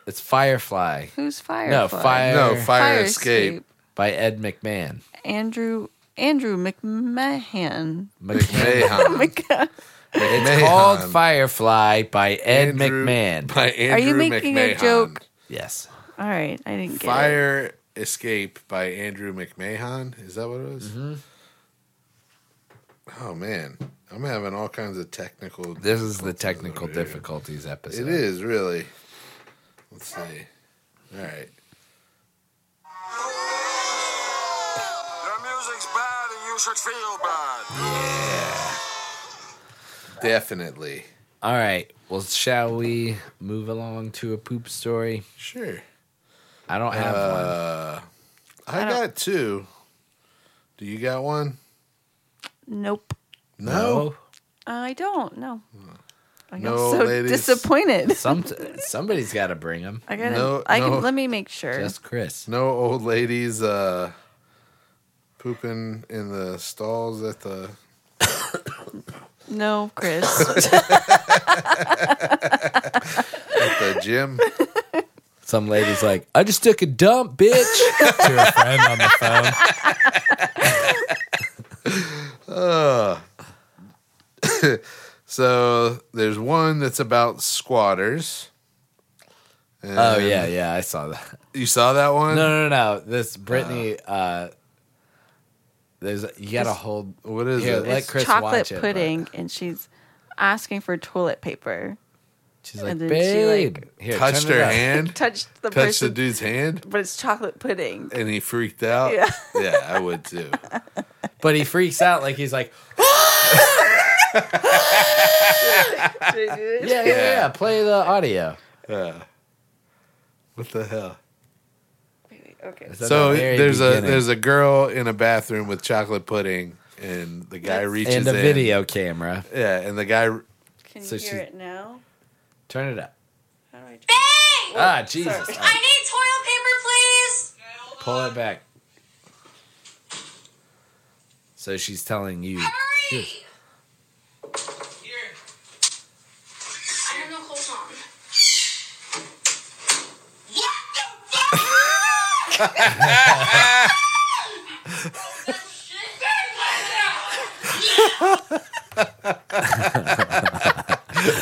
Speaker 1: It's Firefly.
Speaker 2: Who's fire?
Speaker 1: No, fire.
Speaker 3: No, Fire,
Speaker 2: Fire
Speaker 3: Escape.
Speaker 1: by Ed McMahon.
Speaker 2: Andrew Andrew McMahon.
Speaker 1: McMahon.
Speaker 3: Mayhem.
Speaker 2: McMahon.
Speaker 1: It's
Speaker 3: Mayhem.
Speaker 1: called Firefly by Ed
Speaker 3: Andrew-
Speaker 1: McMahon.
Speaker 3: By
Speaker 2: Are you
Speaker 3: Andrew
Speaker 2: making a
Speaker 3: McMahon.
Speaker 2: joke?
Speaker 1: yes.
Speaker 2: All right, I didn't get it.
Speaker 3: Fire Escape by Andrew McMahon. Is that what it was? Oh man, I'm having all kinds of technical.
Speaker 1: This is the technical
Speaker 3: difficulties over here.
Speaker 1: difficulties episode.
Speaker 3: It is really. Let's see. All right.
Speaker 6: Your music's bad and you should feel bad.
Speaker 3: Definitely.
Speaker 1: All right. Well, shall we move along to a poop story?
Speaker 3: Sure.
Speaker 1: I don't have one.
Speaker 3: Uh, I,
Speaker 2: I don't-
Speaker 3: got two. Do you got one?
Speaker 2: Nope.
Speaker 3: No.
Speaker 2: I don't. No. I got
Speaker 3: No,
Speaker 2: so
Speaker 3: ladies.
Speaker 2: disappointed.
Speaker 1: Some somebody's got to bring him.
Speaker 2: I got
Speaker 3: No,
Speaker 2: to I
Speaker 3: no.
Speaker 2: can let me make sure.
Speaker 1: Just Chris.
Speaker 3: No, old ladies uh, pooping in the stalls at the.
Speaker 2: No, Chris.
Speaker 3: at the gym.
Speaker 1: Some lady's like, I just took a dump, bitch.
Speaker 7: to a friend on the phone.
Speaker 3: So there's one that's about squatters. And
Speaker 1: oh yeah, yeah, I saw that.
Speaker 3: You saw that one?
Speaker 1: No, no, no. This Brittany. Uh, there's you gotta hold.
Speaker 3: What is
Speaker 1: Here,
Speaker 3: it?
Speaker 1: let
Speaker 2: It's
Speaker 1: Chris
Speaker 2: chocolate
Speaker 1: watch it, but-
Speaker 2: pudding and she's asking for toilet paper.
Speaker 1: She's like,
Speaker 2: And then she, like,
Speaker 1: babe. Here,
Speaker 3: Touched
Speaker 1: turn it
Speaker 3: her
Speaker 1: up."
Speaker 3: hand,
Speaker 2: Touched the
Speaker 3: touched the
Speaker 2: person,
Speaker 3: dude's hand,
Speaker 2: but it's chocolate pudding.
Speaker 3: and he freaked out.
Speaker 2: Yeah.
Speaker 3: yeah, I would too.
Speaker 1: but he freaks out like he's like, yeah, yeah, yeah, yeah. Play the audio.
Speaker 3: Yeah. What the hell?
Speaker 2: okay.
Speaker 1: It's at
Speaker 3: so
Speaker 1: the very
Speaker 3: there's a
Speaker 1: beginning.
Speaker 3: there's a girl in a bathroom with chocolate pudding, and the guy
Speaker 2: That's-
Speaker 3: reaches
Speaker 1: and a
Speaker 3: in.
Speaker 1: video camera.
Speaker 3: Yeah, and the guy.
Speaker 2: Can
Speaker 1: So
Speaker 2: you
Speaker 1: she's-
Speaker 2: hear it now?
Speaker 1: Turn it up.
Speaker 2: How do I do
Speaker 1: Ah, Jesus.
Speaker 2: Sorry.
Speaker 1: Ah,
Speaker 8: need toilet paper, please.
Speaker 1: pull it back. So she's telling you.
Speaker 8: I don't know, hold on.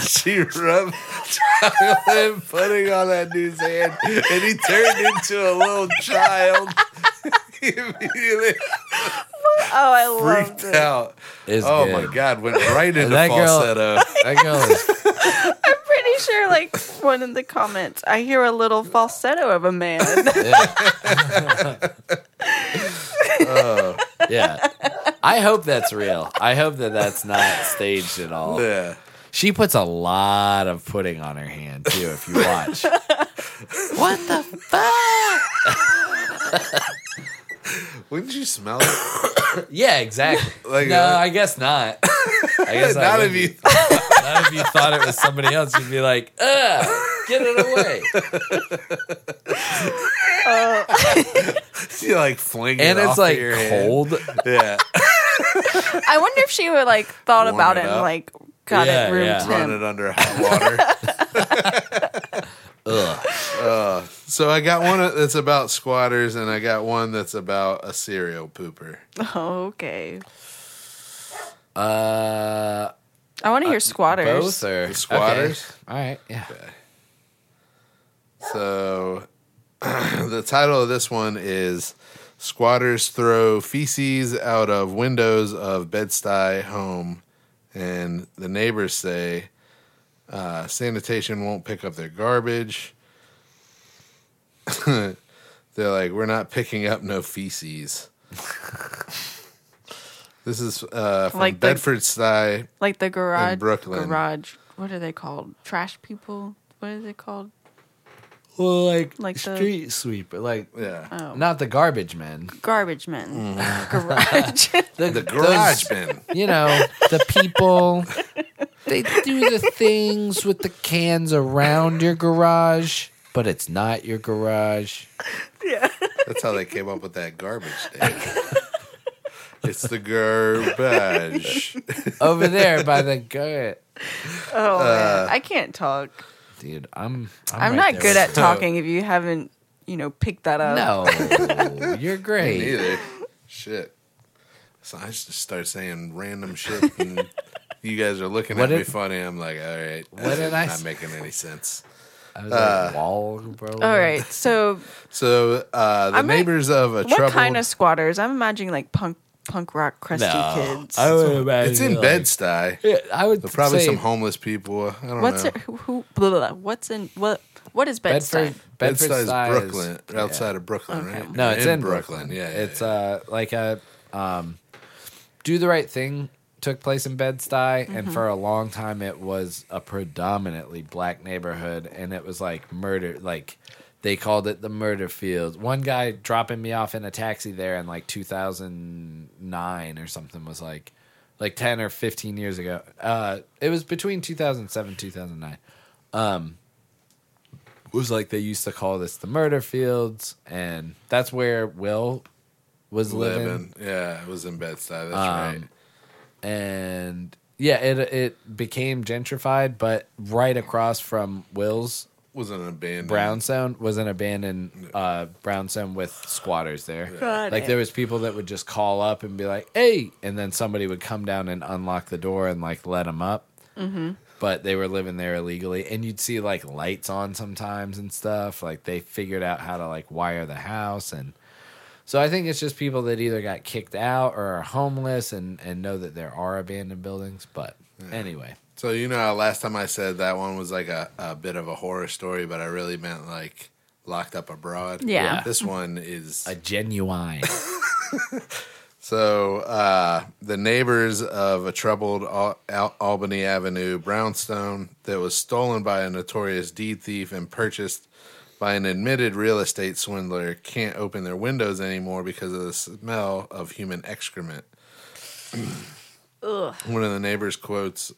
Speaker 3: She rubbed chocolate pudding on that dude's hand, and he turned into a little child. he immediately
Speaker 2: Oh, I love
Speaker 3: freaked
Speaker 2: it.
Speaker 3: out.
Speaker 1: Is
Speaker 3: Oh
Speaker 1: good. Oh,
Speaker 3: my god! Went right into
Speaker 1: that girl-
Speaker 3: falsetto.
Speaker 1: That girl is
Speaker 2: I'm pretty sure, like, one in the comments, I hear a little falsetto of a man.
Speaker 1: yeah. I hope that's real. I hope that that's not staged at all.
Speaker 3: Yeah.
Speaker 1: She puts a lot of pudding on her hand too. If you watch, what the fuck?
Speaker 3: Wouldn't you smell it?
Speaker 1: Yeah, exactly.
Speaker 3: Like,
Speaker 1: no,
Speaker 3: uh,
Speaker 1: I guess not. I guess I
Speaker 3: Not if
Speaker 1: wouldn't.
Speaker 3: you.
Speaker 1: Not if you thought it was somebody else. You'd be like, ugh, get it away.
Speaker 3: You like fling
Speaker 1: And
Speaker 3: it
Speaker 1: it's
Speaker 3: off
Speaker 1: like
Speaker 3: your hand.
Speaker 1: cold.
Speaker 3: Yeah.
Speaker 2: I wonder if she would, like, thought
Speaker 3: Warm
Speaker 2: about
Speaker 3: it
Speaker 2: it, and,
Speaker 3: up.
Speaker 2: like, got
Speaker 1: Yeah,
Speaker 2: it room
Speaker 1: yeah.
Speaker 2: to
Speaker 3: Run it under hot water.
Speaker 1: Ugh.
Speaker 3: So I got one that's about squatters, and I got one that's about a serial pooper.
Speaker 2: Oh, Okay.
Speaker 1: Uh,
Speaker 2: I want to hear squatters.
Speaker 1: both or
Speaker 3: The squatters.
Speaker 1: Okay. All right. Yeah.
Speaker 3: So the title of this one is "Squatters Throw Feces Out of Windows of Bed-Stuy Home," and the neighbors say uh, sanitation won't pick up their garbage. They're like, "We're not picking up no feces." this is uh, from
Speaker 2: Like the-
Speaker 3: Bedford-Stuy.
Speaker 2: Like the garage.
Speaker 3: In Brooklyn.
Speaker 2: Garage. What are they called? Trash people? What is it called?
Speaker 1: Well, like,
Speaker 2: Like the-
Speaker 1: street sweeper, like
Speaker 3: Yeah,
Speaker 2: Oh.
Speaker 1: not the garbage man.
Speaker 2: Garbage men. Garage.
Speaker 3: the garage bin.
Speaker 1: you know, the people they do the things with the cans around your garage, but it's not your garage.
Speaker 3: That's how they came up with that garbage day. it's the garbage.
Speaker 1: Over there by the gut.
Speaker 2: oh, man. I can't talk.
Speaker 1: Dude, I'm I'm,
Speaker 2: I'm
Speaker 1: right
Speaker 2: not
Speaker 1: there
Speaker 2: good
Speaker 1: with
Speaker 2: at talking if you haven't, you know, picked that up.
Speaker 1: No. You're
Speaker 3: Me
Speaker 1: great.
Speaker 3: neither. Shit. So I just start saying random shit, and you guys are looking
Speaker 1: What
Speaker 3: at me
Speaker 1: did-
Speaker 3: funny. I'm like, all right,
Speaker 1: What did I
Speaker 3: Not
Speaker 1: say?
Speaker 3: making any sense.
Speaker 1: I was
Speaker 3: Uh,
Speaker 1: like wall, bro.
Speaker 2: All right. So,
Speaker 3: So uh, the
Speaker 2: I'm like,
Speaker 3: neighbors of a
Speaker 2: what
Speaker 3: troubled.
Speaker 2: kind of squatters? I'm imagining like punk punk rock crusty
Speaker 1: No.
Speaker 2: kids.
Speaker 1: I would imagine
Speaker 3: it's in
Speaker 1: like-
Speaker 3: Bed-Stuy.
Speaker 1: Yeah, I would
Speaker 3: Probably
Speaker 1: say
Speaker 3: some homeless people. I don't
Speaker 2: What's
Speaker 3: know.
Speaker 2: it? Who? who blah, blah, blah. What's in what? What is bed
Speaker 1: Bedford
Speaker 2: Stuy?
Speaker 1: Bedford
Speaker 3: Bed-Stuy
Speaker 1: size-
Speaker 3: is Brooklyn, outside of Brooklyn, right?
Speaker 1: No, it's in, Brooklyn.
Speaker 3: Yeah, yeah,
Speaker 1: it's uh like a um, do the right thing took place in Bed Stuy, and for a long time it was a predominantly black neighborhood, and it was like murder, like They called it the murder field. One guy dropping me off in a taxi there in like 2009 or something was like, like 10 or 15 years ago. Uh, it was between 2007 2009. Um, was like they used to call this the murder fields, and that's where Will was
Speaker 3: living.
Speaker 1: living
Speaker 3: Yeah, it was in Bed Stuy. That's
Speaker 1: Um,
Speaker 3: right.
Speaker 1: and yeah, it it became gentrified, but right across from Will's
Speaker 3: Was an abandoned
Speaker 1: brownstone was an abandoned uh, brownstone with squatters there.
Speaker 2: Got
Speaker 1: Like
Speaker 2: it.
Speaker 1: there was people that would just call up and be like, "Hey," and then somebody would come down and unlock the door and like let them up. But they were living there illegally, and you'd see like lights on sometimes and stuff. Like they figured out how to like wire the house, and so I think it's just people that either got kicked out or are homeless and and know that there are abandoned buildings. But anyway,
Speaker 3: So you know, how last time I said that one was like a, a bit of a horror story, but I really meant like locked up abroad.
Speaker 2: Yeah. Yeah.
Speaker 3: This one is
Speaker 1: a genuine.
Speaker 3: so uh, the neighbors of a troubled Al- Al- Albany Avenue brownstone that was stolen by a notorious deed thief and purchased by an admitted real estate swindler can't open their windows anymore because of the smell of human excrement. One of the neighbors quotes,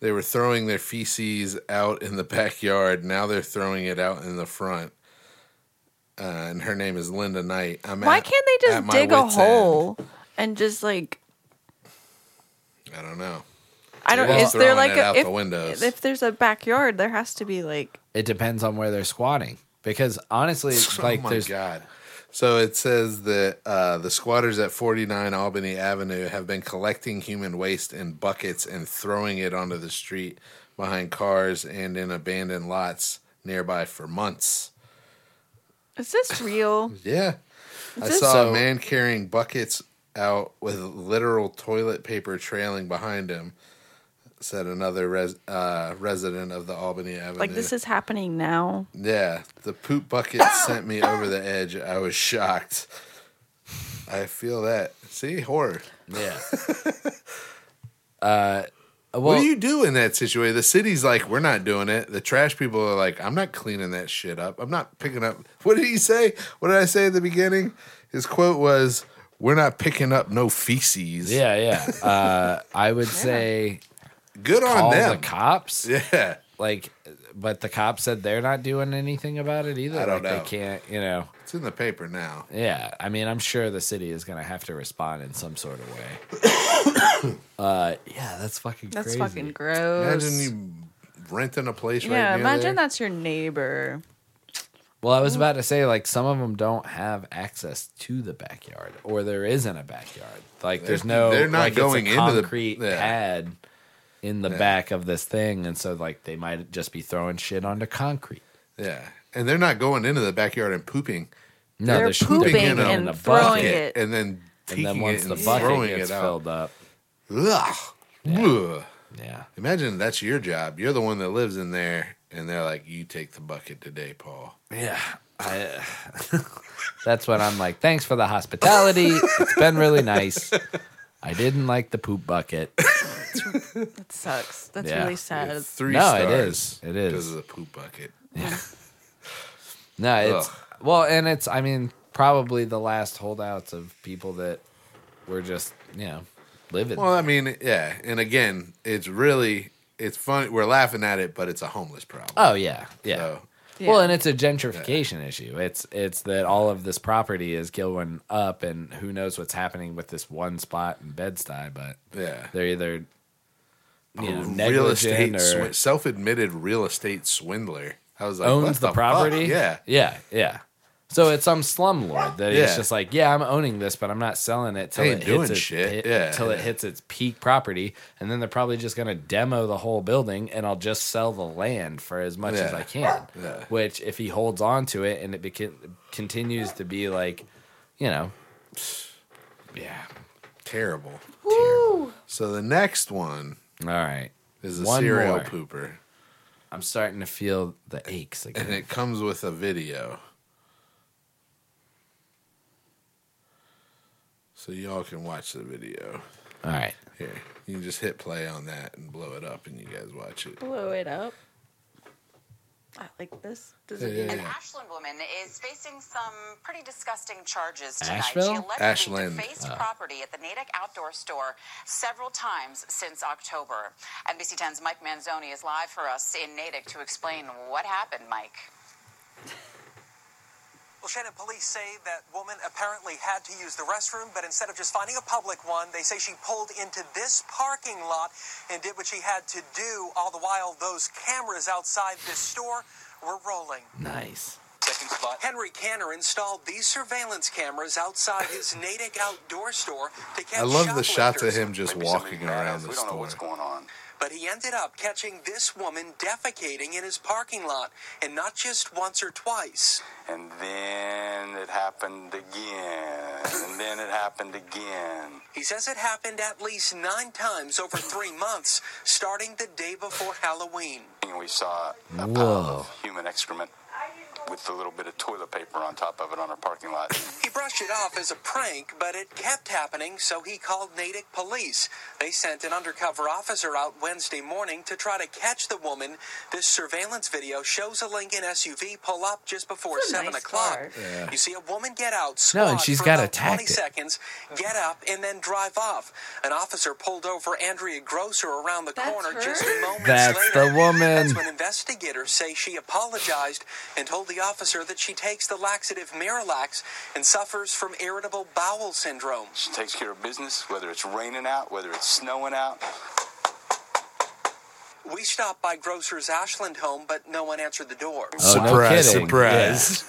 Speaker 3: They were throwing their feces out in the backyard. Now they're throwing it out in the front. Uh, and her name is Linda Knight. I'm
Speaker 2: Why
Speaker 3: at-
Speaker 2: can't they
Speaker 3: at
Speaker 2: just
Speaker 3: my
Speaker 2: dig a
Speaker 3: wit's
Speaker 2: hole and just like
Speaker 3: end. I don't know.
Speaker 2: I don't?
Speaker 3: They're
Speaker 2: Is
Speaker 3: just
Speaker 2: there
Speaker 3: throwing
Speaker 2: like
Speaker 3: it out
Speaker 2: a
Speaker 3: the
Speaker 2: if,
Speaker 3: windows.
Speaker 2: if there's a backyard, there has to be like
Speaker 1: it depends on where they're squatting, because honestly, it's like
Speaker 3: oh my
Speaker 1: there's
Speaker 3: god. So it says that uh, the squatters at 49 Albany Avenue have been collecting human waste in buckets and throwing it onto the street behind cars and in abandoned lots nearby for months.
Speaker 2: is this real?
Speaker 3: Yeah. I
Speaker 2: this-
Speaker 3: saw
Speaker 1: So-
Speaker 3: a man carrying buckets out with literal toilet paper trailing behind him, said another res- uh, resident of the Albany Avenue.
Speaker 2: like this is happening now.
Speaker 3: Yeah, the poop bucket sent me over the edge. I was shocked. I feel that. See, horror.
Speaker 1: yeah. uh, well,
Speaker 3: what do you do in that situation? The city's like, we're not doing it. The trash people are like, I'm not cleaning that shit up. I'm not picking up. What did he say? What did I say at the beginning? His quote was, We're not picking up no feces.
Speaker 1: Yeah, yeah. Uh, I would say
Speaker 3: Good on
Speaker 1: call the
Speaker 3: them.
Speaker 1: cops.
Speaker 3: yeah.
Speaker 1: Like, but the cops said they're not doing anything about it either.
Speaker 3: I
Speaker 1: like,
Speaker 3: don't know.
Speaker 1: They can't, you know.
Speaker 3: It's in the paper now.
Speaker 1: Yeah, I mean, I'm sure the city is going to have to respond in some sort of way. uh, yeah, that's fucking
Speaker 2: That's
Speaker 1: crazy.
Speaker 2: fucking gross.
Speaker 3: Imagine you renting a place right
Speaker 2: yeah,
Speaker 3: near
Speaker 2: imagine
Speaker 3: there.
Speaker 2: that's your neighbor.
Speaker 1: Well, I was about to say, like, some of them don't have access to the backyard, or there isn't a backyard. Like, there's no,
Speaker 3: they're not
Speaker 1: like, it's a
Speaker 3: going into the-
Speaker 1: concrete
Speaker 3: yeah.
Speaker 1: pad in the back of this thing, and so like they might just be throwing shit onto concrete.
Speaker 3: Yeah. And they're not going into the backyard and pooping.
Speaker 1: No,
Speaker 2: They're
Speaker 1: sh-
Speaker 2: pooping
Speaker 1: putting
Speaker 3: and
Speaker 1: a
Speaker 2: throwing
Speaker 1: bucket,
Speaker 2: it.
Speaker 3: and then
Speaker 1: and then
Speaker 3: taking
Speaker 1: once
Speaker 3: it
Speaker 1: the
Speaker 3: and
Speaker 1: bucket
Speaker 3: throwing
Speaker 1: gets
Speaker 3: it out.
Speaker 1: filled up,
Speaker 3: Ugh. Ugh.
Speaker 1: yeah,
Speaker 3: Imagine that's your job. You're the one that lives in there, and they're like, "You take the bucket today, Paul."
Speaker 1: yeah. I, that's when I'm like, thanks for the hospitality. It's been really nice. I didn't like the poop bucket.
Speaker 2: That sucks. That's
Speaker 1: Yeah.
Speaker 2: really sad.
Speaker 3: Three
Speaker 1: No, it
Speaker 3: stars.
Speaker 1: is. It is.
Speaker 3: because of the poop bucket.
Speaker 1: No, it's
Speaker 3: Ugh.
Speaker 1: well, and it's I mean probably the last holdouts of people that were just you know living.
Speaker 3: Well, I mean, yeah, and again, it's really it's funny. We're laughing at it, but it's a homeless problem.
Speaker 1: oh yeah, yeah.
Speaker 3: So,
Speaker 1: Well, and it's a gentrification issue. It's it's that all of this property is going up, and who knows what's happening with this one spot in Bed-Stuy, but
Speaker 3: yeah,
Speaker 1: they're either you know,
Speaker 3: Oh, real estate,
Speaker 1: negligent or
Speaker 3: swi- self-admitted real estate swindler. I was like, what
Speaker 1: owns the,
Speaker 3: fuck?
Speaker 1: property.
Speaker 3: Yeah,
Speaker 1: yeah, yeah. So it's some slumlord that it's
Speaker 3: Yeah.
Speaker 1: just like, yeah, I'm owning this, but I'm not selling it till
Speaker 3: Ain't
Speaker 1: it
Speaker 3: doing
Speaker 1: hits its,
Speaker 3: shit.
Speaker 1: It,
Speaker 3: Yeah,
Speaker 1: till it
Speaker 3: yeah.
Speaker 1: hits its peak property, and then they're probably just gonna demo the whole building, and I'll just sell the land for as much as
Speaker 3: Yeah.
Speaker 1: I can.
Speaker 3: Yeah.
Speaker 1: Which, if he holds on to it and it beca- continues to be like, you know, yeah,
Speaker 3: terrible. So the next one
Speaker 1: all right,
Speaker 3: is a
Speaker 1: One
Speaker 3: serial
Speaker 1: more.
Speaker 3: pooper,
Speaker 1: I'm starting to feel the aches
Speaker 3: and
Speaker 1: again.
Speaker 3: it comes with a video. So y'all can watch the video.
Speaker 1: All right,
Speaker 3: Here, you can just hit play on that and blow it up, and you guys watch it.
Speaker 2: Blow it up. like this. Does
Speaker 3: Yeah,
Speaker 2: it
Speaker 3: yeah,
Speaker 9: An
Speaker 3: yeah.
Speaker 9: Ashland woman is facing some pretty disgusting charges tonight.
Speaker 1: Asheville?
Speaker 9: She allegedly
Speaker 3: Ashland.
Speaker 9: defaced property at the Natick Outdoor Store several times since October. NBC 10's Mike Manzoni is live for us in Natick to explain what happened, Mike.
Speaker 10: Well, Shannon, police say that woman apparently had to use the restroom, but instead of just finding a public one, they say she pulled into this parking lot and did what she had to do. All the while, those cameras outside this store were rolling.
Speaker 1: Nice.
Speaker 10: Second spot. Henry Canner installed these surveillance cameras outside his Natick outdoor store to catch
Speaker 3: I love the shots of
Speaker 10: shoplifters.
Speaker 3: him just
Speaker 6: Maybe somebody
Speaker 3: walking
Speaker 6: got
Speaker 3: around
Speaker 6: us.
Speaker 3: the
Speaker 6: We don't know
Speaker 3: store.
Speaker 6: Oh, what's going on.
Speaker 10: But he ended up catching this woman defecating in his parking lot, and not just once or twice.
Speaker 6: And then it happened again. And then it happened again.
Speaker 10: He says it happened at least nine times over three months, starting the day before Halloween.
Speaker 6: And we saw a pile
Speaker 1: Whoa.
Speaker 6: of human excrement with a little bit of toilet paper on top of it on our parking lot.
Speaker 10: He brushed it off as a prank, but it kept happening, so he called Natick police. They sent an undercover officer out Wednesday morning to try to catch the woman. This surveillance video shows a Lincoln SUV pull up just before
Speaker 2: It's a
Speaker 10: 7
Speaker 2: nice
Speaker 10: o'clock.
Speaker 2: car.
Speaker 10: You see a woman get out,
Speaker 1: No,
Speaker 10: squat
Speaker 1: and she's
Speaker 10: for
Speaker 1: got a
Speaker 10: about 20
Speaker 1: tactic.
Speaker 10: seconds, get up, and then drive off. An officer pulled over Andrea Grosser around the
Speaker 2: That's
Speaker 10: corner
Speaker 2: her?
Speaker 10: just moments
Speaker 1: That's
Speaker 10: later.
Speaker 1: the woman.
Speaker 10: That's when investigators say she apologized and told the officer that she takes the laxative Miralax and suffers from irritable bowel syndrome.
Speaker 6: She takes care of business, whether it's raining out, whether it's snowing out.
Speaker 10: We stopped by Grocer's Ashland home, but no one answered the door.
Speaker 1: Oh,
Speaker 3: Surprise,
Speaker 1: no kidding.
Speaker 3: surprise.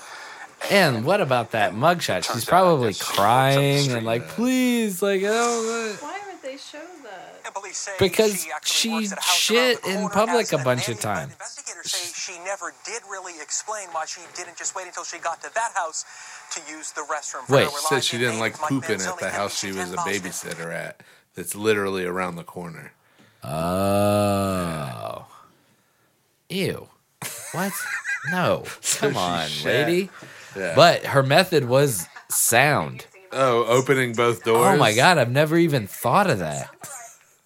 Speaker 1: Yeah. And what about that mugshot? She's probably crying and like, please, like, oh,
Speaker 2: Why would they show that?
Speaker 10: And police say
Speaker 1: Because
Speaker 10: actually works
Speaker 1: she
Speaker 10: at a house
Speaker 1: shit
Speaker 10: around the
Speaker 1: in
Speaker 10: corner
Speaker 1: public
Speaker 10: as
Speaker 1: a bunch of
Speaker 10: nanny,
Speaker 1: time.
Speaker 10: but Investigators say she never did really explain why she didn't just wait until she got to that house to use the restroom. For
Speaker 1: Wait.
Speaker 10: her
Speaker 3: Said she
Speaker 10: live-in
Speaker 3: didn't
Speaker 10: neighbor,
Speaker 3: like
Speaker 10: Mike
Speaker 3: pooping at
Speaker 10: Manzoni,
Speaker 3: the house she
Speaker 10: NBC
Speaker 3: was a
Speaker 10: 10 Boston.
Speaker 3: babysitter at. That's literally around the corner.
Speaker 1: oh, ew, what? No, come on,
Speaker 3: shit.
Speaker 1: lady.
Speaker 3: Yeah.
Speaker 1: But her method was sound.
Speaker 3: oh, opening both doors.
Speaker 1: Oh my god, I've never even thought of that.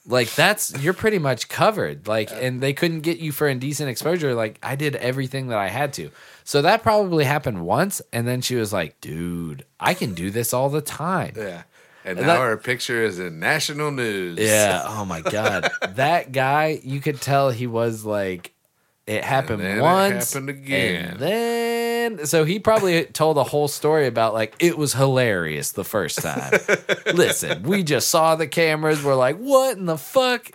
Speaker 1: Like that's you're pretty much covered. Like and they couldn't get you for indecent exposure. Like I did everything that I had to. So that probably happened once and then she was like, "Dude, I can do this all the time."
Speaker 3: Yeah. And,
Speaker 1: And
Speaker 3: now
Speaker 1: that-
Speaker 3: our picture is in national news.
Speaker 1: Yeah, oh my god. that guy, you could tell he was like it happened
Speaker 3: then it
Speaker 1: once
Speaker 3: happened again.
Speaker 1: And then so he probably told a whole story about like it was hilarious the first time. Listen, we just saw the cameras, we're like, what in the fuck?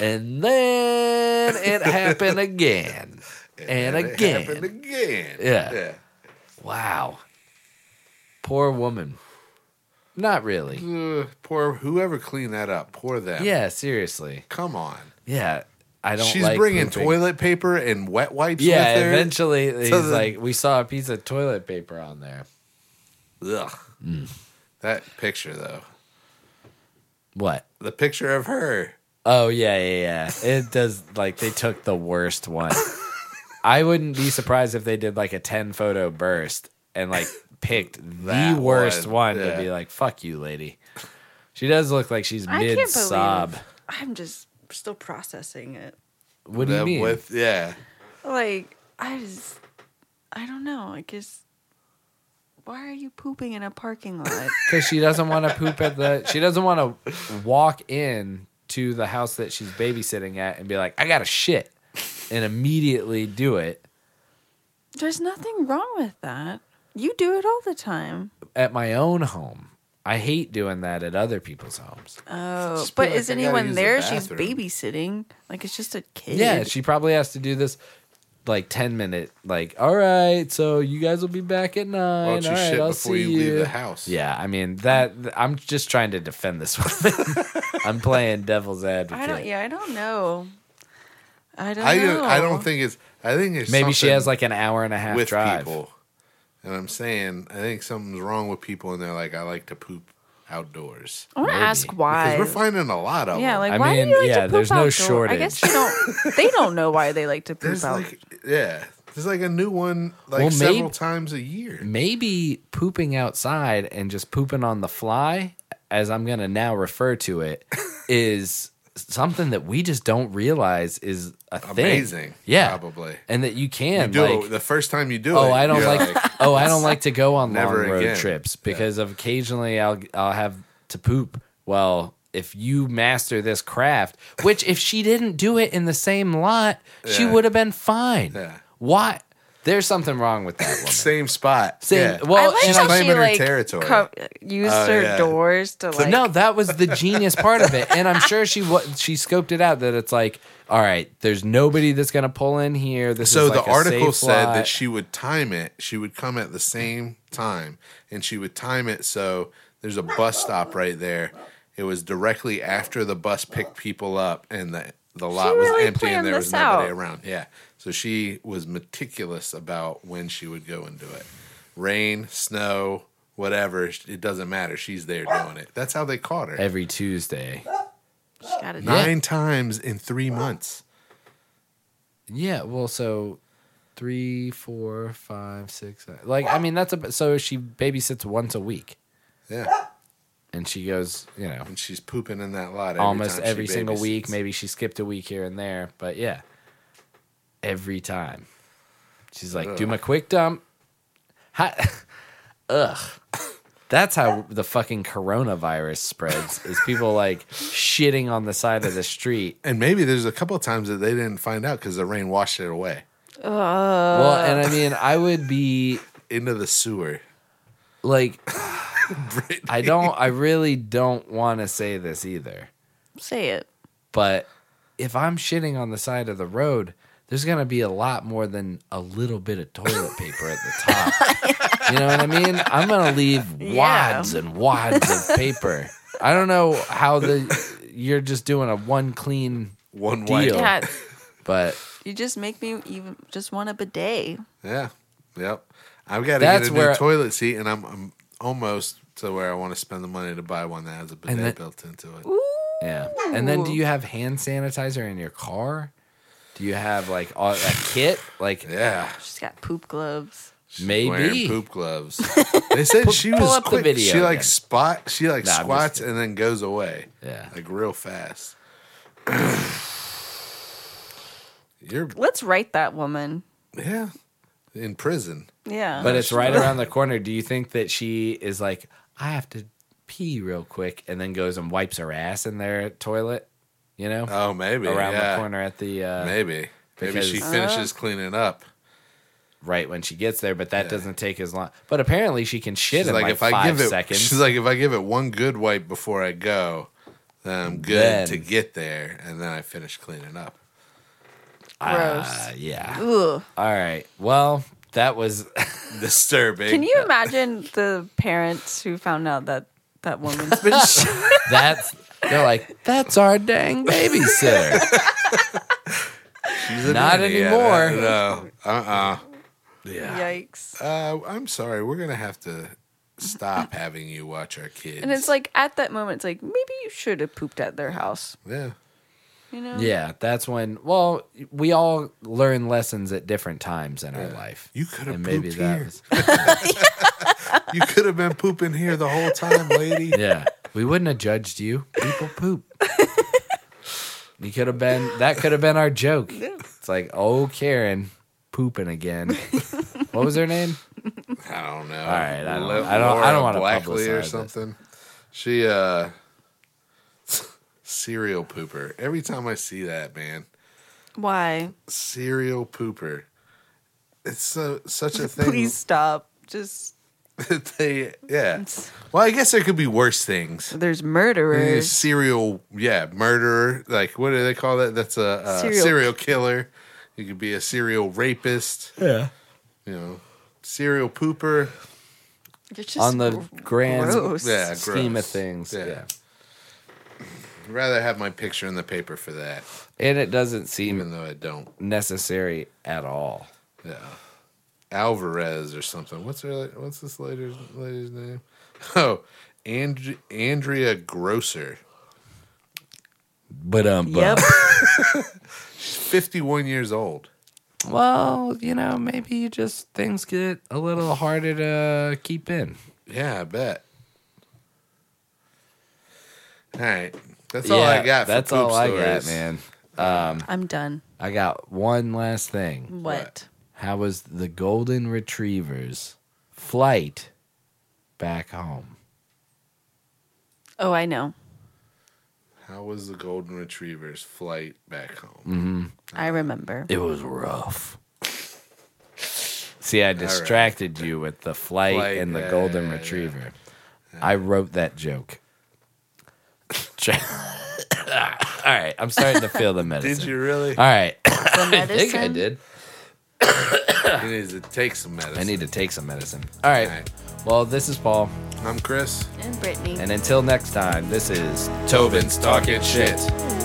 Speaker 1: And then it happened again. And,
Speaker 3: it
Speaker 1: again.
Speaker 3: happened again.
Speaker 1: Yeah. Wow. Poor woman. Not really.
Speaker 3: Yeah. Ugh, poor whoever cleaned that up. Poor them.
Speaker 1: Yeah, seriously.
Speaker 3: Come on.
Speaker 1: Yeah. I don't
Speaker 3: She's
Speaker 1: like
Speaker 3: bringing
Speaker 1: pooping.
Speaker 3: toilet paper and wet wipes
Speaker 1: Yeah,
Speaker 3: with her.
Speaker 1: eventually he's
Speaker 3: So the-
Speaker 1: like, we saw a piece of toilet paper on there.
Speaker 3: Ugh.
Speaker 1: Mm.
Speaker 3: That picture though.
Speaker 1: What?
Speaker 3: The picture of her.
Speaker 1: Oh yeah, yeah, yeah. It does like they took the worst one. I wouldn't be surprised if they did like a ten photo burst and like picked the
Speaker 3: That
Speaker 1: worst
Speaker 3: one,
Speaker 1: one,
Speaker 3: yeah.
Speaker 1: to be like, "Fuck you, lady." She does look like she's
Speaker 2: I can't
Speaker 1: mid
Speaker 2: believe
Speaker 1: sob.
Speaker 2: I'm just still processing it.
Speaker 1: What do you
Speaker 3: The-
Speaker 1: mean?
Speaker 3: With yeah.
Speaker 2: Like I just, I don't know. I guess. Why are you pooping in a parking lot?
Speaker 1: Because she doesn't want to poop at the. She doesn't want to walk in to the house that she's babysitting at and be like, "I got to shit," and immediately do it.
Speaker 2: There's nothing wrong with that. You do it all the time.
Speaker 1: at my own home. I hate doing that at other people's homes.
Speaker 2: Oh,
Speaker 3: Just be
Speaker 2: but
Speaker 3: like,
Speaker 2: is
Speaker 3: "I gotta
Speaker 2: anyone
Speaker 3: use the
Speaker 2: there? She's
Speaker 3: bathroom."
Speaker 2: babysitting. Like it's just a kid.
Speaker 1: Yeah, she probably has to do this like 10 minute, like, all right, so you guys will be back at nine.
Speaker 3: Why don't you
Speaker 1: all right,
Speaker 3: shit
Speaker 1: I'll
Speaker 3: before
Speaker 1: see
Speaker 3: you leave
Speaker 1: you."
Speaker 3: the house?
Speaker 1: Yeah, I mean, that I'm just trying to defend this woman. I'm playing devil's advocate.
Speaker 2: I don't. Yeah, I don't know. I don't.
Speaker 3: I
Speaker 2: know.
Speaker 3: don't, I don't think it's I think it's
Speaker 1: Maybe she
Speaker 3: something
Speaker 1: has like an hour and a half
Speaker 3: with
Speaker 1: drive.
Speaker 3: people. And I'm saying I think something's wrong with people and they're like, I like to poop outdoors.
Speaker 2: I want to
Speaker 1: Maybe.
Speaker 2: ask
Speaker 3: Because
Speaker 2: why.
Speaker 3: we're finding a lot of
Speaker 2: yeah,
Speaker 3: them.
Speaker 2: like
Speaker 1: I
Speaker 2: why
Speaker 1: mean,
Speaker 2: do you like
Speaker 1: yeah,
Speaker 2: to poop
Speaker 1: there's no
Speaker 2: outdoor? I
Speaker 1: shortage.
Speaker 2: guess they don't. They don't know why they like to poop
Speaker 3: There's
Speaker 2: out.
Speaker 3: like yeah, there's like a new one like
Speaker 1: Well,
Speaker 3: several
Speaker 1: maybe-
Speaker 3: times a year.
Speaker 1: Maybe pooping outside and just pooping on the fly, as I'm going to now refer to it, is something that we just don't realize is a thing.
Speaker 3: Amazing,
Speaker 1: yeah,
Speaker 3: probably.
Speaker 1: and that you
Speaker 3: You
Speaker 1: can
Speaker 3: do
Speaker 1: like,
Speaker 3: it the first time you do it.
Speaker 1: oh, I don't
Speaker 3: you're
Speaker 1: like, oh, I don't like to go on long
Speaker 3: Never
Speaker 1: road
Speaker 3: again.
Speaker 1: trips because occasionally I'll I'll have to poop. Well, if you master this craft, which if she didn't do it in the same lot, she
Speaker 3: Yeah.
Speaker 1: would have been fine.
Speaker 3: Yeah.
Speaker 1: Why? There's something wrong with that woman.
Speaker 3: same spot.
Speaker 1: Same-
Speaker 3: yeah.
Speaker 1: well,
Speaker 2: I like
Speaker 1: and
Speaker 2: how
Speaker 1: I'm
Speaker 2: she
Speaker 3: claiming her
Speaker 2: like
Speaker 3: territory.
Speaker 2: co- used
Speaker 3: Oh,
Speaker 2: her
Speaker 3: yeah.
Speaker 2: doors to like.
Speaker 1: no, that was the genius part of it, and I'm sure she wa- she scoped it out that it's like, all right, there's nobody that's gonna pull in here. This
Speaker 3: So
Speaker 1: is like
Speaker 3: the
Speaker 1: a
Speaker 3: article
Speaker 1: safe
Speaker 3: said
Speaker 1: lot.
Speaker 3: that she would time it. She would come at the same time, and she would time it so there's a bus stop right there. It was directly after the bus picked people up, and the the lot
Speaker 2: really
Speaker 3: was empty,
Speaker 2: planned
Speaker 3: and there was
Speaker 2: this
Speaker 3: nobody
Speaker 2: out.
Speaker 3: around. Yeah, so she was meticulous about when she would go and do it. Rain, snow, whatever, it doesn't matter. She's there doing it. That's how they caught her.
Speaker 1: every Tuesday.
Speaker 2: she gotta do it.
Speaker 3: Nine times in three months.
Speaker 1: Yeah, well, so three, four, five, six. nine- Like, I mean, that's a so she babysits once a week,
Speaker 3: Yeah,
Speaker 1: and she goes, you know,
Speaker 3: and she's pooping in that lot every
Speaker 1: almost
Speaker 3: time she
Speaker 1: every single week.
Speaker 3: babysits.
Speaker 1: Maybe she skipped a week here and there, but yeah, every time she's like, "Do my quick dump." Hi- Ugh, that's how the fucking coronavirus spreads. Is people like shitting on the side of the street?
Speaker 3: And maybe there's a couple of times that they didn't find out because the rain washed it away
Speaker 1: well, and I mean, I would be
Speaker 3: into the sewer.
Speaker 1: like, I don't, I really don't want to say this either.
Speaker 2: Say it.
Speaker 1: but if I'm shitting on the side of the road, there's gonna be a lot more than a little bit of toilet paper at the top. You know what I mean? I'm gonna leave
Speaker 2: Yeah.
Speaker 1: wads and wads of paper. I don't know how the you're just doing a one clean,
Speaker 3: One
Speaker 1: Deal.
Speaker 3: wipe.
Speaker 1: Yo.
Speaker 2: Yeah,
Speaker 1: but
Speaker 2: you just make me even just want a bidet.
Speaker 3: Yeah. Yep. I've got to
Speaker 1: That's
Speaker 3: get a
Speaker 1: where-
Speaker 3: new toilet seat, and I'm, I'm almost to where I want to spend the money to buy one that has a bidet
Speaker 1: that-
Speaker 3: built into it.
Speaker 1: yeah. And then do you have hand sanitizer in your car? Do you have like a, a kit? Like
Speaker 3: Yeah.
Speaker 2: She's got poop gloves.
Speaker 1: maybe
Speaker 3: Wearing poop gloves. They said she was
Speaker 1: pull up the
Speaker 3: quick.
Speaker 1: video
Speaker 3: she like
Speaker 1: again.
Speaker 3: spot. She like
Speaker 1: Nah, I'm just
Speaker 3: squats and then goes away.
Speaker 1: Yeah.
Speaker 3: Like real fast. You're
Speaker 2: Let's write that woman.
Speaker 3: yeah in prison.
Speaker 2: Yeah.
Speaker 1: But it's right around the corner. Do you think that she is like, I have to pee real quick, and then goes and wipes her ass in their toilet? You know,
Speaker 3: Oh, maybe
Speaker 1: around
Speaker 3: yeah.
Speaker 1: the corner at the uh,
Speaker 3: Maybe. Maybe she
Speaker 1: because-
Speaker 2: Uh.
Speaker 3: finishes cleaning up.
Speaker 1: right when she gets there, but that doesn't take as long. But apparently, she can shit in like, five
Speaker 3: give it,
Speaker 1: seconds.
Speaker 3: she's like, if I give it one good wipe before I go, then I'm good
Speaker 1: Then-
Speaker 3: to get there, and then I finish cleaning up.
Speaker 1: Ah, yeah.
Speaker 2: Ugh.
Speaker 1: All right. Well, that was
Speaker 3: Disturbing.
Speaker 2: Can you imagine the parents who found out that that woman's been sh-
Speaker 1: that's. They're like, that's our dang babysitter.
Speaker 3: She's an
Speaker 1: Not
Speaker 3: idiot.
Speaker 1: anymore.
Speaker 3: No. Uh.
Speaker 2: yikes?
Speaker 3: uh Uh. I'm sorry. We're gonna have to stop having you watch our kids.
Speaker 2: And it's like at that moment, it's like maybe you should have pooped at their house.
Speaker 3: yeah.
Speaker 2: You know?
Speaker 1: Yeah, that's when. Well, we all learn lessons at different times in our life.
Speaker 3: You could have
Speaker 1: And
Speaker 3: pooped
Speaker 1: maybe that
Speaker 3: here.
Speaker 1: was-
Speaker 3: You could have been pooping here the whole time, lady.
Speaker 1: Yeah. We wouldn't have judged you. People poop. We could have been that could have been our joke. It's like, oh Karen, pooping again. what was her name?
Speaker 3: I don't know. All
Speaker 1: right, I don't- I don't- I don't wanna
Speaker 3: Blackley
Speaker 1: publicize
Speaker 3: or
Speaker 1: it.
Speaker 3: something. She uh serial pooper. Every time I see that man,
Speaker 2: Why?
Speaker 3: serial pooper. It's so such a thing.
Speaker 2: Please stop. Just
Speaker 3: that they yeah. Well, I guess there could be worse things.
Speaker 2: there's
Speaker 3: Uh,
Speaker 2: murderers.
Speaker 3: Serial yeah murderer. Like what do they call that? That's a, a
Speaker 2: Serial-
Speaker 3: serial. killer. You could be a serial rapist.
Speaker 1: Yeah.
Speaker 3: You know, serial pooper.
Speaker 2: You're just
Speaker 1: On the
Speaker 2: gr-
Speaker 1: grand
Speaker 2: gross.
Speaker 3: Yeah,
Speaker 1: scheme
Speaker 3: gross.
Speaker 1: of things. Yeah.
Speaker 3: Yeah. I'd rather have my picture in the paper for that,
Speaker 1: And it doesn't seem
Speaker 3: even though I don't.
Speaker 1: necessary at all.
Speaker 3: Yeah. Alvarez or something. What's her? What's this lady's, lady's name? Oh, And- Andrea Grosser,
Speaker 1: But um
Speaker 2: Yep.
Speaker 3: fifty-one years old.
Speaker 1: well, you know, maybe you just things get a little harder to keep in.
Speaker 3: Yeah, I bet. All right, That's all I
Speaker 1: Yeah,
Speaker 3: got for
Speaker 1: that's
Speaker 3: poop
Speaker 1: all I got,
Speaker 3: stories.
Speaker 1: man. Um,
Speaker 2: I'm done.
Speaker 1: I got one last thing.
Speaker 2: What?
Speaker 1: How was the golden retriever's flight back home?
Speaker 2: Oh, I know.
Speaker 3: How was the golden retriever's flight back home?
Speaker 1: Mm-hmm.
Speaker 2: I remember.
Speaker 1: It was rough. See, I
Speaker 3: right.
Speaker 1: distracted you with the flight,
Speaker 3: Flight,
Speaker 1: and the
Speaker 3: yeah,
Speaker 1: golden
Speaker 3: yeah, yeah.
Speaker 1: retriever. I wrote that joke. All right, I'm starting to feel the medicine.
Speaker 3: Did you really?
Speaker 1: All right, I think I
Speaker 2: medicine?
Speaker 1: did.
Speaker 3: He needs to take some medicine.
Speaker 1: I need to take some medicine. All right.
Speaker 3: All right.
Speaker 1: Well, this is Paul,
Speaker 3: I'm Chris.
Speaker 2: And Brittany.
Speaker 1: and until next time, this is Tobin's talking shit.
Speaker 2: Bye.
Speaker 4: Oh, Oh,